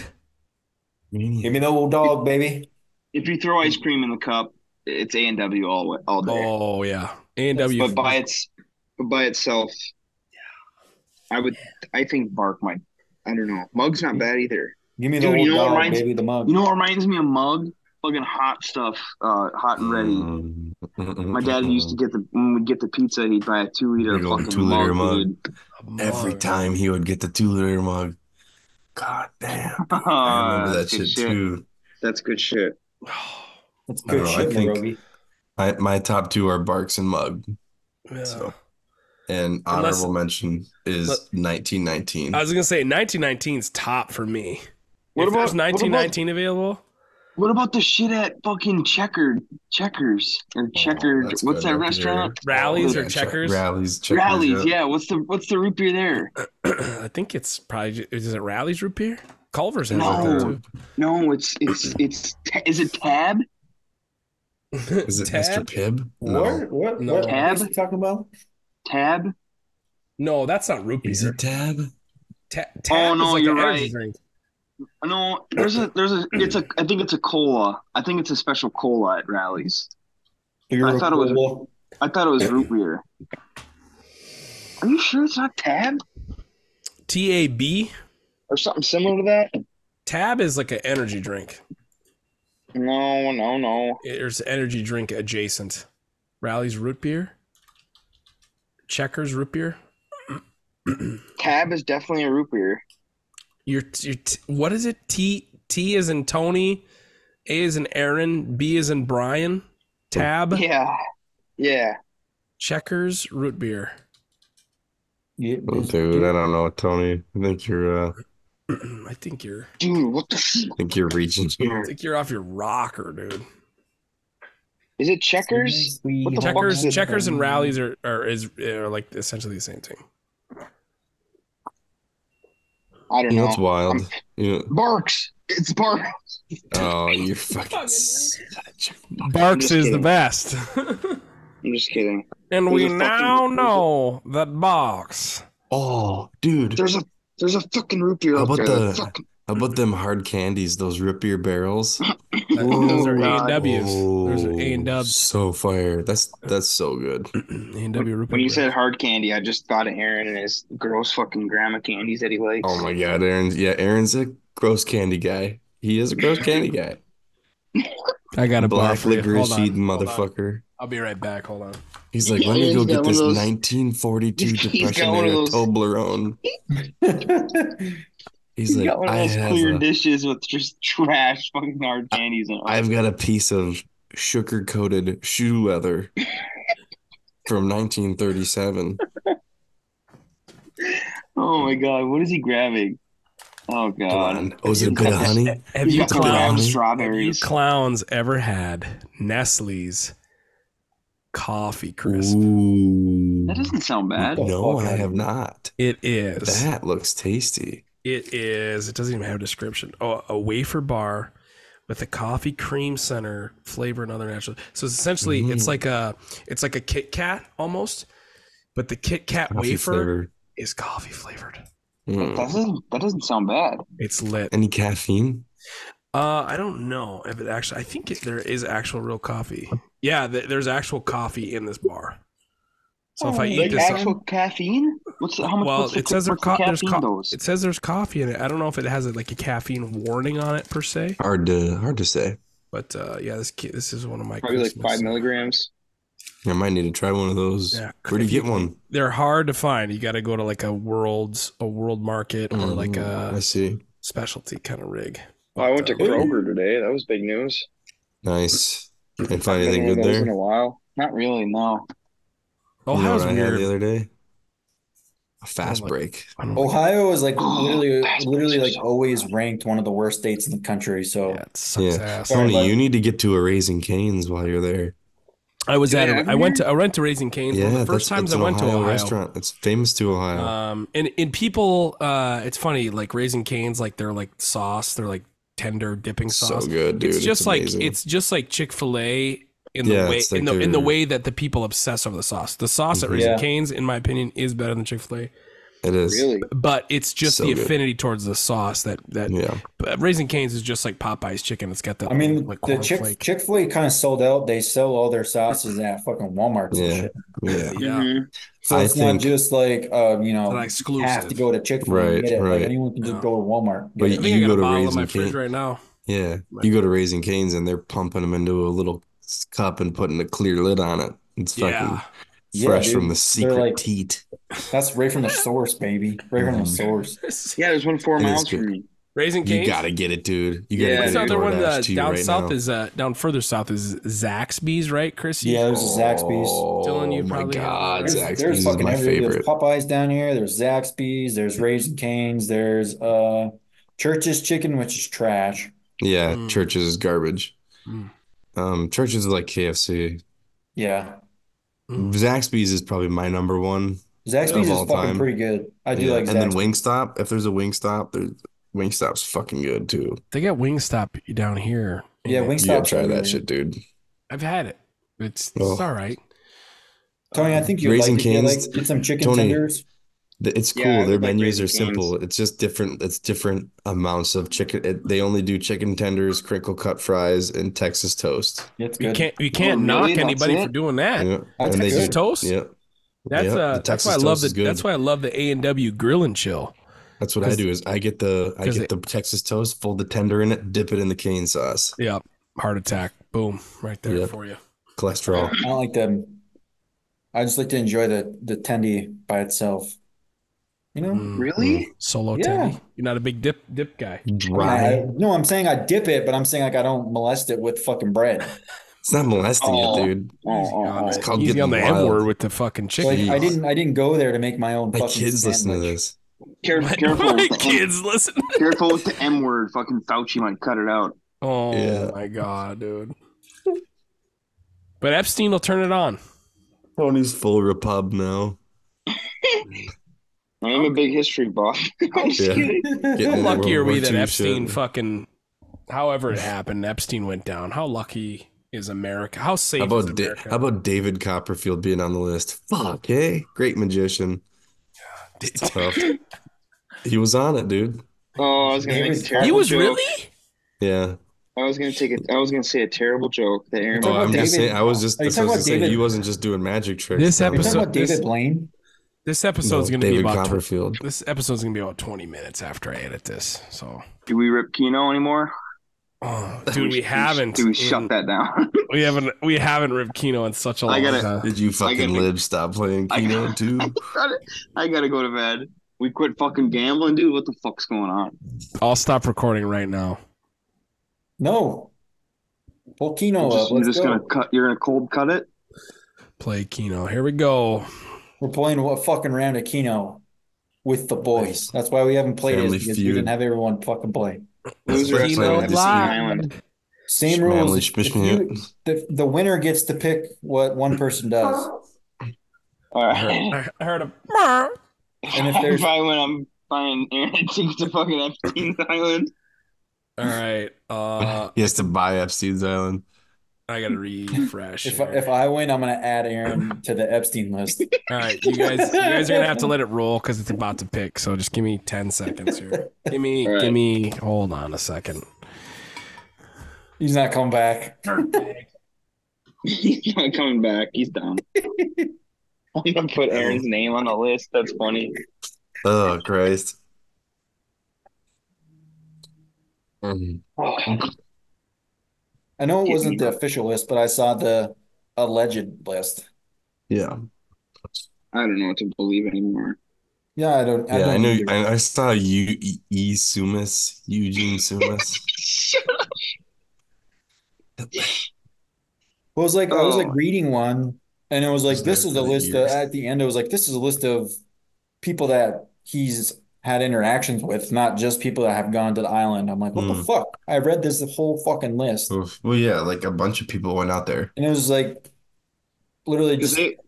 Speaker 3: Give me the old dog, baby.
Speaker 1: If you throw ice cream in the cup, it's A and W all all day.
Speaker 4: oh yeah, A and W.
Speaker 1: but by its but by itself, I would. I think Bark might. I don't know. Mug's not bad either.
Speaker 3: Give me the
Speaker 1: Dude,
Speaker 3: old
Speaker 1: you know what
Speaker 3: dog,
Speaker 1: reminds-
Speaker 3: baby. The mug.
Speaker 1: You know what reminds me of Mug? Fucking hot stuff, uh, hot and ready.
Speaker 2: Mm-hmm.
Speaker 1: My dad used to get the when we get the pizza, he'd buy a two liter
Speaker 2: Big old
Speaker 1: fucking
Speaker 2: two-liter mug.
Speaker 1: dude.
Speaker 2: Every time he would get the two liter mug. God damn. I remember
Speaker 1: Ah,
Speaker 2: that
Speaker 1: that's good
Speaker 2: shit too.
Speaker 1: That's good shit.
Speaker 3: That's
Speaker 2: I don't
Speaker 3: good
Speaker 2: know, I
Speaker 3: shit,
Speaker 2: think-
Speaker 3: Roby.
Speaker 2: I, my top two are Barks and Mug.
Speaker 4: Yeah.
Speaker 2: So, and
Speaker 4: Unless-
Speaker 2: honorable mention is
Speaker 4: Let-
Speaker 2: 1919.
Speaker 4: I was gonna say 1919's top for me.
Speaker 1: What
Speaker 4: if
Speaker 1: about-
Speaker 4: there's
Speaker 1: what about-
Speaker 4: 1919 available?
Speaker 1: What about the shit at fucking Checkered Checkers or Checkered?
Speaker 2: Oh, that's
Speaker 1: what's
Speaker 2: good
Speaker 1: that
Speaker 2: up
Speaker 1: restaurant?
Speaker 4: Rallies
Speaker 2: there.
Speaker 4: or checkers?
Speaker 2: Rallies, checkers.
Speaker 1: Rallies. Yeah. What's the what's the root beer there?
Speaker 4: I think it's probably ju- is it Rally's root beer? Culver's has
Speaker 1: No.
Speaker 4: it too.
Speaker 1: No, it's it's it's ta- is it Tab?
Speaker 2: Is it Mr.
Speaker 4: Tab?
Speaker 2: Pibb?
Speaker 3: What? What?
Speaker 4: No.
Speaker 3: What? What
Speaker 1: Tab?
Speaker 3: is he talking about?
Speaker 1: Tab?
Speaker 4: No, that's not root beer.
Speaker 2: Is it Tab?
Speaker 4: Ta-
Speaker 1: Oh,
Speaker 4: Tap is
Speaker 1: no,
Speaker 4: like
Speaker 1: you're
Speaker 4: an energy
Speaker 1: right.
Speaker 4: drink.
Speaker 1: No, there's a there's a it's a I think it's a cola. I think it's a special cola at Rallies.
Speaker 3: You're
Speaker 1: I thought it was-
Speaker 3: cool.
Speaker 1: I thought it was root beer. Are you sure it's not Tab
Speaker 4: T A B.
Speaker 1: or something similar to that?
Speaker 4: Tab is like an energy drink.
Speaker 1: No, no, no.
Speaker 4: There's energy drink adjacent. Rally's root beer. Checkers root beer.
Speaker 1: Tab is definitely a root beer.
Speaker 4: Your your t- what is it? T T is in Tony, A is in Aaron, B is in Brian. Tab
Speaker 1: Yeah, yeah.
Speaker 4: checkers root beer.
Speaker 3: Yeah,
Speaker 2: Oh,
Speaker 3: it's-
Speaker 2: dude, I don't know, Tony. I think you're, uh,
Speaker 4: I think you're
Speaker 1: Dude, what the f-
Speaker 2: I think you're reaching
Speaker 4: I
Speaker 2: here.
Speaker 4: think you're off your rocker, dude.
Speaker 1: is it? Checkers.
Speaker 3: We
Speaker 1: What the fuck
Speaker 4: Checkers
Speaker 1: is it?
Speaker 4: checkers and rallies are are is are like essentially the same thing.
Speaker 1: I don't
Speaker 2: You know
Speaker 1: know.
Speaker 2: what's wild? You know,
Speaker 1: Barks. It's bark.
Speaker 2: oh, you're fucking.
Speaker 4: Barks
Speaker 1: is the kidding.
Speaker 4: best.
Speaker 1: I'm just kidding.
Speaker 4: and we
Speaker 1: There's a fucking-
Speaker 4: now know that Barks.
Speaker 2: Oh, dude,
Speaker 1: There's a there's a fucking root beer
Speaker 2: How
Speaker 1: out
Speaker 2: about
Speaker 1: there.
Speaker 2: the-
Speaker 1: The... Fuck.
Speaker 2: how about them hard candies? Those rip beer barrels.
Speaker 4: Those
Speaker 1: Oh,
Speaker 4: are A
Speaker 1: God.
Speaker 4: and W's. Those are
Speaker 2: Oh,
Speaker 4: A and W's.
Speaker 2: So fire. That's that's so good.
Speaker 4: A and W root
Speaker 1: When you
Speaker 4: beer.
Speaker 1: said hard candy, I just thought of Aaron and his gross fucking grandma candies that he likes.
Speaker 2: Oh my god, Aaron's yeah, Aaron's a gross candy guy. He is a gross candy guy.
Speaker 4: I got a
Speaker 2: Black licorice eating
Speaker 4: motherfucker.
Speaker 2: motherfucker.
Speaker 4: I'll be right back. Hold on.
Speaker 2: He's like, let me go
Speaker 1: Aaron's got
Speaker 2: get
Speaker 1: one of
Speaker 2: this
Speaker 1: those-
Speaker 2: 1942
Speaker 1: He's got
Speaker 2: Depression
Speaker 1: one of
Speaker 2: era
Speaker 1: those-
Speaker 2: Toblerone. He's
Speaker 1: He's
Speaker 2: like,
Speaker 1: got one of
Speaker 2: I
Speaker 1: those
Speaker 2: have
Speaker 1: clear
Speaker 2: a-
Speaker 1: dishes with just trash fucking hard candies in it.
Speaker 2: I've got a piece of sugar coated shoe leather from 1937.
Speaker 1: Oh my god, what is he grabbing? Oh
Speaker 2: Come
Speaker 1: god.
Speaker 2: on. Oh, is it a bit of honey?
Speaker 4: Have
Speaker 1: He's
Speaker 4: you
Speaker 1: got some
Speaker 4: clowns?
Speaker 1: ground
Speaker 2: clowns?
Speaker 4: Have you
Speaker 1: strawberries.
Speaker 4: clowns ever had Nestle's coffee crisp?
Speaker 2: Ooh.
Speaker 1: That doesn't sound bad.
Speaker 2: No,
Speaker 3: Fuck
Speaker 2: I
Speaker 3: out of
Speaker 2: have not.
Speaker 4: It is.
Speaker 2: That looks tasty.
Speaker 4: It is. It doesn't even have a description. Oh, a wafer bar with a coffee cream center flavor and other natural. So it's essentially, it's
Speaker 2: Mm.
Speaker 4: like a, it's like a Kit Kat almost, but the Kit Kat
Speaker 2: Coffee
Speaker 4: wafer
Speaker 2: flavor.
Speaker 4: is coffee flavored.
Speaker 2: Mm.
Speaker 1: That doesn't that doesn't sound bad.
Speaker 4: It's lit.
Speaker 2: Any caffeine?
Speaker 4: Uh, I don't know if it actually. I think it, there is actual real coffee. Yeah, th- there's actual coffee in this bar. So if
Speaker 3: Oh,
Speaker 4: I eat
Speaker 1: Like
Speaker 4: this,
Speaker 1: actual caffeine? What's the, how much?
Speaker 4: well,
Speaker 1: what's the,
Speaker 4: it says there
Speaker 1: what's the
Speaker 4: co- there's
Speaker 1: caffeine
Speaker 4: co-
Speaker 1: dose?
Speaker 4: it says there's coffee in it. I don't know if it has like a caffeine warning on it per se,
Speaker 2: Hard to hard to say.
Speaker 4: but uh, yeah, this ki- this is one of my
Speaker 1: Probably like
Speaker 4: Christmas-
Speaker 1: five milligrams.
Speaker 2: I might need to try one of those.
Speaker 4: Yeah,
Speaker 2: Where do you get
Speaker 4: if
Speaker 2: one?
Speaker 4: They're hard to find. You got to go to like a world's a world market or like uh,
Speaker 2: Mm, I
Speaker 4: a
Speaker 2: see.
Speaker 4: specialty kind of rig.
Speaker 1: Well, I went to
Speaker 4: But, uh,
Speaker 1: Kroger today. That was big news.
Speaker 2: Nice. Didn't find
Speaker 1: Haven't
Speaker 2: anything
Speaker 1: had
Speaker 2: good
Speaker 1: those
Speaker 2: there.
Speaker 1: in a while. Not really. No.
Speaker 2: You know
Speaker 4: Ohio's
Speaker 2: what I had the
Speaker 4: weird.
Speaker 2: other day? A fast
Speaker 4: like-
Speaker 2: break.
Speaker 4: I don't like-
Speaker 3: Ohio is like
Speaker 1: Oh,
Speaker 3: literally,
Speaker 1: that's
Speaker 3: literally like
Speaker 1: so
Speaker 3: always ranked one of the worst states in the country. So
Speaker 4: yeah, it sucks
Speaker 2: Yeah.
Speaker 4: ass.
Speaker 3: Sorry,
Speaker 2: Tony,
Speaker 3: but-
Speaker 2: you need to get to a Raising Canes while you're there.
Speaker 4: I was
Speaker 1: Do
Speaker 4: at.
Speaker 1: they
Speaker 4: A,
Speaker 1: have
Speaker 4: I
Speaker 1: them
Speaker 4: went
Speaker 1: here?
Speaker 4: to. I went to Raising Canes.
Speaker 2: yeah,
Speaker 4: one of the
Speaker 2: that's-
Speaker 4: first times
Speaker 2: it's
Speaker 4: I
Speaker 2: an
Speaker 4: went
Speaker 2: Ohio
Speaker 4: to Ohio.
Speaker 2: restaurant. It's famous to Ohio.
Speaker 4: Um, and and people, uh, it's funny. Like Raising Canes, like they're like sauce. They're like tender dipping
Speaker 2: It's
Speaker 4: sauce.
Speaker 2: so good, dude.
Speaker 4: it's just like
Speaker 2: amazing.
Speaker 4: it's just like Chick Fil A in the
Speaker 2: Yeah,
Speaker 4: way
Speaker 2: it's like
Speaker 4: in the in the
Speaker 2: their-
Speaker 4: way that the people obsess over the sauce. The sauce at
Speaker 2: Mhm.
Speaker 4: Raising
Speaker 3: Yeah.
Speaker 4: Canes, in my opinion, is better than Chick Fil A.
Speaker 2: it is.
Speaker 1: Really?
Speaker 4: but it's just
Speaker 2: So
Speaker 4: the
Speaker 2: good.
Speaker 4: affinity towards the sauce that that
Speaker 2: Yeah.
Speaker 4: but Raising Cane's is just like Popeye's chicken. It's got that.
Speaker 3: I mean,
Speaker 4: like
Speaker 3: the
Speaker 4: corn
Speaker 3: Chick
Speaker 4: flake.
Speaker 3: Chick Fil A kind of sold out. They sell all their sauces at fucking Walmart and
Speaker 2: Yeah.
Speaker 3: shit.
Speaker 2: Yeah.
Speaker 4: yeah,
Speaker 1: Mhm.
Speaker 3: So
Speaker 2: I
Speaker 3: it's not
Speaker 2: think-
Speaker 3: just like uh, you
Speaker 4: It's not
Speaker 3: know, you
Speaker 4: exclusive.
Speaker 3: have to go to Chick Fil A
Speaker 2: Right,
Speaker 3: and get it. Like
Speaker 2: right.
Speaker 3: anyone can
Speaker 4: Yeah.
Speaker 3: just go to Walmart. and
Speaker 2: But
Speaker 3: get
Speaker 4: I
Speaker 3: it.
Speaker 4: think I
Speaker 2: You
Speaker 4: got
Speaker 2: go
Speaker 4: a
Speaker 2: to
Speaker 4: bottle in
Speaker 2: Raising
Speaker 4: my fridge
Speaker 2: Cane.
Speaker 4: right now.
Speaker 2: Yeah. You go to Raising Canes and they're pumping them into a little s- cup and putting a clear lid on it. It's fucking
Speaker 4: Yeah,
Speaker 3: Yeah,
Speaker 2: fresh
Speaker 3: dude.
Speaker 2: from the
Speaker 3: They're
Speaker 2: secret
Speaker 3: like-
Speaker 2: teat.
Speaker 3: That's right from the source, baby. Right from the
Speaker 2: Mhm.
Speaker 3: source.
Speaker 1: Yeah, there's one four
Speaker 2: It is
Speaker 1: miles
Speaker 2: good.
Speaker 1: from me.
Speaker 4: Raising Cane's.
Speaker 2: You gotta get it, dude. You gotta
Speaker 1: Yeah,
Speaker 4: What's
Speaker 2: get
Speaker 4: the
Speaker 2: it.
Speaker 4: other one
Speaker 2: DoorDash
Speaker 4: uh,
Speaker 2: to you
Speaker 4: down
Speaker 2: right
Speaker 4: south
Speaker 2: now.
Speaker 4: is uh, down further south is Zaxby's, right, Chris?
Speaker 3: Yeah, there's a Zaxby's.
Speaker 4: Dylan, you
Speaker 2: Oh my
Speaker 4: probably have
Speaker 2: God,
Speaker 4: one,
Speaker 3: There's,
Speaker 4: right?
Speaker 2: Zaxby's
Speaker 3: there's
Speaker 2: is
Speaker 3: fucking
Speaker 2: my
Speaker 3: every
Speaker 2: favorite.
Speaker 3: There's Popeyes down here. There's Zaxby's. There's Raising Canes. There's uh Church's Chicken, which is trash.
Speaker 2: Yeah,
Speaker 4: Mm.
Speaker 2: churches is garbage.
Speaker 4: Mm.
Speaker 2: Um, churches is like KFC.
Speaker 3: Yeah.
Speaker 4: Mm.
Speaker 2: Zaxby's is probably my number one.
Speaker 3: Zaxby's
Speaker 2: Of
Speaker 3: is
Speaker 2: all
Speaker 3: fucking
Speaker 2: time.
Speaker 3: pretty good. I do
Speaker 2: Yeah.
Speaker 3: like
Speaker 2: And then
Speaker 3: Zaxby's.
Speaker 2: Wingstop. If there's a Wingstop, there's Wingstop's fucking good too.
Speaker 4: They got Wingstop down here.
Speaker 3: Yeah,
Speaker 4: And
Speaker 2: You gotta
Speaker 3: Wingstop's
Speaker 2: try
Speaker 3: really
Speaker 2: that
Speaker 3: good.
Speaker 2: shit, dude.
Speaker 4: I've had it. It's, it's
Speaker 2: Oh.
Speaker 4: all right.
Speaker 3: Tony, I think you
Speaker 2: Raising
Speaker 3: like, if you
Speaker 2: Cane's-
Speaker 3: like get some chicken
Speaker 2: Tony.
Speaker 3: tenders.
Speaker 2: Th- It's cool.
Speaker 1: Yeah, I
Speaker 2: Their
Speaker 1: like
Speaker 2: menus
Speaker 1: Raising
Speaker 2: are simple. It's just different. It's different amounts of chicken. It, they only do chicken tenders, crinkle cut fries, and Texas toast.
Speaker 3: It's
Speaker 4: You
Speaker 3: good. Oh,
Speaker 4: can't you can't
Speaker 1: really?
Speaker 4: knock
Speaker 1: That's
Speaker 4: anybody
Speaker 1: it?
Speaker 4: for doing that.
Speaker 2: Yeah,
Speaker 3: That's
Speaker 2: and they just
Speaker 3: good.
Speaker 4: Texas toast.
Speaker 2: yeah,
Speaker 4: That's
Speaker 2: yeah,
Speaker 4: uh,
Speaker 2: the
Speaker 4: that's
Speaker 2: Texas
Speaker 4: why I love
Speaker 2: toast
Speaker 4: the
Speaker 2: is good.
Speaker 4: that's why I love the A and W Grill and Chill.
Speaker 2: That's what I
Speaker 4: 'Cause-
Speaker 2: do is I get the I
Speaker 4: 'cause
Speaker 2: get
Speaker 4: it-
Speaker 2: the Texas toast, fold the tender in it, dip it in the cane sauce,
Speaker 4: Yeah, heart attack, boom, right there
Speaker 2: Yep.
Speaker 4: for you.
Speaker 2: cholesterol.
Speaker 3: I don't like them. I just like to enjoy the the tendy by itself. You
Speaker 2: Mm-hmm.
Speaker 3: know?
Speaker 4: Mm,
Speaker 1: Really?
Speaker 4: Solo
Speaker 3: Yeah.
Speaker 4: tendy. You're not a big dip dip guy.
Speaker 3: I-
Speaker 2: Dry.
Speaker 3: I- no, I'm saying I dip it, but I'm saying like I don't molest it with fucking bread.
Speaker 2: It's not molesting it,
Speaker 1: Oh.
Speaker 2: dude.
Speaker 1: Oh, oh, oh.
Speaker 2: It's called
Speaker 4: Easy
Speaker 2: getting
Speaker 4: on the M
Speaker 2: wild.
Speaker 4: word with the fucking
Speaker 3: Like
Speaker 4: chicken.
Speaker 2: Jeez.
Speaker 3: I didn't I didn't go there to make my own
Speaker 2: My
Speaker 3: fucking
Speaker 2: kids listen to
Speaker 3: sandwich.
Speaker 2: this.
Speaker 1: Careful,
Speaker 4: My-
Speaker 1: careful,
Speaker 4: my
Speaker 1: with the M,
Speaker 4: kids listen.
Speaker 1: careful with the M word. Fucking Fauci might cut it out.
Speaker 4: Oh
Speaker 2: Yeah.
Speaker 4: my god, dude. But Epstein will turn it on.
Speaker 2: Tony's full repub now.
Speaker 1: I'm a big history buff. I'm just
Speaker 2: Yeah.
Speaker 1: kidding.
Speaker 2: Getting
Speaker 4: How
Speaker 2: in
Speaker 4: lucky
Speaker 2: World
Speaker 4: are we
Speaker 2: War
Speaker 4: that
Speaker 2: II
Speaker 4: Epstein
Speaker 2: shit.
Speaker 4: fucking, however it happened, Epstein went down. How lucky is America? How safe
Speaker 2: How
Speaker 4: is
Speaker 2: about da-
Speaker 4: America?
Speaker 2: how about David Copperfield being on the list? Fuck, eh? Great magician. It's tough. He was on it, dude.
Speaker 1: Oh, I was gonna
Speaker 3: He
Speaker 1: make
Speaker 3: was-
Speaker 1: a terrible
Speaker 4: he was
Speaker 1: joke.
Speaker 4: really?
Speaker 2: Yeah.
Speaker 1: I was gonna take a, I was gonna say a terrible joke that Aaron.
Speaker 2: Oh,
Speaker 3: talking about
Speaker 2: I'm just
Speaker 3: David-
Speaker 2: saying. I was just.
Speaker 3: Are you
Speaker 2: that's what I
Speaker 3: talking
Speaker 2: was
Speaker 3: about
Speaker 2: saying. He
Speaker 3: David-
Speaker 2: wasn't just doing magic tricks.
Speaker 4: This
Speaker 2: No,
Speaker 3: Are you talking
Speaker 4: episode-
Speaker 3: about David
Speaker 4: this-
Speaker 3: Blaine?
Speaker 4: This episode's
Speaker 2: no,
Speaker 4: gonna be
Speaker 2: David
Speaker 4: about tw-
Speaker 2: Copperfield.
Speaker 4: this episode's gonna be about twenty minutes after I edit this. So,
Speaker 1: do we rip Kino anymore?
Speaker 4: oh,
Speaker 1: Do
Speaker 4: dude, we
Speaker 1: do
Speaker 4: haven't. Mm.
Speaker 1: Do we
Speaker 4: in-
Speaker 1: shut that down?
Speaker 4: We haven't. We haven't ripped Kino in such a long
Speaker 1: I gotta-
Speaker 4: time.
Speaker 2: Did you fucking
Speaker 1: gotta-
Speaker 2: live? Stop playing
Speaker 1: I-
Speaker 2: Keno too.
Speaker 1: I gotta, I gotta go to bed. We quit fucking gambling, dude. What the fuck's going on?
Speaker 4: I'll stop recording right now.
Speaker 3: No. Pull Kino
Speaker 1: You're just,
Speaker 3: up.
Speaker 1: you're
Speaker 3: Let's
Speaker 1: just
Speaker 3: go.
Speaker 1: gonna cut. You're gonna cold cut it.
Speaker 4: Play Kino. Here we go.
Speaker 3: We're playing what fucking round of Keno with the boys. That's why we haven't played
Speaker 2: Family
Speaker 3: it because we
Speaker 2: Feud.
Speaker 3: didn't have everyone fucking play.
Speaker 2: That's
Speaker 1: Loser
Speaker 2: what I
Speaker 1: episode
Speaker 2: played
Speaker 1: of
Speaker 2: this
Speaker 1: Disney
Speaker 4: live.
Speaker 1: Island.
Speaker 3: Same
Speaker 2: Family
Speaker 3: rules. If
Speaker 2: Schmishman.
Speaker 3: you- the, the winner gets to pick what one person does.
Speaker 1: All
Speaker 4: I
Speaker 1: right.
Speaker 4: heard, I heard a.
Speaker 3: And if there's-
Speaker 1: if I win, I'm buying Aaron tickets to fucking Epstein's Island.
Speaker 4: All right. Uh,
Speaker 2: he has to buy Epstein's Island.
Speaker 4: I gotta refresh.
Speaker 3: If I,
Speaker 4: here.
Speaker 3: if I win, I'm gonna add Aaron to the Epstein list.
Speaker 4: All right, you guys, you guys are gonna have to let it roll because it's about to pick. So just give me ten seconds here. Give me,
Speaker 1: All right.
Speaker 4: give me. Hold on a second.
Speaker 3: He's not coming back.
Speaker 1: He's not coming back. He's done. I'm gonna put Aaron's name on the list. That's funny.
Speaker 2: Oh Christ.
Speaker 3: Mm-hmm.
Speaker 2: Mm.
Speaker 3: I know it
Speaker 1: Give
Speaker 3: wasn't
Speaker 1: me-
Speaker 3: the official list, but I saw the alleged list.
Speaker 2: Yeah,
Speaker 1: I don't know what to believe anymore.
Speaker 3: Yeah, I don't. I
Speaker 2: yeah. I
Speaker 3: don't
Speaker 2: know.
Speaker 3: either.
Speaker 2: I, I saw you, E. E. Sumas, Eugene Sumas.
Speaker 3: Well, it was like I was like
Speaker 1: Oh.
Speaker 3: reading one, and it was like
Speaker 2: He's
Speaker 3: this
Speaker 2: there
Speaker 3: is
Speaker 2: for
Speaker 3: a
Speaker 2: the
Speaker 3: list of,
Speaker 2: years.
Speaker 3: at the end. It was like this is a list of people that he's had interactions with, not just people that have gone to the island. I'm like, what the
Speaker 2: Hmm.
Speaker 3: fuck? I read this whole fucking list,
Speaker 2: Oof. Well, yeah, like a bunch of people went out there.
Speaker 3: and it was like literally
Speaker 1: Is
Speaker 3: just
Speaker 1: it?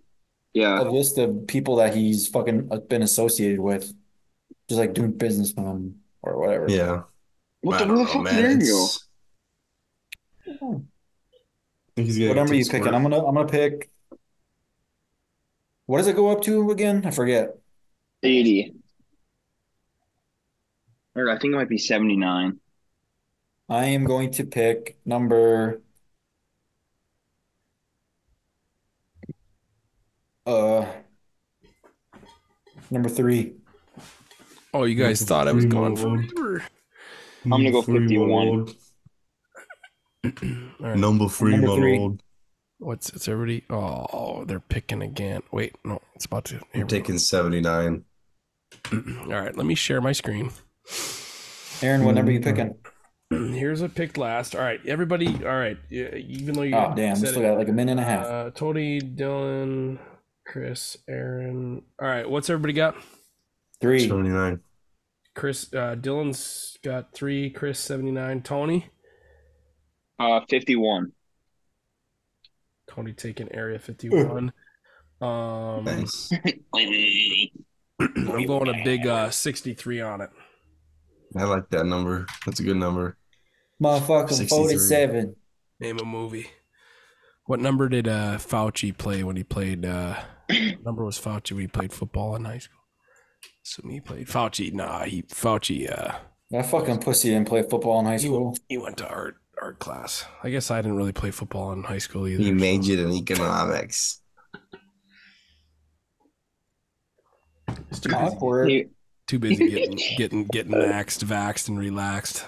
Speaker 1: Yeah.
Speaker 3: a list of people that he's fucking uh, been associated with, just like doing business with him or whatever.
Speaker 2: Yeah.
Speaker 1: What the,
Speaker 2: I don't
Speaker 1: where the
Speaker 2: know,
Speaker 1: fuck
Speaker 2: man.
Speaker 1: did Aaron go?
Speaker 2: It's- I think he's gonna
Speaker 3: What number are you
Speaker 2: take
Speaker 3: picking?
Speaker 2: Squirt.
Speaker 3: I'm gonna I'm gonna pick. What does it go up to again? I forget.
Speaker 1: 80. Or I think it might be 79.
Speaker 3: I am going to pick number uh number three.
Speaker 4: Oh, you guys thought I was gone forever.
Speaker 1: I'm gonna go
Speaker 2: Number three, my
Speaker 1: 51.
Speaker 2: lord.
Speaker 4: All right.
Speaker 2: Number three,
Speaker 3: Number
Speaker 2: my
Speaker 3: three.
Speaker 2: lord.
Speaker 4: What's it's everybody? Oh, they're picking again. Wait, no, it's about to. Here
Speaker 2: I'm
Speaker 4: we
Speaker 2: taking 79.
Speaker 4: go. All right, let me share my screen.
Speaker 3: Aaron, what number are you picking?
Speaker 4: Here's what picked last. All right, everybody. All right, yeah, even though you
Speaker 3: Oh damn, we
Speaker 4: said
Speaker 3: still
Speaker 4: it-
Speaker 3: got like a minute and a half.
Speaker 4: uh, Tony, Dylan, Chris, Aaron. All right, what's everybody got?
Speaker 3: Three.
Speaker 2: 79.
Speaker 4: Chris, uh, Dylan's got three. Chris seventy nine. Tony.
Speaker 1: Uh, fifty-one.
Speaker 4: Cody taking area 51. Um,
Speaker 2: Nice.
Speaker 4: I'm going a big uh, 63 on it.
Speaker 2: I like that number. That's a good number.
Speaker 3: Motherfucking
Speaker 2: 63.
Speaker 3: 47.
Speaker 4: Name a movie. What number did uh, Fauci play when he played? Uh, what number was Fauci when he played football in high school? Assume he played Fauci. Nah, he Fauci. Uh,
Speaker 3: That fucking pussy didn't play football in high school.
Speaker 4: he went to art art class. I guess I didn't really play football in high school either.
Speaker 2: He majored in economics.
Speaker 4: It's too busy,
Speaker 3: Awkward.
Speaker 1: He,
Speaker 4: too busy getting getting getting axed, vaxxed, and relaxed.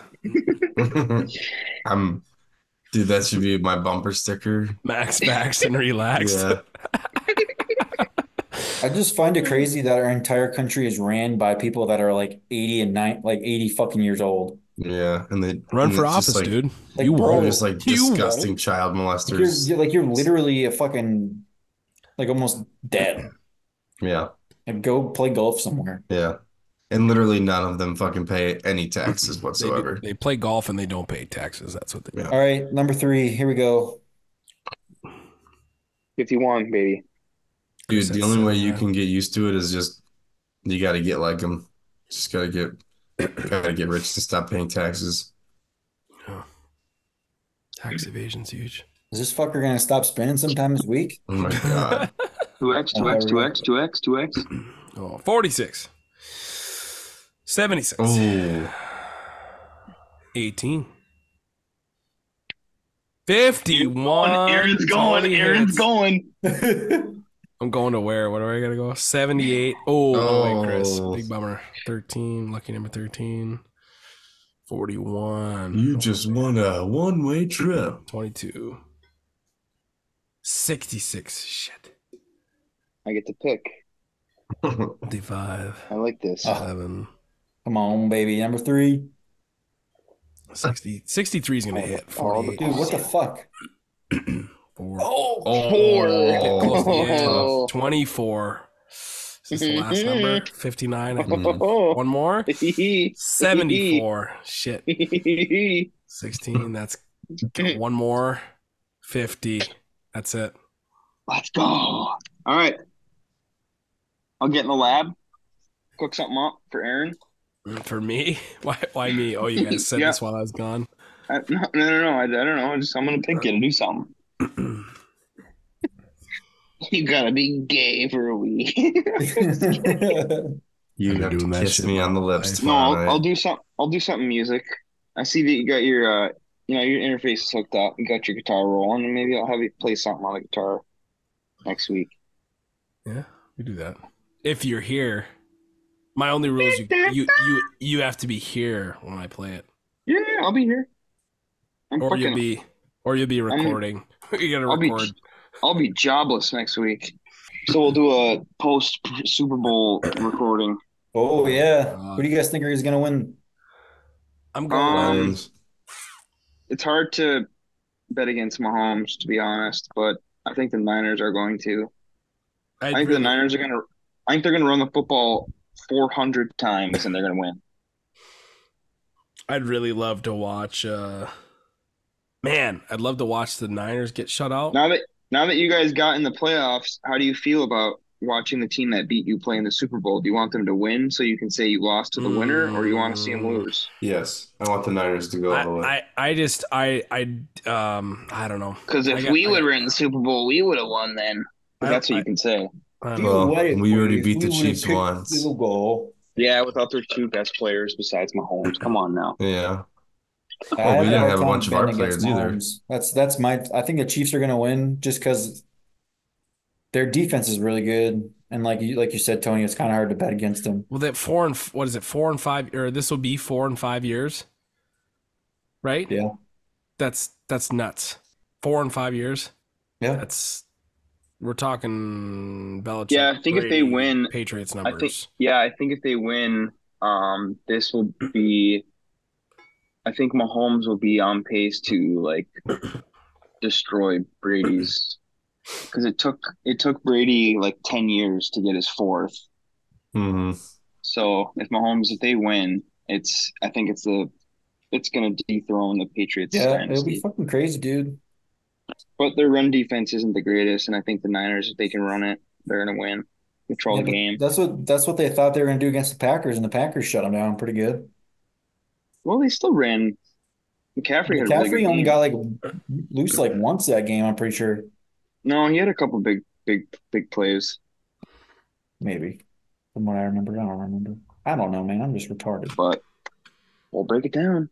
Speaker 2: I'm, dude. That should be my bumper sticker.
Speaker 4: Max, vaxxed, and relaxed.
Speaker 2: Yeah.
Speaker 3: I just find it crazy that our entire country is ran by people that are like 80 and nine, like 80 fucking years old.
Speaker 2: Yeah, and they
Speaker 4: Run
Speaker 2: and
Speaker 4: for
Speaker 2: it's just
Speaker 4: office,
Speaker 2: like-
Speaker 4: dude.
Speaker 3: Like,
Speaker 4: you
Speaker 3: bro,
Speaker 2: They're
Speaker 4: won't.
Speaker 2: just like
Speaker 4: You won't.
Speaker 2: disgusting child
Speaker 3: Like you're,
Speaker 2: molesters.
Speaker 3: you're- like you're literally a fucking, like almost dead.
Speaker 2: Yeah,
Speaker 3: Like go play golf somewhere.
Speaker 2: yeah, and literally none of them fucking pay any taxes
Speaker 4: They, do-
Speaker 2: whatsoever.
Speaker 4: they play golf and they don't pay taxes. That's what they
Speaker 2: Yeah.
Speaker 3: All right, number three. Here we go.
Speaker 1: fifty-one, baby.
Speaker 2: Dude,
Speaker 4: Chris
Speaker 2: the
Speaker 4: has
Speaker 2: only
Speaker 4: said
Speaker 2: way you
Speaker 4: that.
Speaker 2: can get used to it is just you got to get like them. Just gotta get gotta get rich to stop paying taxes.
Speaker 4: tax evasion's huge.
Speaker 3: Is this fucker gonna stop spinning sometime this week?
Speaker 2: Oh my god,
Speaker 1: Two X, two X, two X, two X, two X.
Speaker 4: Oh, 46. 76.
Speaker 2: oh
Speaker 4: 18. 51.
Speaker 1: Aaron's going.
Speaker 4: Tony
Speaker 1: Aaron's
Speaker 4: hits.
Speaker 1: going.
Speaker 4: I'm going to where? What are I going to go? 78. Oh, no way, Chris.
Speaker 2: Oh.
Speaker 4: Big bummer. 13. Lucky number 13. 41.
Speaker 2: you just won a one way trip.
Speaker 4: 22. 66. Shit.
Speaker 1: I get to pick.
Speaker 2: Oh,
Speaker 4: 55.
Speaker 1: I like this.
Speaker 3: Oh.
Speaker 4: 11.
Speaker 3: Come on, baby. Number three.
Speaker 4: 60, 63 is going
Speaker 1: Oh,
Speaker 4: to hit. 48.
Speaker 3: Dude, what the fuck?
Speaker 4: Four.
Speaker 1: Oh,
Speaker 4: Get close to the end.
Speaker 2: Oh.
Speaker 4: 24. Is this the last number? 59. I
Speaker 1: Mm-hmm.
Speaker 4: think. One more?
Speaker 1: Hehehe.
Speaker 4: 74. Shit. 16. That's got one more. 50. That's it.
Speaker 1: Let's go. All right. I'll get in the lab, cook something up for Aaron.
Speaker 4: For me? Why, why me? Oh, you guys said
Speaker 1: Yeah.
Speaker 4: this while I was gone.
Speaker 1: I, no, no, no, no. I, I don't know. I just, I'm going to pick you to do something. you got to be gay for a week.
Speaker 2: You
Speaker 4: I've been
Speaker 2: have to
Speaker 4: doing that
Speaker 2: kiss
Speaker 4: shit
Speaker 2: me
Speaker 4: my
Speaker 2: on the
Speaker 4: whole
Speaker 2: lips.
Speaker 4: life.
Speaker 1: no,
Speaker 2: tomorrow
Speaker 1: I'll,
Speaker 2: night.
Speaker 1: I'll do some. I'll do something music. I see that you got your, uh, you know, your interface is hooked up. You got your guitar rolling, and maybe I'll have you play something on the guitar next week.
Speaker 4: Yeah, we do that. If you're here, my only rule is you, you, you, you have to be here when I play it.
Speaker 1: Yeah, I'll be here. I'm
Speaker 4: Or you'll
Speaker 1: fucking.
Speaker 4: be, or you'll be
Speaker 1: mean,
Speaker 4: recording. you gotta
Speaker 1: I'll be-
Speaker 4: record.
Speaker 1: I'll be jobless next week. So we'll do a post Super Bowl recording.
Speaker 3: oh yeah.
Speaker 2: Uh,
Speaker 4: God.
Speaker 3: Who do you guys think is gonna win?
Speaker 4: I'm
Speaker 1: Um,
Speaker 4: going.
Speaker 1: It's hard to bet against Mahomes, to be honest, but I think the Niners are going to. I
Speaker 4: I'd
Speaker 1: think the
Speaker 4: really-
Speaker 1: Niners are going to. I think they're going to run the football 400 times and they're going to win.
Speaker 4: I'd really love to watch. uh Man, I'd love to watch the Niners get shut out.
Speaker 1: Now that now that you guys got in the playoffs, how do you feel about watching the team that beat you play in the Super Bowl? Do you want them to win so you can say you lost to the winner, or you want to see them lose?
Speaker 2: yes, I want the Niners to go
Speaker 4: I,
Speaker 2: all the way.
Speaker 4: I, I just, I, I, um, I don't know.
Speaker 1: Because
Speaker 4: I
Speaker 1: if
Speaker 4: got-
Speaker 1: we
Speaker 4: I
Speaker 1: would
Speaker 4: got-
Speaker 1: have in the Super Bowl, we would have won then. 'Cause
Speaker 4: I-
Speaker 1: That's what
Speaker 4: I-
Speaker 1: you can say.
Speaker 4: I don't know.
Speaker 2: Well,
Speaker 3: Dude, what
Speaker 2: we
Speaker 3: if
Speaker 2: already beat the
Speaker 3: would've
Speaker 2: Chiefs
Speaker 3: kicked
Speaker 2: once.
Speaker 3: field goal?
Speaker 1: Yeah, without their two best players besides Mahomes. Come on now.
Speaker 2: Yeah,
Speaker 3: I
Speaker 2: Oh, we didn't
Speaker 3: a hard
Speaker 2: have a
Speaker 3: time
Speaker 2: bunch of our
Speaker 3: betting against
Speaker 2: players either.
Speaker 3: Mahomes. That's that's my. I think the Chiefs are gonna win just because their defense is really good, and like you like you said, Tony, it's kind of hard to bet against them.
Speaker 4: Well, that four and f- what is it? Four and five, or this will be four and five years, right?
Speaker 3: Yeah.
Speaker 4: That's that's nuts. Four and five years.
Speaker 3: Yeah.
Speaker 4: That's we're talking Belichick.
Speaker 1: Yeah, I think if they
Speaker 4: Brady,
Speaker 1: win,
Speaker 4: Patriots
Speaker 1: I think
Speaker 4: numbers.
Speaker 1: yeah, I think if they win, um, this will be I think Mahomes will be on pace to like destroy Brady's because it took it took Brady like ten years to get his fourth.
Speaker 2: hmm
Speaker 1: So if Mahomes if they win, it's I think it's the it's going to dethrone the Patriots.
Speaker 3: Yeah, it'll
Speaker 1: dynasty.
Speaker 3: be fucking crazy, dude.
Speaker 1: But their run defense isn't the greatest, and I think the Niners, if they can run it, they're going to win, control
Speaker 3: Yeah,
Speaker 1: the
Speaker 3: but
Speaker 1: game.
Speaker 3: That's what that's what they thought they were gonna do against the Packers, and the Packers shut them down pretty good.
Speaker 1: Well, they still ran. McCaffrey had a really
Speaker 3: McCaffrey
Speaker 1: good
Speaker 3: only
Speaker 1: game.
Speaker 3: got like loose like once that game. I'm pretty sure,
Speaker 1: No, he had a couple big, big, big plays.
Speaker 3: maybe from what I remember. I don't remember. I don't know, man. I'm just retarded.
Speaker 1: But we'll break it down.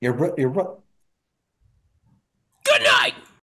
Speaker 3: You're ru- you're ru-